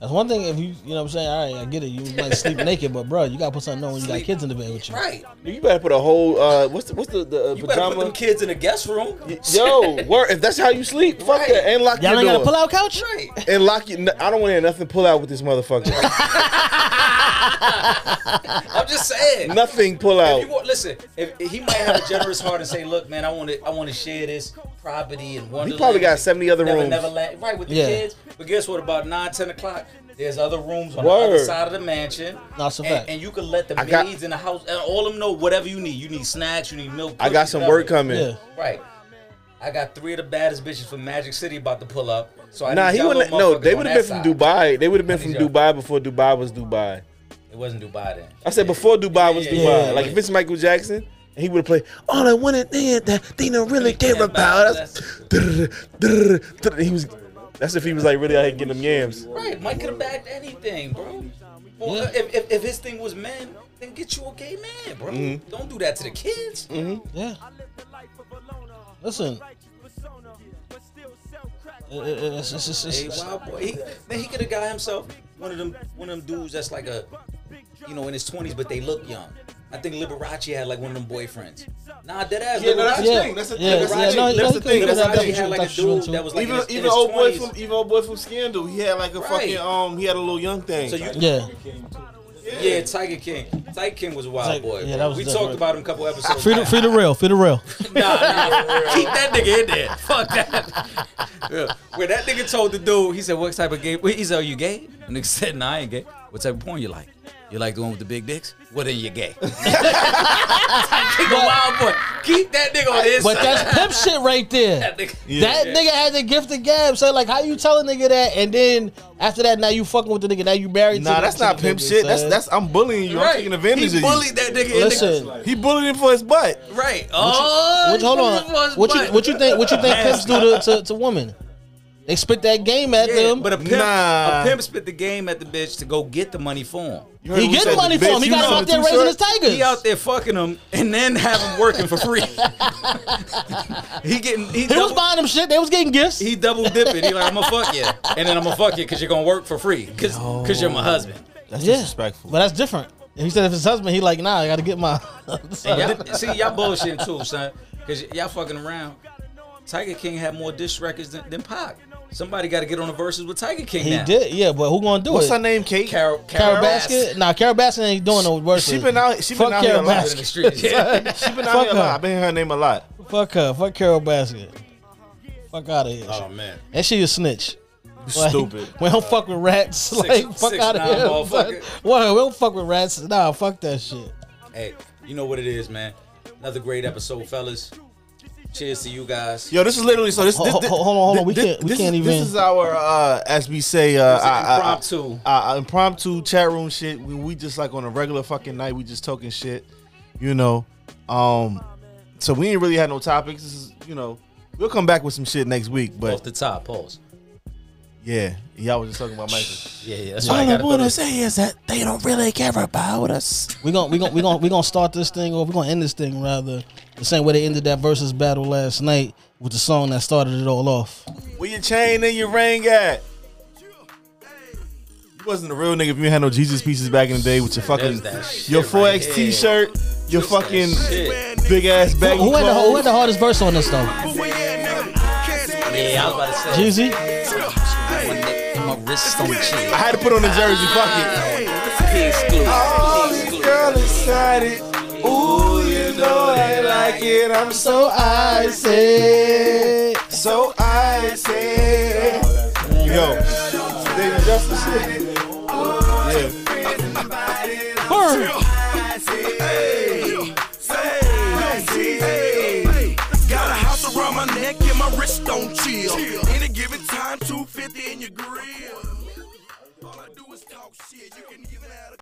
Speaker 3: That's one thing. If you, you know, what I'm saying, all right, I get it. You might sleep naked, but bro, you gotta put something on when you got
Speaker 4: Sleep.
Speaker 3: kids in the bed with you.
Speaker 4: Right.
Speaker 5: you better put a whole uh, what's the, what's the, the uh,
Speaker 4: You better put
Speaker 5: pajama?
Speaker 4: them kids in a guest room.
Speaker 5: Yo, word, if that's how you sleep, fuck
Speaker 4: Right.
Speaker 5: that, and lock
Speaker 3: Y'all
Speaker 5: your
Speaker 3: ain't got a
Speaker 5: door.
Speaker 3: pull out couch.
Speaker 4: Right.
Speaker 5: And lock you. I don't want to hear nothing pull out with this motherfucker.
Speaker 4: I'm just saying.
Speaker 5: nothing pull
Speaker 4: If you
Speaker 5: out.
Speaker 4: want, listen, if, if he might have a generous heart and say, "Look, man, I want to, I want to share this property and Wonderland."
Speaker 5: He probably got 70 other
Speaker 4: never,
Speaker 5: rooms.
Speaker 4: Never land, right with the
Speaker 3: Yeah.
Speaker 4: kids. But guess what? About nine, ten o'clock, there's other rooms on the other
Speaker 5: Word.
Speaker 4: side of the mansion.
Speaker 3: That's a
Speaker 4: and,
Speaker 3: fact.
Speaker 4: And you can let the
Speaker 5: I got-
Speaker 4: maids in the house and all of them know whatever you need. You need snacks. You need milk.
Speaker 5: I got
Speaker 4: cookies,
Speaker 5: some
Speaker 4: whatever.
Speaker 5: work coming.
Speaker 3: Yeah.
Speaker 4: Right. I got three of the baddest bitches from Magic City about to pull up. So I
Speaker 5: Nah,
Speaker 4: need
Speaker 5: he
Speaker 4: y'all
Speaker 5: wouldn't.
Speaker 4: little
Speaker 5: No, they
Speaker 4: motherfuckers
Speaker 5: would have
Speaker 4: on
Speaker 5: been
Speaker 4: that
Speaker 5: from
Speaker 4: side.
Speaker 5: Dubai. They would have been
Speaker 4: I
Speaker 5: from
Speaker 4: need y'all.
Speaker 5: Dubai before Dubai was Dubai.
Speaker 4: It wasn't Dubai then.
Speaker 5: I said before Dubai was
Speaker 4: Yeah,
Speaker 5: Dubai.
Speaker 4: yeah,
Speaker 5: like
Speaker 4: yeah.
Speaker 5: if it's Michael Jackson, and he would have played all I wanted then that they don't really care about us. Drrr, drrr, drrr. He was. That's if he was like really out here getting them yams.
Speaker 4: Right, Mike could have bagged anything, bro. Well,
Speaker 3: Yeah.
Speaker 4: if, if, if his thing was men, then get you a gay man, bro.
Speaker 3: Mm-hmm.
Speaker 4: Don't do that to the kids.
Speaker 3: Yeah. Listen. It- it- it's- it's- it's-
Speaker 4: Hey,
Speaker 3: it's-
Speaker 4: wild boy. He, man, he could have got himself one of them one of them dudes that's like a, you know, in his twenties, but they look young. I think Liberace had like one of them boyfriends. Nah, dead ass.
Speaker 5: Yeah, no,
Speaker 4: Liberace,
Speaker 5: that's the
Speaker 3: Yeah.
Speaker 5: thing. That's the thing.
Speaker 3: Yeah, yeah, no,
Speaker 5: That's the
Speaker 3: no, he
Speaker 5: thing.
Speaker 3: could've
Speaker 5: That's
Speaker 3: done
Speaker 5: the
Speaker 4: Liberace
Speaker 3: that.
Speaker 5: thing.
Speaker 4: had like a
Speaker 3: She was
Speaker 4: dude
Speaker 3: into
Speaker 4: that
Speaker 3: it.
Speaker 4: was like
Speaker 5: even
Speaker 4: in his, in
Speaker 5: even
Speaker 4: his
Speaker 5: old
Speaker 4: 20s.
Speaker 5: boy from even old boy from Scandal, he had like a
Speaker 4: Right.
Speaker 5: fucking um, he had a little young thing.
Speaker 4: So you-
Speaker 3: yeah.
Speaker 4: yeah, Tiger King. Tiger King was a wild
Speaker 3: Like,
Speaker 4: boy.
Speaker 3: yeah,
Speaker 4: bro.
Speaker 3: that was
Speaker 4: we
Speaker 3: different.
Speaker 4: talked about him a couple episodes.
Speaker 3: Free the,
Speaker 4: back.
Speaker 3: free the real, free the real.
Speaker 4: Nah, nah, keep that nigga in there. Fuck that. Yeah. Where that nigga told the dude, he said, "What type of gay?" He said, "Are you gay?" And nigga said, "Nah, I ain't gay. What type of porn you like? You like the one with the big dicks? Well, then you gay." nigga, wild boy. Keep that nigga on his
Speaker 3: But
Speaker 4: side.
Speaker 3: that's pimp shit right there.
Speaker 4: that nigga.
Speaker 3: That nigga had the gift of gab. So like, how you tell a nigga that, and then after that, now you fucking with the nigga. Now you married. to
Speaker 5: nah,
Speaker 3: the-
Speaker 5: that's
Speaker 3: to the
Speaker 5: not pimp
Speaker 3: nigga,
Speaker 5: shit.
Speaker 3: son.
Speaker 5: That's that's I'm bullying you. I'm
Speaker 4: Right.
Speaker 5: taking advantage
Speaker 4: He
Speaker 5: of you.
Speaker 4: bullied that nigga. in the-
Speaker 3: Listen,
Speaker 5: He bullied him for his butt.
Speaker 4: right? Oh,
Speaker 3: What, hold
Speaker 4: he was
Speaker 3: on. What you
Speaker 4: butt.
Speaker 3: what you think? What you think pimps do to, to, to women? They spit that game at
Speaker 4: Yeah,
Speaker 3: them.
Speaker 4: but a pimp,
Speaker 5: Nah.
Speaker 4: a pimp spit the game at the bitch to go get the money for him.
Speaker 5: You heard
Speaker 3: he
Speaker 5: what we
Speaker 3: getting
Speaker 5: said,
Speaker 3: money
Speaker 5: the
Speaker 3: for
Speaker 5: bitch,
Speaker 3: him. He
Speaker 5: you
Speaker 3: got him
Speaker 5: know
Speaker 3: out
Speaker 5: the
Speaker 3: there raising
Speaker 5: two-shirt?
Speaker 3: his tigers.
Speaker 4: He out there fucking them and then have them working for free. he getting he,
Speaker 3: He was
Speaker 4: double,
Speaker 3: buying them shit. They was getting gifts.
Speaker 4: he double dipping. He like I'm gonna fuck you and then I'm gonna fuck you because you're gonna work for free because because you're my husband.
Speaker 5: That's
Speaker 3: yeah.
Speaker 5: disrespectful.
Speaker 3: But that's different. If he said if his husband, he like, nah, I gotta get my.
Speaker 4: And y'all, see y'all bullshitting too, son, because y'all fucking around. Tiger King had more diss records than, than Pac. Somebody got to get on the verses with Tiger King.
Speaker 3: he
Speaker 4: now.
Speaker 3: did, yeah, but who gonna do
Speaker 5: What's
Speaker 3: it?
Speaker 5: her name? Kate.
Speaker 4: Carol,
Speaker 3: Carol Basket? Nah, Carol Basket ain't doing no worse.
Speaker 5: She been out. She been
Speaker 3: Fuck
Speaker 5: out
Speaker 3: Carol
Speaker 5: here a lot.
Speaker 3: Baskin.
Speaker 4: Out in the streets. Yeah.
Speaker 5: She been
Speaker 3: Fuck
Speaker 5: out here a lot.
Speaker 3: her.
Speaker 5: I've been hearing her name a lot.
Speaker 3: Fuck her. Fuck Carol Basket. Fuck out of here.
Speaker 4: oh man.
Speaker 3: and she a snitch. Like,
Speaker 5: Stupid.
Speaker 3: We don't fuck with rats. like fuck
Speaker 4: six
Speaker 3: out
Speaker 4: nine
Speaker 3: of here.
Speaker 4: motherfucker.
Speaker 3: What? We don't fuck with rats. Nah, fuck that shit.
Speaker 4: Hey, you know what it is, man. Another great episode, fellas. Cheers to you guys.
Speaker 5: Yo, this is literally so. This, this,
Speaker 3: Ho- ho- hold on, hold on. We
Speaker 5: this-
Speaker 3: can't- we
Speaker 5: this
Speaker 3: can't
Speaker 5: is,
Speaker 3: even-
Speaker 5: This is our, uh, as we say, uh,
Speaker 4: It's
Speaker 5: uh,
Speaker 4: an
Speaker 5: uh,
Speaker 4: impromptu.
Speaker 5: uh, uh, impromptu chat room shit. We, we just like on a regular fucking night. We just talking shit, you know. Um, so we ain't really had no topics. This is, you know, we'll come back with some shit next week.
Speaker 4: Off
Speaker 5: But
Speaker 4: the top, pause.
Speaker 5: yeah, y'all was just talking about Michael.
Speaker 4: Yeah, yeah. That's why I gotta put it.
Speaker 5: say is that they don't really care about us.
Speaker 3: We're gonna we gonna we gonna we gonna start this thing or we're gonna end this thing rather the same way they ended that versus battle last night with the song that started it all off.
Speaker 5: Where your chain and your ring at? You wasn't a real nigga if you had no Jesus pieces back in the day with your fucking
Speaker 4: There's that shit
Speaker 5: your 4X
Speaker 4: right there.
Speaker 5: t-shirt, your
Speaker 4: Just that
Speaker 5: fucking
Speaker 4: shit.
Speaker 5: big ass baggy
Speaker 3: Who had the who had
Speaker 5: clothes.
Speaker 3: the hardest verse on this though?
Speaker 4: Yeah, I was about to say.
Speaker 3: Jeezy?
Speaker 4: My wrist on shit.
Speaker 5: I had to put on the jersey fuck it. Girl excited. Ooh, you know I like it. I'm so icy. So icy. Yo, they just the shit. Yeah.
Speaker 1: Got a house around my neck and my wrist don't chill. Any given time, 250 in your grill. All I do is talk shit. You can even add a